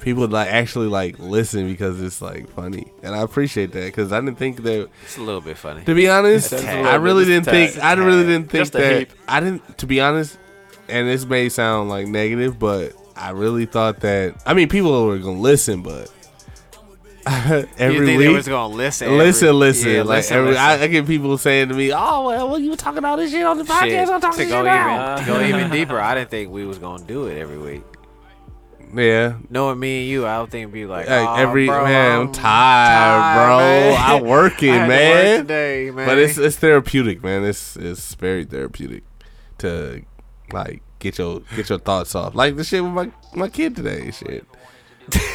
people like actually like listen because it's like funny, and I appreciate that because I didn't think that. it's a little bit funny. To be honest, Just a I little bit, really didn't just a think. tad. I really didn't think Just a that. heap. I didn't. To be honest, and this may sound like negative, but I really thought that. I mean, people were gonna listen, but (laughs) you every think they week. was gonna listen? every- Listen, listen, Yeah, like listen, every, listen. I, I get people saying to me, "Oh, well, well, you were talking all this shit on the podcast. Shit, I'm talking to shit go now." even to go (laughs) even deeper, I didn't think we was gonna do it every week. Yeah, Knowing me and you, I would think it'd be like, like "Aw, every bro, man, I'm I'm tired, tired, bro. man. I'm (laughs) working, I had to work man. today, man. But it's it's therapeutic, man. It's it's very therapeutic to like get your get your thoughts off. Like the shit with my my kid today, and shit.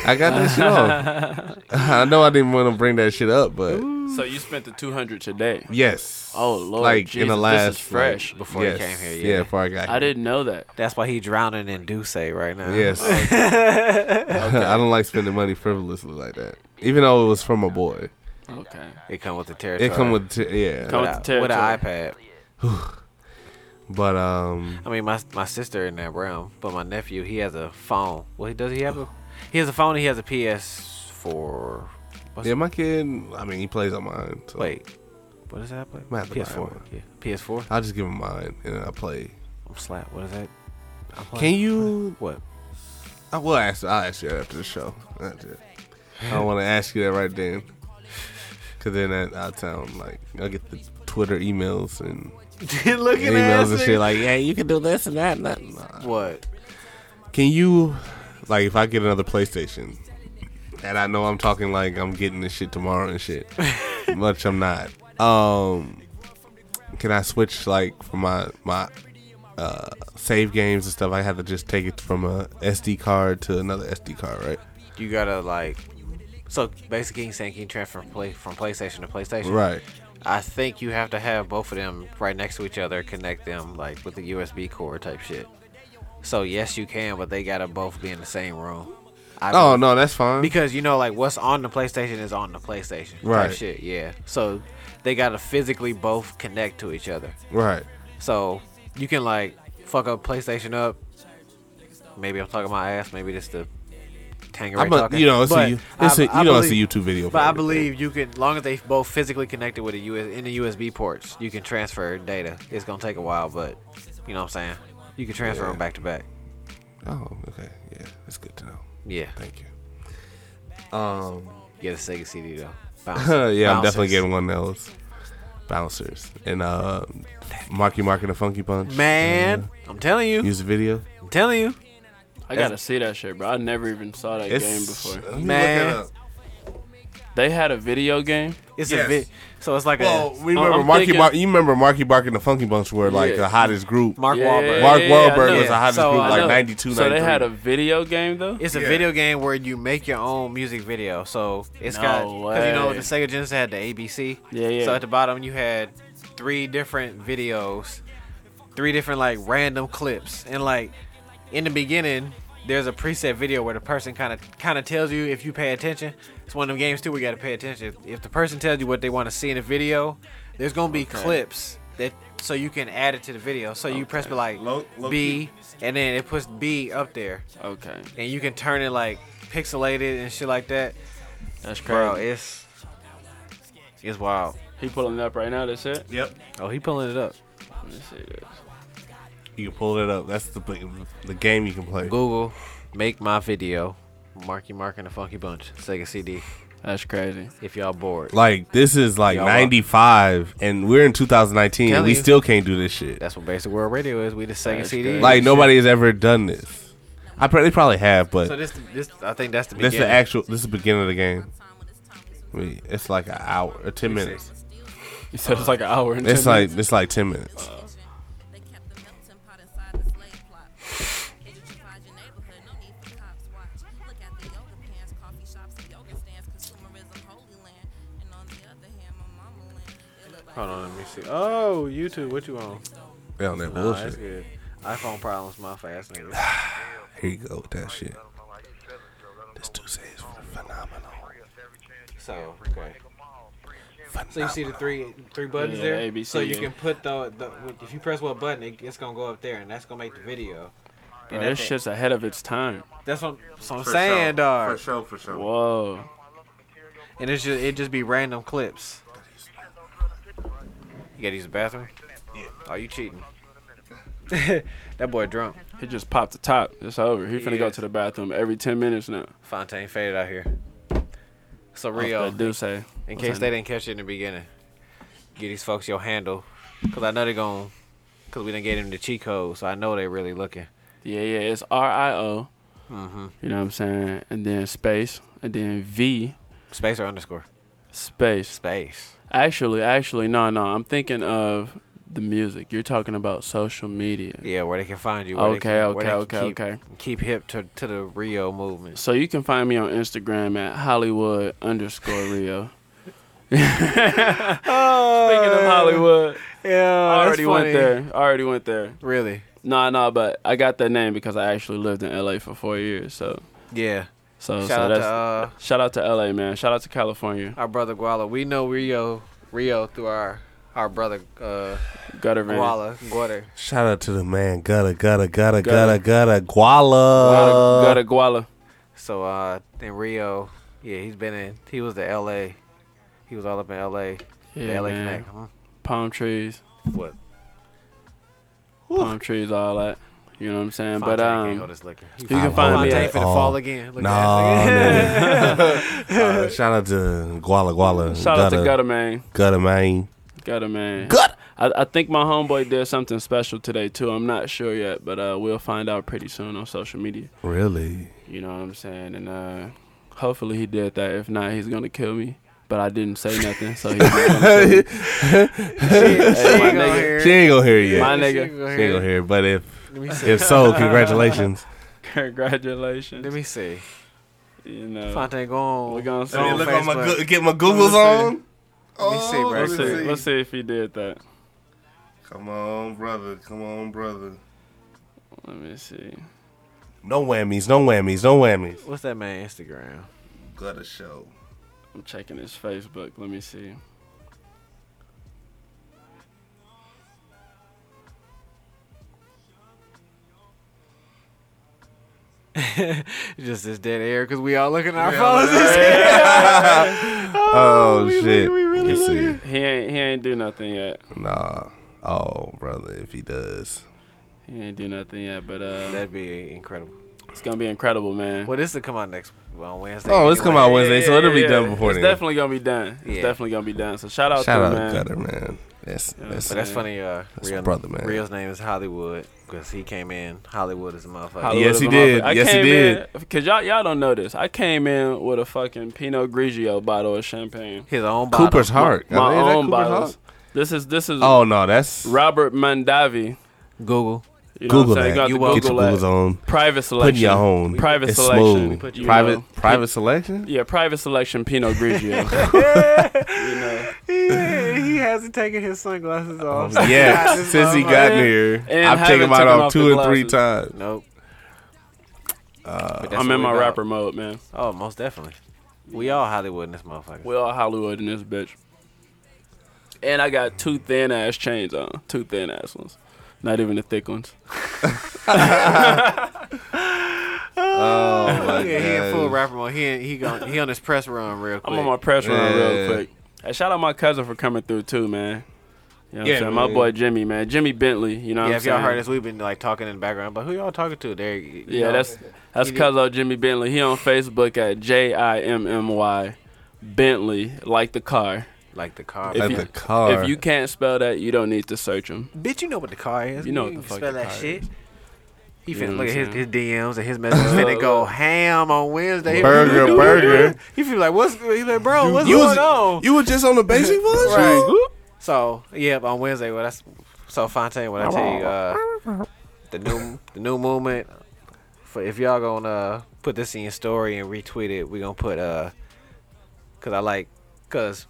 I got that shit off. (laughs) I know I didn't want to bring that shit up, but So you spent the 200 today. yes. Oh, Lord, Like Jesus, in the this last is fresh. like, Before you yes, came here, yeah. yeah. Before I got I didn't know that. That's why he drowning in Duce right now. (laughs) Yes. (laughs) I don't like spending money frivolously like that. Even though it was from a boy, Okay. it come with the territory. it come with t- yeah. Come- with, territory. a, with an iPad. but um, I mean, my my sister in that realm, but my nephew he has a phone. Well, he does. He have a he has a phone. and He has a PS4. What's yeah, my kid. I mean, he plays on mine. So Wait, what is that? Play? Might have to buy PS4. one. Yeah. PS4. I'll just give him mine and I play. I'm slap. What is that? I'm Can playing- you? What? (laughs) I will ask. I'll ask you after the show. That's it. I don't want to ask you that right then, because then at out of town, like I get the Twitter emails and Looking at emails and shit like, yeah, you can do this and that. And that. Nah. What? Can you, like, if I get another PlayStation, and I know I'm talking like I'm getting this shit tomorrow and shit, much I'm not. Um, can I switch like from my my uh save games and stuff? I have to just take it from a SD card to another SD card, right? You gotta like. So basically, King saying can you transfer from, play, from PlayStation to PlayStation? Right. I think you have to have both of them right next to each other, connect them like with the USB cord type shit. So yes, you can, but they gotta both be in the same room. I Oh don't- no, that's fine. because you know like what's on the PlayStation is on the PlayStation. type Right. shit. Yeah. So they gotta physically both connect to each other. right. So you can like fuck up PlayStation up. Maybe I'm talking my ass. Maybe this the Tangeray I'm a, talking. you know, it's a, But you- it's a, I- you I know, believe- it's a YouTube video. for But I everything. believe you can, long as they both physically connected with a US in the USB ports, you can transfer data. It's gonna take a while, but you know what I'm saying. You can transfer them back to back. Oh, okay, yeah, that's good to know. Yeah, Thank you. Um, get a Sega CD though. (laughs) yeah, Bounce- I'm (laughs) definitely bouncers. getting one of those bouncers and uh, Marky Mark and the Funky Punch Man, Mm-hmm. I'm telling you, music video. I'm telling you, I gotta see that shit, bro. I never even saw that game It's before. let me look Man. it up. They had a video game. it's Yes. a bit. So it's like Well, a we remember I'm Marky thinking- Mark. You remember Marky Mark and the Funky Bunch were like Yeah. the hottest group. Mark Yeah, Wahlberg. yeah, Mark yeah, I Wahlberg know. was the hottest So, group I like know. 92, So they had a 93. video game though. It's a Yeah. video game where you make your own music video. So it's No got because you know way. the Sega Genesis had the ABC. Yeah, yeah. So at the bottom you had three different videos, three different like random clips, and like in the beginning there's a preset video where the person kind of kind of tells you if you pay attention. It's one of them games too. We got to pay attention. If, if the person tells you what they want to see in a video, there's gonna be clips that so you can add it to the video. So you press like Low- low B, and then it puts B up there Okay, and you can turn it like pixelated and shit like that. that's crazy. Bro, it's it's wild. he pulling it up right now. That's it. Yep. Oh, he pulling it up. Let me see this. You can pull it up. That's the the game you can play. Google, make my video. Marky Mark and the Funky Bunch, Sega CD. That's crazy. If y'all bored, Like this is like Y'all are- 95, and we're in 2019, and Tell we you. still can't do this shit. that's what Basic World Radio is. We the Sega That's CD. crazy. Like nobody has ever done this. I probably they probably have, but so this, this I think that's the this beginning. is the actual. This is the beginning of the game. We- It's like an hour, or ten minutes. You said it's like an hour. And It's 10 like minutes. it's like ten minutes. They kept the melting pot inside the slave plot. They gentrified your neighborhood, no need for cops watch. Look at the yoga pants, coffee shops, and yoga stands, consumerism, holy land. And on the other hand, my mama land. It look like Hold on, let me see. Oh, YouTube, what you on? They on that Oh, that's bullshit. good. iPhone problems, my fast nigga. Here you go with that shit. This Tuesday is phenomenal. So okay. So you see the three three buttons Yeah, there. A, B, so C, you yeah. can put the, the if you press one button, it, it's gonna go up there, and that's gonna make the video. Bro, And this that- shit's ahead of its time. That's what, that's what I'm For saying, sure. dog. For sure, for sure. Whoa. And it's just it just be random clips. You gotta use the bathroom. Are you cheating? (laughs) that boy drunk. He just popped the top. It's over. He finna Yeah. go to the bathroom every ten minutes now. Fontaine faded out here. So Off Rio, that do say. in What's case that they didn't catch it in the beginning, get these folks your handle, cause I know they gon' cause we didn't get them the cheat code, so I know they really looking. Yeah, yeah, it's R I O. You know what I'm saying? And then space, and then V Space or underscore? space. Space. Actually, actually, no, no. I'm thinking of the music. You're talking about social media. Yeah, where they can find you. Where okay, they can, okay, where they okay, can keep, okay. Keep hip to, to the Rio movement. So you can find me on Instagram at Hollywood (laughs) underscore Rio. Speaking of Hollywood, Uh, Yeah, I already went there. I already went there. Really? Oh, No, no, but I got that name because I actually lived in LA for four years. So, Yeah. so, Oh, Shout so out that's to uh, shout out to LA, man. Shout out to California. our brother Guala. We know Rio Rio through our our brother uh, Gutter Van. Guala Guater. Shout out to the man, gutter, gutter, gutter, Gutter. gutter, gutter, guala. Gutter, gutter Guala. So uh, in Rio, yeah, he's been in. He was the L.A. He was all up in L.A. Yeah, the L.A. man. Connect. huh? palm trees, What? palm trees, all that. You know what I'm saying? Fontaine but can't um, hold his liquor. you I can find me Fontaine at finna all. fall again. Look Nah, at that. man. Uh, shout out to Guala Guala. shout out to Gutter Man. Gutter man. Gutter Man. Gut. I, I think my homeboy did something special today too. I'm not sure yet, but uh, we'll find out pretty soon on social media. Really? You know what I'm saying? And uh, hopefully he did that. If not, he's gonna kill me. But I didn't say nothing, so he's not gonna (laughs) kill me. Hey, my nigga, (laughs) She ain't gonna hear it yet. my She nigga. ain't gonna She ain't hear gonna it. hear it. But if Let me see. if so, congratulations. Let (laughs) Congratulations. me see. You know, Fontaine, go on. we're gonna see. Let me Let me look on my Facebook. Goo- get my Googles on. Let me see, bro. Let's see. Let's see if he did that. Come on, brother. Come on, brother. Let me see. No whammies, no whammies, no whammies. What's that man Instagram? Gutter show. I'm checking his Facebook. Let me see. Just this dead air because we all looking at our Yeah, phones. Oh, we- shit. we really Let's see. He ain't. He ain't do nothing yet. Nah. Oh, brother, if he does. He ain't do nothing yet. But uh, That'd be incredible. it's gonna be incredible, man. Well, this will come out next on Wednesday. Oh, it's come out Wednesday, so it'll be Yeah, done before It's then. definitely gonna be done. It's Yeah. definitely gonna be done. So shout out Shout to out him, to man. Gutter, man. That's that's But that's funny. Uh, That's my real, brother, man. Real's name is Hollywood because he came in. Hollywood is a motherfucker. Hollywood Yes, of he a did. motherfucker. I Yes, he came did. in- Cause y'all y'all don't know this. I came in with a fucking Pinot Grigio bottle of champagne. His own bottle. Cooper's Heart. I My mean, is that own Cooper's bottles. This is this is Heart? Oh no, that's Robert Mandavi. Google. You know Google what I'm saying? that. You You got to get your Google that. Googles on. Private selection. Putting your own. Private it's selection. Smooth. you Private know. (laughs) private selection. Yeah, private selection Pinot (laughs) Grigio. you know. He, he hasn't taken his sunglasses off. Oh, Yeah, since he got And- here, and I've haven't taken mine taken off off two the or three glasses. times. Nope. Uh, But that's I'm what in we my about. rapper mode, man. Oh, most definitely. We all Hollywood in this motherfucker. We all Hollywood in this bitch. And I got two thin ass chains on. Two thin ass ones. Not even the thick ones. Oh yeah, he in full gosh. rapper mode. He in, he gon he on his press run real quick. I'm on my press run Yeah. real quick. Hey, shout out my cousin for coming through too, man. You know what Yeah, I'm saying? My man. boy Jimmy, man. Jimmy Bentley, you know yeah, what I'm if y'all saying? heard us, we've been like talking in the background. But who y'all talking to? There. you Yeah, know. that's that's he cuz of Jimmy Bentley. He on Facebook at J I M M Y Bentley, like the car. like the car. Like you- the car. If you can't spell that, you don't need to search him. Bitch, you know what the car is. You know what can the fuck spell the that car shit. is. He know finna what look at I'm his, saying? his DMs and his messages finna go ham on Wednesday. (laughs) Burger, burger. He feel like, what's he like, bro? What's you going was, on? You were just on the (laughs) basic voice, Right. yo? so yeah, on Wednesday, well, that's so Fontaine. What I tell you, uh, the new the new movement. For if y'all gonna uh, put this in your story and retweet it, we gonna put uh, cause I like, cause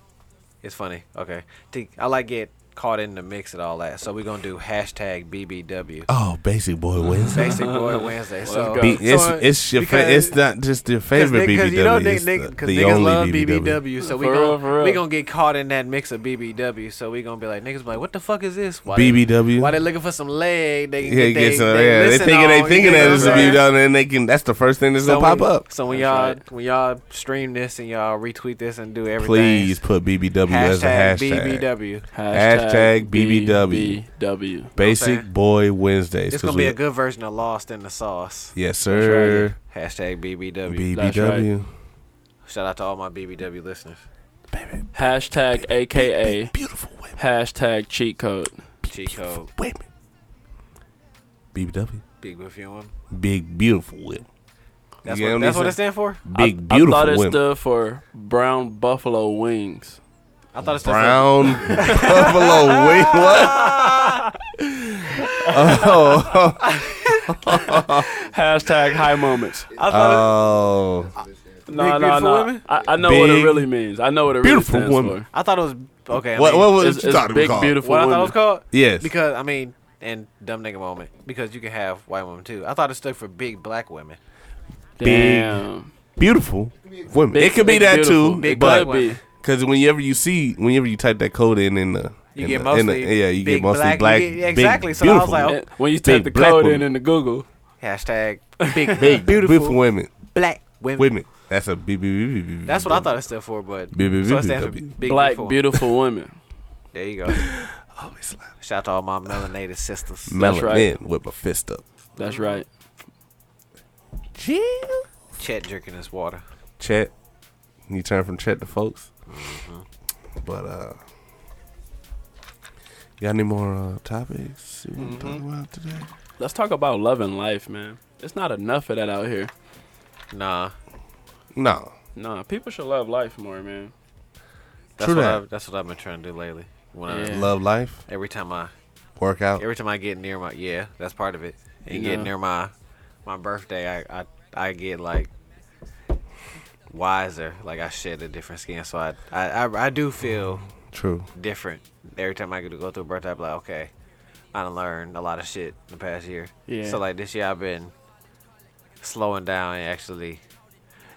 it's funny. Okay, T- I like get caught in the mix and all that. So we gonna do hashtag BBW. Oh, basic boy wins. Basic (laughs) Boy Wednesday. So, go. Be, so, it's it's your fa- because- it's not just your Cause, nigg- favorite BBW. cause you know, it's nigg- nigg- the, cause the niggas only love BBW. BBW, so we For real, for gonna real. we gonna get caught in that mix of BBW. So we gonna be like, niggas be like, what the fuck is this? Why They, BBW? why they looking for some leg? They, Yeah, they, it gets they, uh, yeah, they listen thinking they on, thinking you that know it's a what I'm saying? BBW, and then they can. That's the first thing that's gonna when- pop up. So when That's y'all right. when y'all stream this and y'all retweet this and do everything, Please put BBW as a hashtag hashtag. BBW. Hashtag BBW. BBW. Okay. Basic boy Wednesdays. It's 'cause gonna be we- a good version of Lost in the Sauce. Yes, sir. Hashtag BBW. That's BBW. Shout out to all my BBW listeners. Hashtag AKA. Beautiful women. Hashtag cheat code. Cheat code. Women. BBW. Big with you on. Big beautiful women. That's You get what I'm that's what it saying? stands for. Big I, beautiful I thought it women. stood for brown buffalo wings. I thought it stood for (laughs) Brown buffalo wing. What? (laughs) Oh, Hashtag (laughs) high moments. oh. No, no, beautiful no. women? I, I know what it Big, really means. I know what it beautiful really stands woman. I thought it was okay. I What? mean, What for. was It's, you it's thought it was big, called? beautiful what I women. thought it was called? Yes. Because I mean, and dumb nigga moment. Because you can have white women too. I thought it stood for big black women. Damn. beautiful women. Big- it could be big that beautiful. too, Big but black women. because whenever you see, whenever you type that code in, in the You get in the- in the- mostly yeah, you big get mostly black- black, you get- big, exactly, so I was beautiful like, And When you Big type the black code women. in in the Google, Hashtag (laughs) big big, beautiful, women, black women. women. That's a b b b b. That's what I thought it stood for, but Big, big, so it big, stands for big, big black beautiful. beautiful women. There (sighs) you go. Shout out to all my melanated sisters. Melon right. in with my fist up. That's right. Chet drinking his water. Chet. You turn from Chet to folks. Mm-hmm. But uh Y'all need more uh, topics you wanna talk Mm-hmm. about today? Let's talk about love and life, man. It's not enough of that out here. Nah, No. Nah, people should love life more, man. that's True what that. I've, that's what I've been trying to do lately. When I, Yeah. Love life, every time I work out. every time I get near my yeah, that's part of it. And get Yeah. near my my birthday, I, I I get like wiser. Like I shed a different skin, so I I I, I do feel True. different every time I go go through a birthday. I'm like, okay, I done learned a lot of shit in the past year. Yeah. So like this year, I've been slowing down and actually,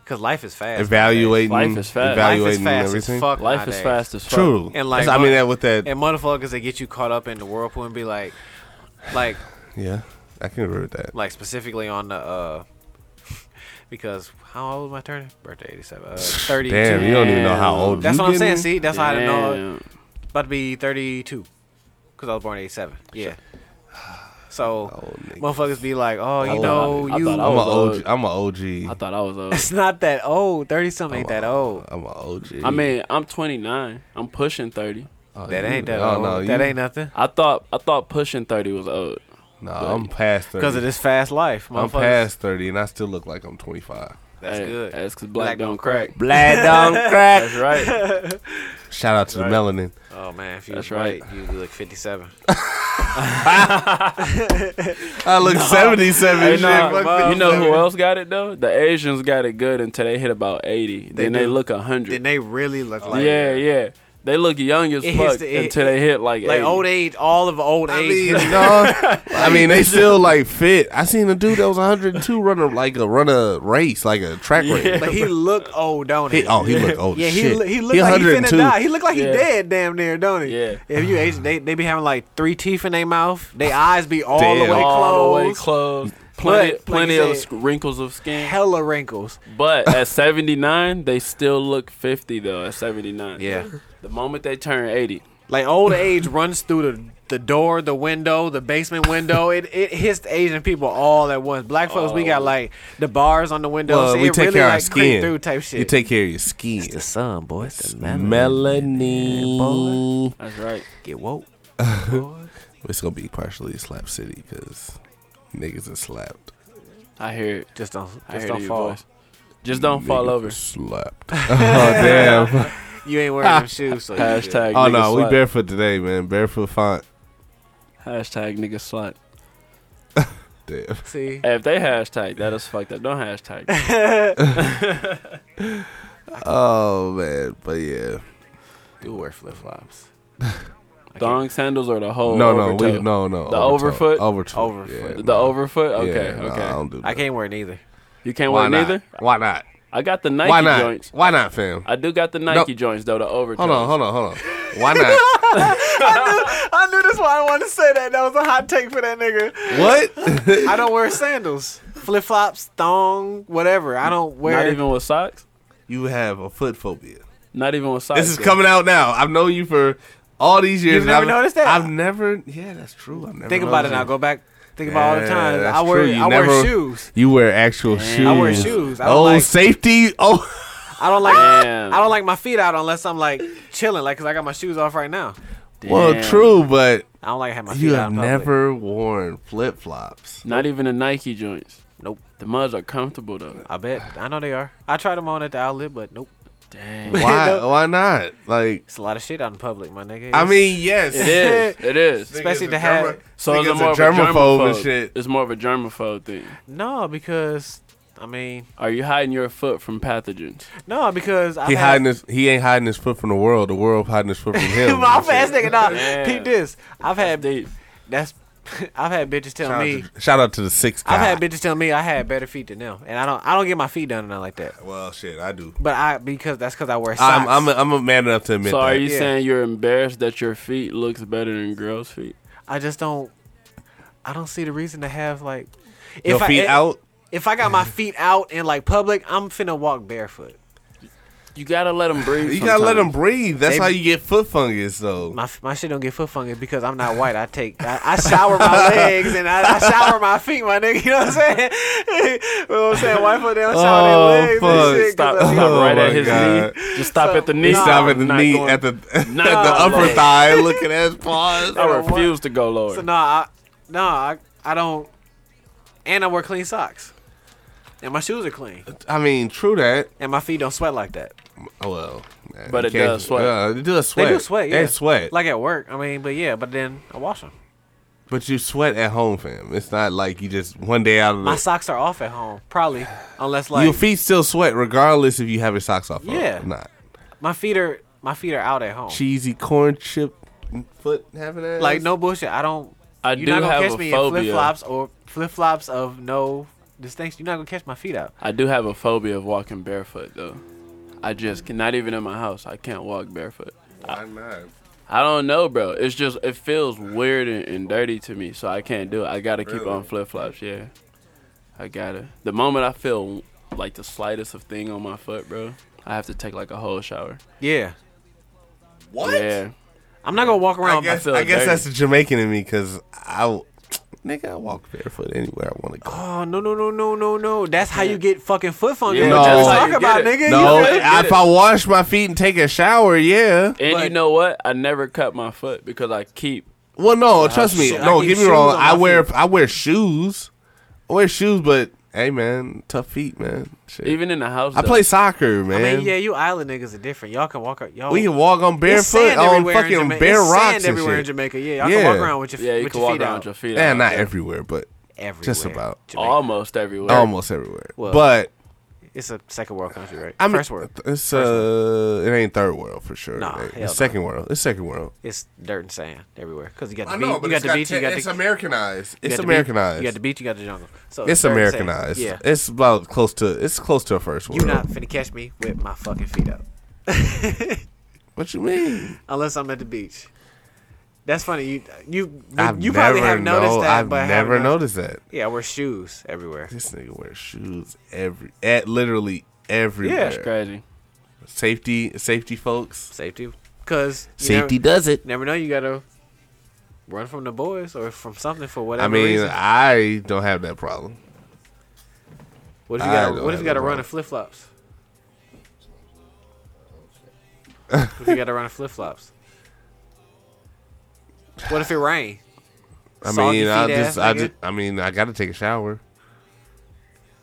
cause life is fast. Evaluating Life is fast. nowadays. Life is evaluating fast everything. as fuck. Life is nowadays. fast as fuck. True. And like That's- I mean my- that with that And motherfuckers, they get you caught up in the whirlpool and be like, like Yeah. I can agree with that. like specifically on the uh (laughs) because how old am I turning? Birthday eighty seven. Uh, thirty two. Damn, you don't even know how Damn. old That's you what I'm saying. getting. See, that's how I didn't know. Damn. About to be thirty two, because I was born eighty seven. Yeah. So Old nigga. motherfuckers be like, oh, you I know, thought I- I you. thought I I'm was a OG. old. I'm a OG. I thought I was (laughs) old. it's not that old. Thirty something ain't that old. I'm a OG. I mean, I'm 29. I'm pushing 30. Oh, That you- ain't that oh, old. no, that you- ain't nothing. I thought I thought pushing 30 was old. No, I'm past thirty. Because of this fast life, I'm motherfuckers. past thirty, and I still look like I'm 25. That's Hey, good. That's because black, Black don't don't crack. (laughs) Black don't crack. That's right. Shout out to the melanin. Oh man, if you That's was right. right, you'd be like fifty seven. I look 77. Hey, shit, nah, fuck you this know shit. who else got it though? The Asians got it good until they hit about 80. then they do. look 100. Then they really look like Oh, yeah, yeah. They look young as It hits fuck the- it- until they hit like, like 80. old age, all of old I age. mean, no, I mean, they still like fit. I seen a dude that was 102 running like a run a race, like a track race. (laughs) But he looked old, don't he? He, oh, he looked old. yeah, as he shit. look- he looked like he finna die. He looked like Yeah. he dead, damn near, don't he? Yeah. If you age, they they be having like three teeth in their mouth. Their eyes be all Damn. the way all the way closed. closed. like Plenty, you plenty of said- sc- wrinkles of skin. Hella wrinkles. But at 79, they still look 50 though. At 79, Yeah. The moment they turn 80, Like old age runs through the the door, the window, the basement window. It it hits the Asian people all at once. Black folks, we got like the bars on the windows. Well, so Uh, we it take really care of our like creep skin. through type shit. You take care of your skin. sun, boy. It's the Melanie. that's right. Get woke. It's gonna be partially slap city because niggas are slapped. I hear it. Just don't, I just hear don't your fall. voice. Just don't fall Niggas over. (laughs) are Slapped. (laughs) oh damn. You ain't wearing them shoes, so you good. Hashtag. Oh nigga no, we slut. barefoot today, man. Barefoot font. Hashtag nigga slut. Damn. See, Hey, if they hashtag, that is fucked up. Don't hashtag. (laughs) Oh man, but yeah. do wear flip flops. Thong sandals or the whole no, no, overtoe? we, no, no. The overfoot? overfoot, overtoe, Oh, Overfoot. Yeah, The overfoot? yeah, Okay, nah, okay. I don't do that. I can't wear neither. you can't Why wear not? neither? Why not? I got the Nike Why not? joints. Why not, fam? I do got the Nike joints though, the overtoe. Hold on, hold on, hold on. (laughs) Why not? I knew that's why I wanted to say that. That was a hot take for that nigga. (laughs) what? I don't wear sandals, flip flops, thong, whatever. I don't wear. Not even with socks? you have a foot phobia. Not even with socks. This is bro. coming out now. I've known you for all these years. You've and never I've- noticed that? I've never. Yeah, that's true. I've never. think about it noticed now. Go back. Think about all the Yeah, time. that's I wear. true. You I wear never- shoes. You wear actual shoes. I wear shoes. I don't oh, like- safety. Oh, (laughs) I don't like. Damn. I don't like my feet out unless I'm like chilling, like because I got my shoes off right now. well, Damn. true, but I don't like having my feet you out. have in public. never worn flip (laughs) flops. Not even the Nike joints. Nope. The muds are comfortable (laughs) though. I bet. I know they are. I tried them on at the outlet, but nope. Dang. Why? why not? Like, It's a lot of shit out in public, my nigga. I It's- (laughs) mean, yes, it is. It is. especially Niggas to a have. germa- So it's niggas more a of a germaphobe germaphobe and shit. It's more of a germaphobe thing. No, because I mean, Are you hiding your foot from pathogens? no, because I've He had, hiding his. He ain't hiding his foot from the world. The world hiding his foot from him. (laughs) my fast nigga. Nah, Yeah. peep this. I've had Deep. that's. (laughs) I've had bitches tell Shout out, me. to, shout out to the six guy. I've had bitches tell me I had better feet than them, and I don't. I don't get my feet done or nothing like that. well, shit, I do. But I because that's because I wear socks. I'm I'm a, I'm a man enough to admit So are that. you Yeah. saying you're embarrassed that your feet looks better than girls' feet? I just don't. I don't see the reason to have like. If Your I, feet if- out. If I got my feet out in like public, I'm finna walk barefoot. You gotta let them breathe. You gotta let them sometimes. breathe. That's They- how you get foot fungus, though. My, my shit don't get foot fungus because I'm not white. I take I, I shower (laughs) my legs and I, I shower my feet, my nigga. You know what I'm saying? (laughs) you know what I'm saying? White folk they don't Oh, shower their legs. fuck. And shit 'cause Stop, of- stop Oh right my at his God. knee. Just stop So- at the knee. He stopped at the I'm not knee going- at the (laughs) at the Not going upper low. thigh, looking at his paws. I refuse to go lower. So no, I, no, I, I don't. And I wear clean socks, and my shoes are clean, I mean, true that. and my feet don't sweat like that. Oh well, man, But you it can't- does sweat. Uh, it does They sweat. do sweat. Yeah. They sweat. Like at work. I mean, but yeah, but then I wash them. but you sweat at home, fam. It's not like you just one day out of My the. socks are off at home, probably, unless like your feet still sweat regardless if you have your socks off. or Yeah. not my feet are my feet are out at home. cheesy corn chip foot having ass. Like no bullshit. I don't. I you're do not gonna have catch a me phobia. in flip flops or flip flops of no distinction. You're not gonna catch my feet out. I do have a phobia of walking barefoot though. I just can not even in my house. I can't walk barefoot. Why not? I don't know, bro. It's just it feels weird and, and dirty to me, so I can't do it. I gotta keep Really? on flip flops. Yeah, I gotta. The moment I feel like the slightest of thing on my foot, bro, I have to take like a whole shower. Yeah, What? Yeah, I'm not gonna walk I around. guess, feel I guess dirty. that's the Jamaican in me because I, nigga, I walk barefoot anywhere I want to (gasps) go. Oh no no no no no no! That's how you get fucking foot fungus. Yeah, what you that's how talk you about, get it. nigga? No, You feel me? if I wash my feet and take a shower, yeah. and you But- know what? I never cut my foot because I keep. Well, no, trust me. shit, I No, keep get me shoes wrong. on I my wear I wear shoes. I wear shoes, but hey, man, tough feet, man. Shit. Even in the house, I though, play soccer, man. I mean, yeah, you island niggas are different. Y'all can walk out. Y'all We can walk on It's barefoot sand on everywhere in fucking Jama- bare it's rocks Sand and everywhere in shit. Jamaica. Yeah, y'all can walk Yeah. around with your Yeah, you with can your walk feet around out. with your feet. Yeah, out. Eh, not Yeah. everywhere, but everywhere. just about. Jamaica. almost everywhere. almost everywhere. Well, but It's a second world country, right? I mean, First world. It's uh, it ain't third world for sure. Nah, It ain't. hell it's no. second world. It's second world. It's dirt and sand everywhere because you got I the know, but beach, you got it's the beach, you te- got the it's Americanized. you It's got the beach, Americanized. You got the beach, you got the jungle. So It's dirt and sand. Americanized. Yeah, It's about close to it's close to a first world. you not finna catch me with my fucking feet out What you mean? unless I'm at the beach. That's funny. You you I've you probably never have noticed know- that, I've but I never haven't noticed that. Yeah, I wear shoes everywhere. This nigga wears shoes every at literally everywhere. It's crazy. Safety safety folks. Safety, because Safety does it. never know you gotta run from the boys or from something for whatever I mean, reason. I don't have that problem. what if you I gotta, don't what if you have gotta a run problem. in flip (laughs) flops? if you gotta run in flip flops, what if it (laughs) rain? I Soggy mean, I feet ass just, I nigga. just, I mean, I got to take a shower.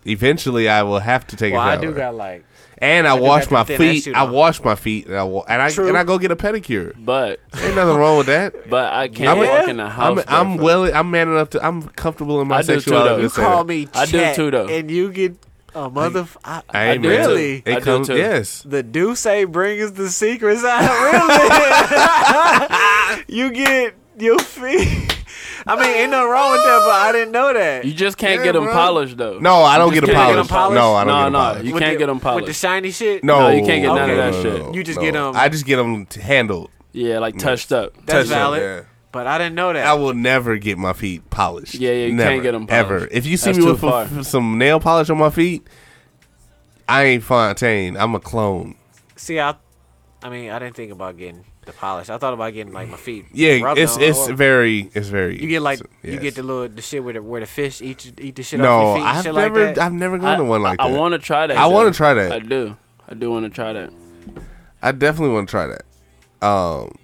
Eventually, I will have to take Well, a I shower. do got like and I, do wash got my the thin ass feet. shoe I now. wash my feet, and I wa- and I True. and I go get a pedicure. But Ain't nothing wrong with that. but I can't I'm- walk in the house. I'm, I'm barefoot. willing. I'm man enough to. I'm comfortable in my I do too, though. You sexuality. you et cetera. call me. I do Chet too, though. and you get a mother. I, I ain't do man. really? I It do comes. too. Yes. The do say brings the secrets out. Really? (laughs) you get your feet. (laughs) I mean, ain't nothing wrong with that, but I didn't know that. You just can't Yeah, get them bro. polished though. No, I don't get a can't get 'em polish. polished? No, I don't No, get a no, polish. you can't the, get 'em with the polished. shiny shit. No, you can't get none of that shit. You just get 'em- I just get them handled. Yeah, like touched up. that's touch up, valid. yeah. But I didn't know that. I will never get my feet polished. Yeah, yeah, you never, can't get 'em ever. polished. If you see That's me too with f- far. f- some nail polish on my feet, I ain't Fontaine. I'm a clone. See, I, I mean, I didn't think about getting the polish. I thought about getting like my feet. Yeah, rubbed it's on, it's or- very it's very. you get like you yes. get the little the shit where the where the fish eat eat the shit No, off your feet. and I've shit never Like that. I've never gone to one like I, that. want to try that. I wanna though. try that. I do. I do want to try that. I definitely want to try that. Um,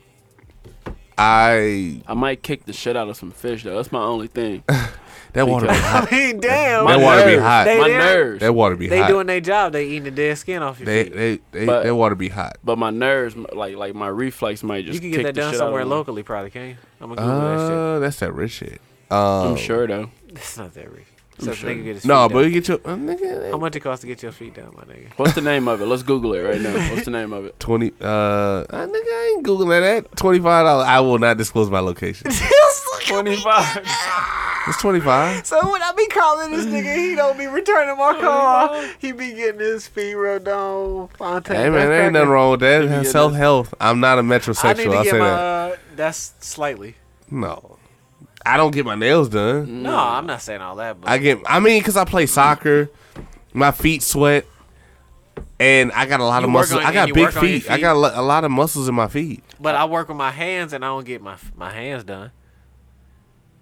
I I might kick the shit out of some fish though. That's my only (laughs) thing. that water be Because- hot. I mean, (laughs) damn. That My water be nerves. hot. They- my they- nerves. That water be they hot. doing their job. They eating the dead skin off your they feet. they they But- that water be hot. but my nerves, m- like like my reflex, might just you can kick get that the done shit out of somewhere me. locally, probably. Can you? I'm gonna Google that Uh, that's that rich shit. I'm Um, sure though. shit. That's not that rich. So if nigga get his no, feet but done. you get your uh, nigga, how much it cost to get your feet done, my nigga? What's the name of it? Let's Google it (laughs) right now. What's the name of it? Twenty. Uh, I think I ain't googling that. Twenty five dollars. I will not disclose my (laughs) location. Twenty five. It's twenty five. So when I be calling this nigga, he don't be returning my call. He be getting his feet rubbed on. Fontaine. Hey man, there ain't nothing wrong with that. get Self health. I'm not I a need metrosexual. to I'll get say my. that. Uh, that's slightly. No, I don't get my nails done. No, I'm not saying all that, but I get. I mean, cause I play soccer. My feet sweat. and I got a lot You of work muscles. on- I and got you big work on your feet. I got a lo- a lot of muscles in my feet. But I work with my hands and I don't get my my hands done.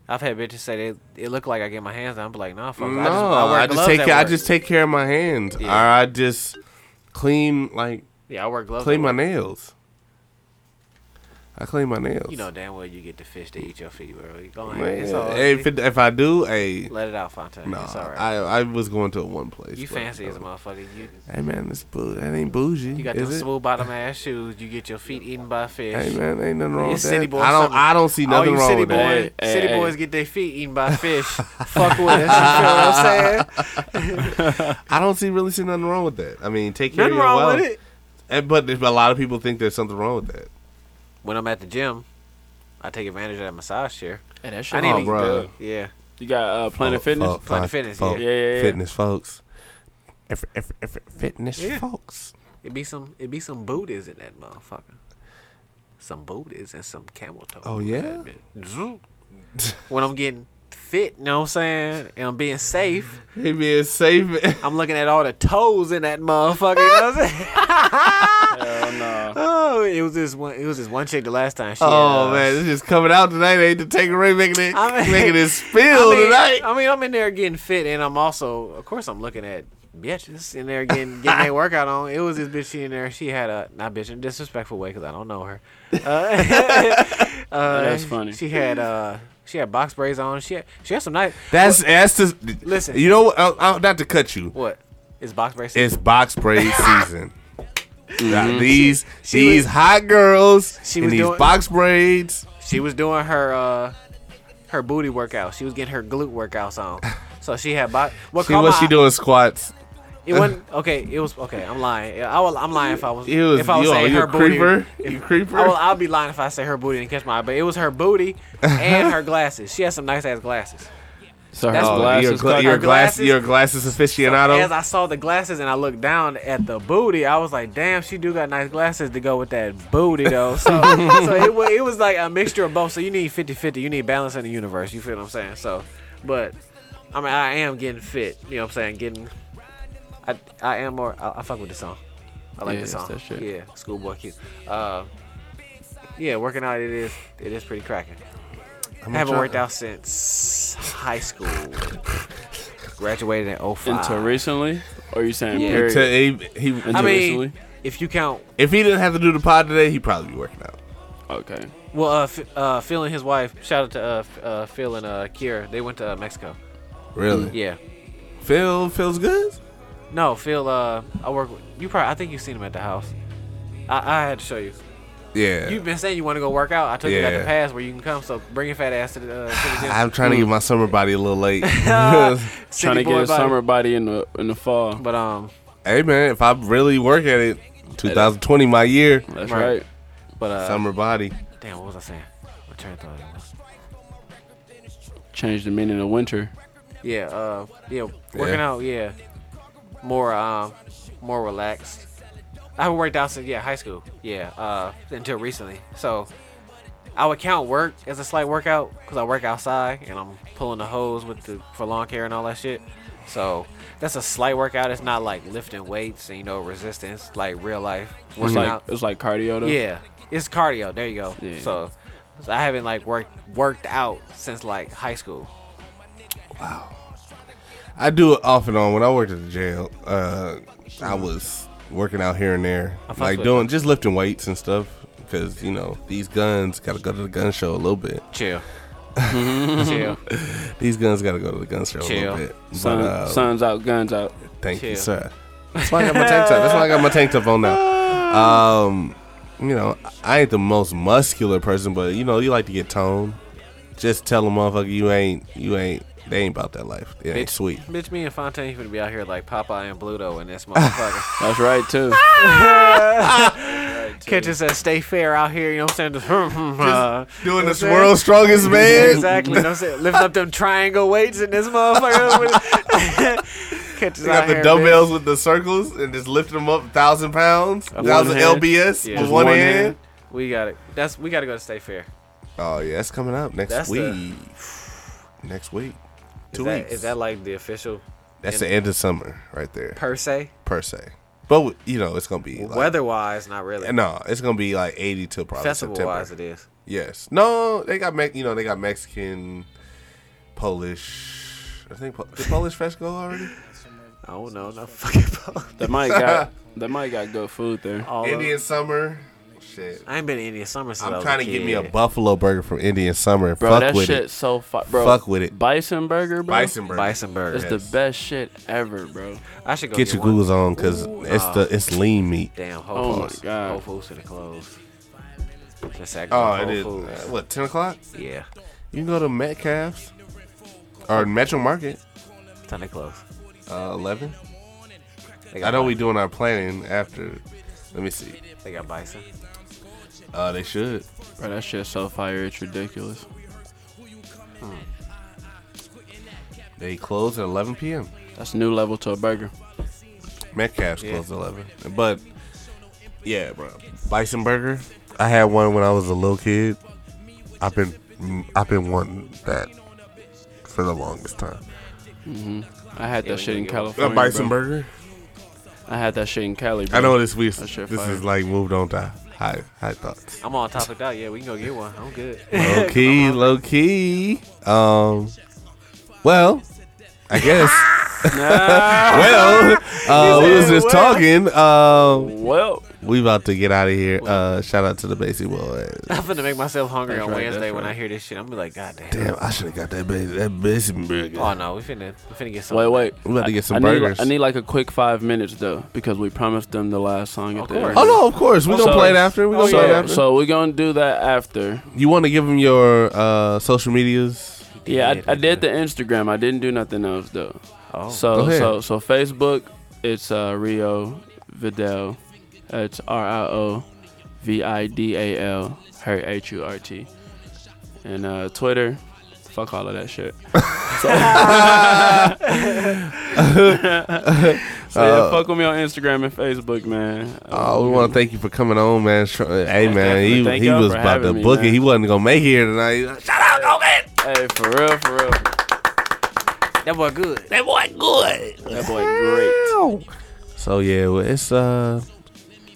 I've had bitches say they it look like I get my hands done. I'm like, nah, fuck. No, it. I just, I wear gloves take at care. I work. just take care of my hands. Yeah. Or I just clean like yeah, I wear gloves. clean at my work. nails. I clean my nails. You know damn well you get the fish to eat your feet, bro. You Go Man, ahead. It's all hey, if, it, if I do, hey, let it out, Fontaine. no, it's all right. I I was going to one place. you but, fancy uh, as a motherfucker. You Hey man, this boo- that ain't bougie. you got is them it? smooth bottom ass shoes. You get your feet eaten by fish. Hey man, ain't nothing wrong You with that. city boy I don't summer. I don't see All nothing you wrong city with boy, that. that. Hey, city hey, boys hey. get their feet eaten by (laughs) fish. Fuck with us. You feel what I'm saying? I don't see really see nothing wrong with that. I mean, take care Nothing of your wrong wealth. with it. Eh, But there's- but a lot of people think there's something wrong with that. When I'm at the gym, I take advantage of that massage chair. Hey, that shit I need oh, to- look bruh. good. Yeah. You got uh, Planet Folk- Fitness? folk- Planet folk- Fitness, folk- yeah. Yeah, yeah, yeah. fitness folks. Eff- eff- eff- fitness Yeah. folks. It be some it be some booties in that motherfucker. Some booties and some camel toe. Oh, yeah? Zoom. when I'm getting fit, you know what I'm saying? And I'm being safe. Hey man, save it. I'm looking at all the toes in that motherfucker. You know what I'm saying? (laughs) Hell no. (laughs) Oh, it was this one. It was this one chick the last time. She, (laughs) Oh uh, man, it's just coming out tonight. Ain't the take away making it I mean- (laughs) making it I spill mean, tonight. I mean, I'm in there getting fit, and I'm also, of course, I'm looking at bitches in there getting getting (laughs) their workout on. It was this bitch she in there. She had a not bitch in a disrespectful way because I don't know her. Uh, (laughs) uh, Oh, that's funny. She had uh, she had box braids on. She had, she had some nice. That's that's the Listen. You know what? Uh, uh, not to cut you. What is box braids? It's (laughs) box braid season. Now, These she these was- hot girls she in was these doing- box braids. she was doing her uh, her booty workout. She was getting her glute workouts on. So she had box. What See caught what my she eye- doing squats. It wasn't okay. It was okay. I'm lying. I will, I'm lying if I was It was if I was yo, saying you her a creeper. booty. You creeper. I will, I'll be lying if I say her booty and catch my eye, but it was her booty and her glasses. She has some nice ass glasses. So her That's- Oh, glasses your, gla- cut- your Her glass, glasses- your glasses aficionado. As I saw the glasses and I looked down at the booty, I was like, "Damn, she do got nice glasses to go with that booty though." So, so it was it was like a mixture of both. So you need 50-50. You need balance in the universe. You feel what I'm saying? So, but I mean, I am getting fit. You know what I'm saying? Getting, I I am more. I, I fuck with the song. I like Yeah, the it's song. that shit. Yeah, Schoolboy Q. Uh, yeah, working out it is it is pretty cracking. I haven't try- worked out since high school. Graduated in 05. Until recently? Or you saying Yeah. period? To- he- he- Until I mean, recently? if you count, if he didn't have to do the pod today, he'd probably be working out. Okay. well, uh, F- uh, Phil and his wife. Shout out to uh, F- uh, Phil and uh, Kira. They went to uh, Mexico. Really? Yeah. Phil feels good. No, Phil. Uh, I work with you. Probably. I think you've seen him at the house. I, I had to show you. Yeah. You've been saying you want to go work out. I told you about Yeah. the pass where you can come. So bring your fat ass to the, uh, to the gym. I'm trying to get my summer body a little (laughs) late. (laughs) City Trying to boy get a body. summer body in the in the fall. But um, hey man, if I really work at it, 2020 my year, That's Right. right. but uh, summer body. damn, what was I saying? My train of thought. was- Change the meaning of winter. Yeah. Uh, yeah. Working Yeah. out. Yeah. More um, more relaxed. I haven't worked out since yeah high school. Yeah. Uh, until recently. So I would count work as a slight workout because I work outside and I'm pulling the hose with the for lawn care and all that shit. So that's a slight workout. It's not like lifting weights and you know resistance like real life It's working like out. it's like cardio though. Yeah, it's cardio. There you go. Yeah. So, so I haven't like worked worked out since like high school. I do it off and on. When I worked at the jail, uh, I was working out here and there, I fucks like with doing just lifting weights and stuff. Cause you know these guns gotta go to the gun show a little bit. (laughs) Chill. Chill. These guns gotta go to the gun show a Chill. little bit. But, Sun, uh, sun's out, guns out. Thank you, Chill. sir. That's why I got my tank top. That's why I got my tank top (laughs) on now. Um, you know, I ain't the most muscular person, but you know, you like to get toned. Just tell a motherfucker you ain't, you ain't, they ain't about that life. It ain't Bitch. sweet. Bitch, me and Fontaine finna be out here like Popeye and Bluto and (laughs) this motherfucker. That's right too. (laughs) Catch us at uh, Stay Fair out here, you know what I'm saying? Just, (laughs) uh, you Doing know this what I'm saying? world's strongest man. Exactly, you know what I'm saying? Lift up them triangle weights and this motherfucker. Catch us They got out the here, dumbbells with the circles and just lift them up a thousand pounds, With one thousand hand. lbs Yeah. with Just one, one hand. hand. bitch. We got it. That's we gotta go to Stay Fair. Oh yeah, that's coming up next That's week. the- next week, Is two that- weeks. Is that like the official that's the end of summer right there, per se? per se. But you know, it's gonna be like, Weather wise, not really. No, it's gonna be like eighty till probably Festival September. wise, it is. Yes. No, they got me- you know they got Mexican, Polish. I think po- did Polish Fest go already. Oh no, not fucking. That might got that might got good food (laughs) there. All of- Indian summer. Shit. I ain't been to Indian summer since I I'm was trying a to get me a kid. buffalo burger from Indian Summer. and Bro, Fuck that with shit it. so fu- bro. Fuck with it. Bison burger, bro. Bison burger. Bison burger. It's Yes. the best shit ever, bro. I should go Get get your one. googles on because it's the it's lean meat. Damn, Oh, Whole my Foods. God. Whole Foods gonna close. That's actually Oh, Whole it is. Foods. uh, What ten o'clock? Yeah, You can go to Metcalf's or Metro Market. time to close. Uh, Eleven. They I know bi- we doing our planning after. Let me see. They got bison. Uh, they should. Bro, that shit so fire. It's ridiculous. They close at 11 p.m. That's new level to a burger. Metcalf's closed at 11. But yeah, bro. Bison burger. I had one when I was a little kid. I've been mm, I've been wanting that for the longest time. I had that shit in A California. bison Oh, bro. burger. I had that shit in Cali. Bro. I know this we That shit this fire. is like moved on to high high thoughts. I'm on topic that. Yeah, we can go get one. (laughs) I'm good. Low key, low key. Um, well, (laughs) I guess. (laughs) well, uh, we was just talking. Um, Well, We about to get out of here. Uh, shout out to the Basie Boy. I'm finna make myself hungry That's on right, Wednesday that's when right. I hear this shit. I'm gonna be like, God damn. Damn, I should have got that Basie, that Basie burger. Oh no, we finna we finna get some. wait, wait. We about to get some I need, burgers. I need like a quick five minutes though, because we promised them the last song. Of at the end. course. oh no, of course we gonna So- play it after. We gonna So, play it after. so we're gonna do that after. you want to give them your uh, social medias? Yeah, did, I, I he did the Instagram. I didn't do nothing else though. Oh. Go So ahead. so so Facebook, it's uh, Rio Vidal. It's R I O V I D A L her H U R T. And uh, Twitter, fuck all of that shit. (laughs) so, so yeah, fuck with me on Instagram and Facebook, man. Oh, we want to thank you for coming on, man. Tr- Hey, man, definitely. he, Mm. Thank he y'all was for about to having me, book it. man. He wasn't gonna make it here tonight. Shout out, go get Hey, for real, for real. That boy good. that boy good. That boy great. So yeah, well, it's uh,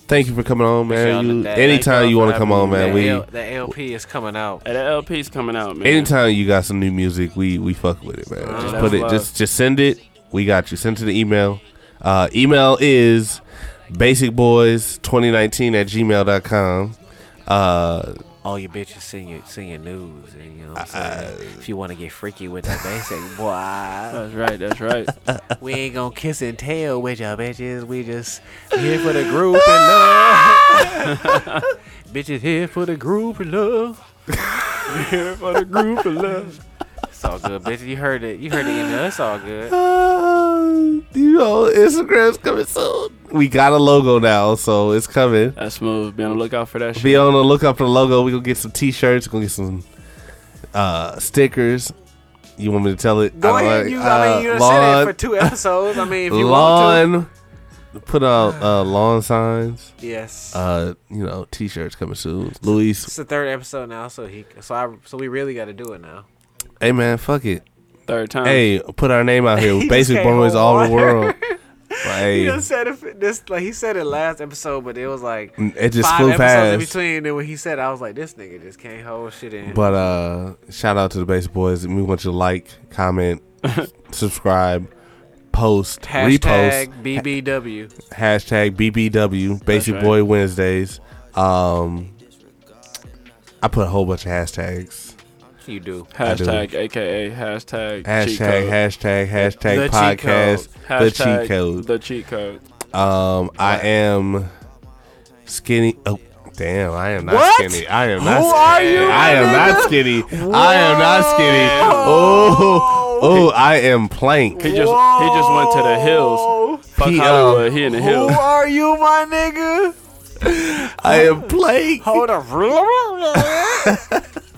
thank you for coming on, man. y'all You, that- anytime thank you y'all want to for come on, having me, man. man, we. L- the LP is coming out. Hey, that LP's coming out, man. Anytime you got some new music, we we fuck with it, man. Just that's put it, love. just just send it. We got you. Send to the email. Uh, email is basicboys2019 at gmail.com. Uh, All you bitches send your send your news, and you know what I'm saying. if you wanna get freaky with that basic boy, That's right. That's right. (laughs) we ain't gonna kiss and tell with y'all bitches. We just here for the group and love. (laughs) bitches here for the group and love. Here for the group of love. It's all good, bitches. You heard it. You heard it. In It's all good. uh, you know, Instagram's coming soon. We got a logo now, so it's coming. That's smooth. Be on the lookout for that shit. Be on the lookout for the logo. We're going to get some t shirts. We're going to get some uh, stickers. You want me to tell it? Go I don't ahead. like- You, I mean, uh, you done said it for lawn- two episodes. I mean, if you want lawn. Put out uh, lawn signs. to, yes. Uh, you know, t-shirts coming soon. Luis, it's the third episode now, so he, so I, so we really got to do it now. hey man, fuck it. Third time. Hey, put our name (laughs) out here. He Basic just came boys on all the water. (laughs) world. But, He hey, done said it f- this, like he said it last episode, but it was like it just five episodes flew in past. between. And when he said, it, I was like, this nigga just can't hold shit in. But uh, shout out to the Basic Boys. We want you to like, (laughs) comment, subscribe, post, repost. Hashtag BBW. hashtag BBW Basic right. Boy Wednesdays. Um, I put a whole bunch of hashtags. You do. Hashtag AKA hashtag cheat Hashtag code. hashtag hashtag The cheat podcast. The Hashtag cheat code. The cheat code. Um, I am skinny. Oh, damn! I am not What? skinny. I am not. Who skinny. are you, I am not skinny. I am not skinny. Oh, oh! I am plank. He just he just went to the hills. Fuck He, um, Hollywood. he in the hills. Who are you, my nigga? I am plank. Hold up.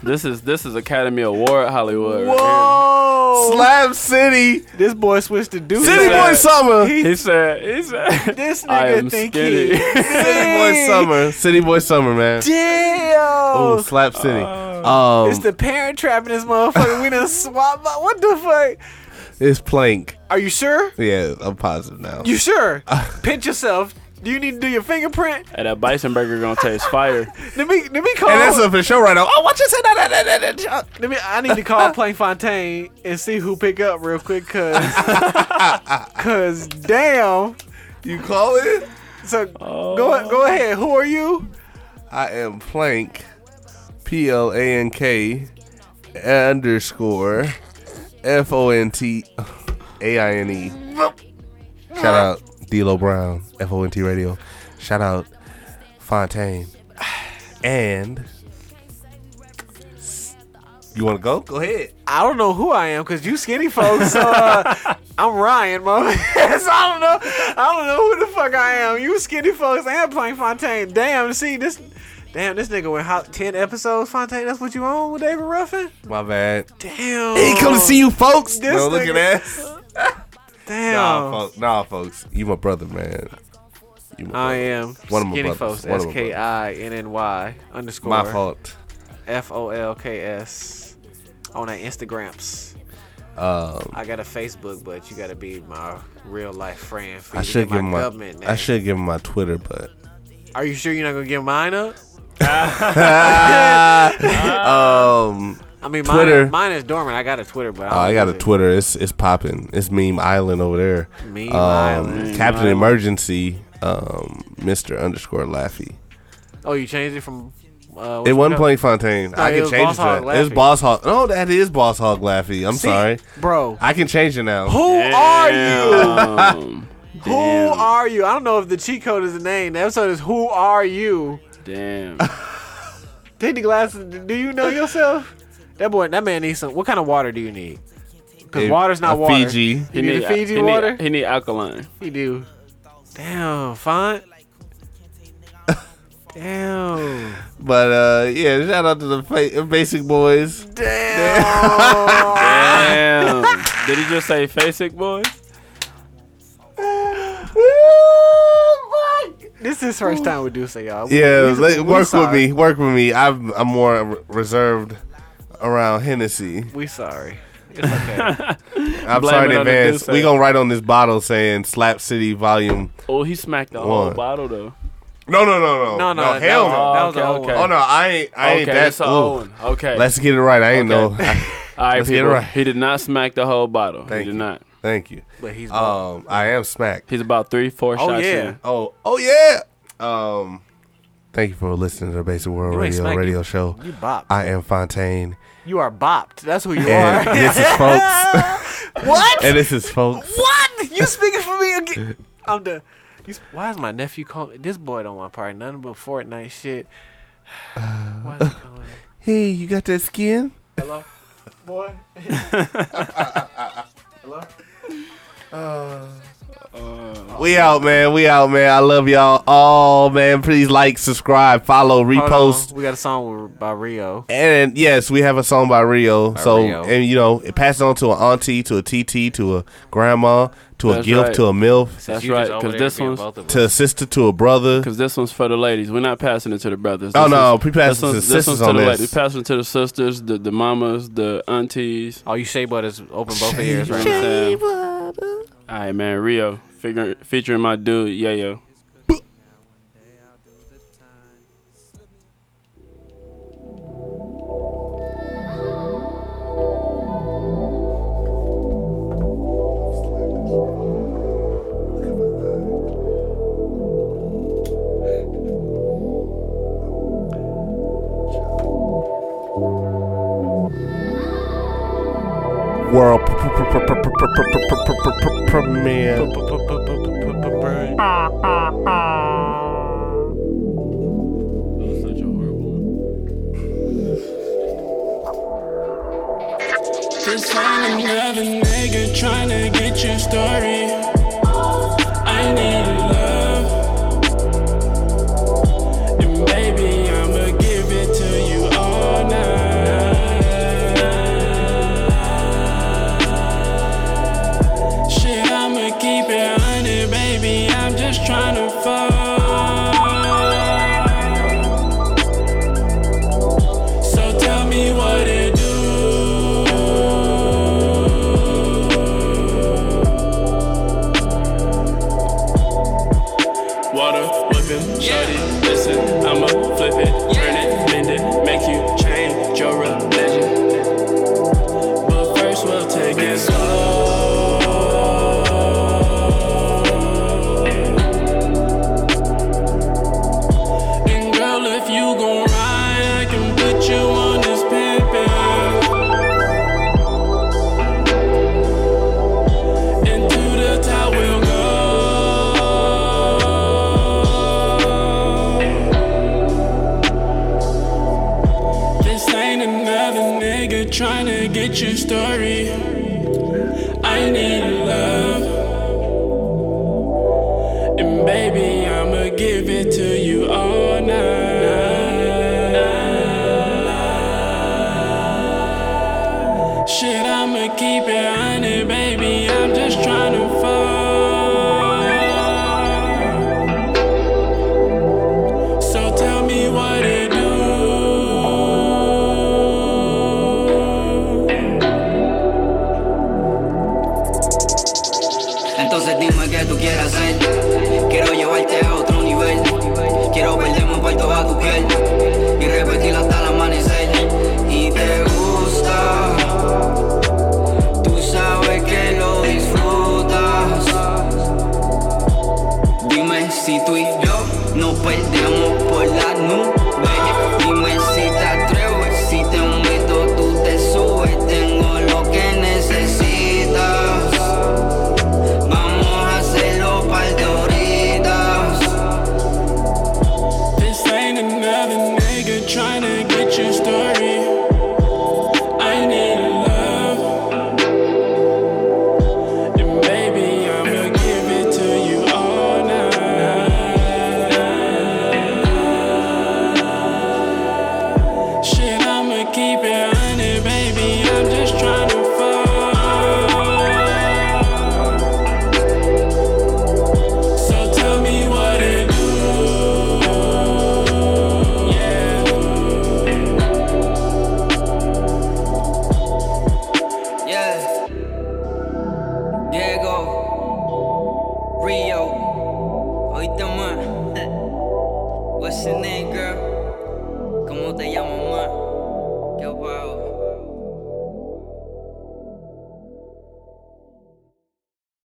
This is this is Academy Award Hollywood. right Whoa. Slab City, This boy switched to do City Boy Summer, here. He said he said This (laughs) I nigga am think skinny. he. (laughs) City Boy Summer, City Boy Summer, man. Damn. Oh, Slap City. Um, (laughs) It's the parent trapping this motherfucker. We done swap. my- What the fuck? it's plank. Are you sure? Yeah, I'm positive now. You (laughs) sure? Uh, Pinch yourself. Do you need to do your fingerprint? And that bison burger gonna taste fire. Let me let me call. and that's up for the show right now. Oh, what you said? Nah, nah, nah, nah, nah, nah. let me. I need to (laughs) call Plainfontaine and see who pick up real quick, cause, (laughs) cause damn. You call it? So go go ahead. Who are you? I am Plank, P L A N K underscore F O N T A I N E. Shout out D'Lo Brown, F O N T Radio. Shout out Fontaine. And you want to go? Go ahead. I don't know who I am because you skinny folks. So, (laughs) uh, I'm Ryan, mom. (laughs) so I don't know. I don't know who the fuck I am. You skinny folks and playing Fontaine. Damn, see this. Damn, this nigga went hot ten episodes. Fontaine, that's what you on with David Ruffin? My bad. Damn. He come to see you, folks. This no, look at nigga- that. Damn. Nah, folks. Nah, folks. You my brother, man. You I my brother. am One of my skinny brothers. folks. One S of my K I N N Y underscore. My fault. F O L K S on our Instagrams. Um, I got a Facebook, but you gotta be my real life friend. For you I to should get give my, my. government. Name. I should give him my Twitter, but uh, Are you sure you're not gonna give mine (laughs) up? um, I mean, Twitter. Mine, mine is dormant. I got a Twitter, but I, oh, don't I got a use it. Twitter. It's it's popping. It's meme island over there. Meme um, Island. Captain Emergency, um, Mister Underscore Laffy. Oh, you changed it from. Uh, It wasn't Plain Fontaine. I it can was Boss change it. To Hog that. It's Laffy. Boss Hog. No, that is Boss Hog Laffy. I'm sorry. bro. I can change it now. Who are you? Um, Who are you? I don't know if the cheat code is the name. The episode is Who Are You? damn. Take the glasses. Do you know yourself? That boy, that man needs some. What kind of water do you need? Because A- water's not a water. Fiji. You need, a Fiji he need- water? he need alkaline. He do. Damn, fine. Damn. But uh, yeah, shout out to the fa- Basic Boys. Damn. Damn. (laughs) Did he just say Faceic boy? this is his first time with Deuce, y'all. We- Yeah, we- like, we work with sorry. me. Work with me. I'm I'm more re- reserved around Hennessy. We sorry. It's okay. I'm Blame sorry it in on the advance. Deuce. We gonna write on this bottle saying Slap City Volume. Oh, he smacked the whole One. bottle though. No, no, no, no, no, no, hell that no. was, that was Okay, an old okay. one. Oh no, I ain't. I ain't okay, that. that's an ooh. old one. Okay. Let's get it right. I ain't (laughs) Okay. know. All right, let's get it people. right. He did not smack the whole bottle. Thank he did you. not. Thank you. But he's Um, I am smacked. He's about three, four Oh, shots yeah. in. Oh, oh yeah. Um, thank you for listening to the Basic World You ain't Radio smacked. Radio Show. you bopped. I am Fontaine, you are bopped. That's who you and (laughs) are. this is folks. (laughs) what? and this is folks. What? You speaking for me again? I'm the. You, sp- why is my nephew calling? This boy don't want part of nothing but Fortnite shit. Why is he calling? Hey, you got that skin? Hello, boy. Uh, Uh, We out, man. We out, man. I love y'all all, man. Please like, subscribe, follow, Hold repost. on. We got a song with- by Rio. And yes, we have a song by Rio. so, Rio. and you know, it passed on to an auntie, to a TT, to a grandma, to a That's gift, right. to a MILF, That's You right. just over Because there this being one's both of us. to a sister, to a brother. because this one's for the ladies. We're not passing it to the brothers. Oh, This no, one's- we passing to one's- the sisters one's on to the this. ladies. We passing it to the sisters, the the mamas, the aunties. All you Shea Butters open both their ears You (laughs) know right what I'm now. saying? All right, man. Rio, figure, featuring my dude, yeah, yo. World pr- pr- pr- pr- pr- pr- pr- pr- pr- pr- pr- pr- premiere. This ain't another nigga tryna get your story. I need love. And baby, I'ma give it to you all night. Shit, I'ma keep it honest, baby. I'm just tryna fall. So tell me what it do. tryna get your story. I need love. (laughs)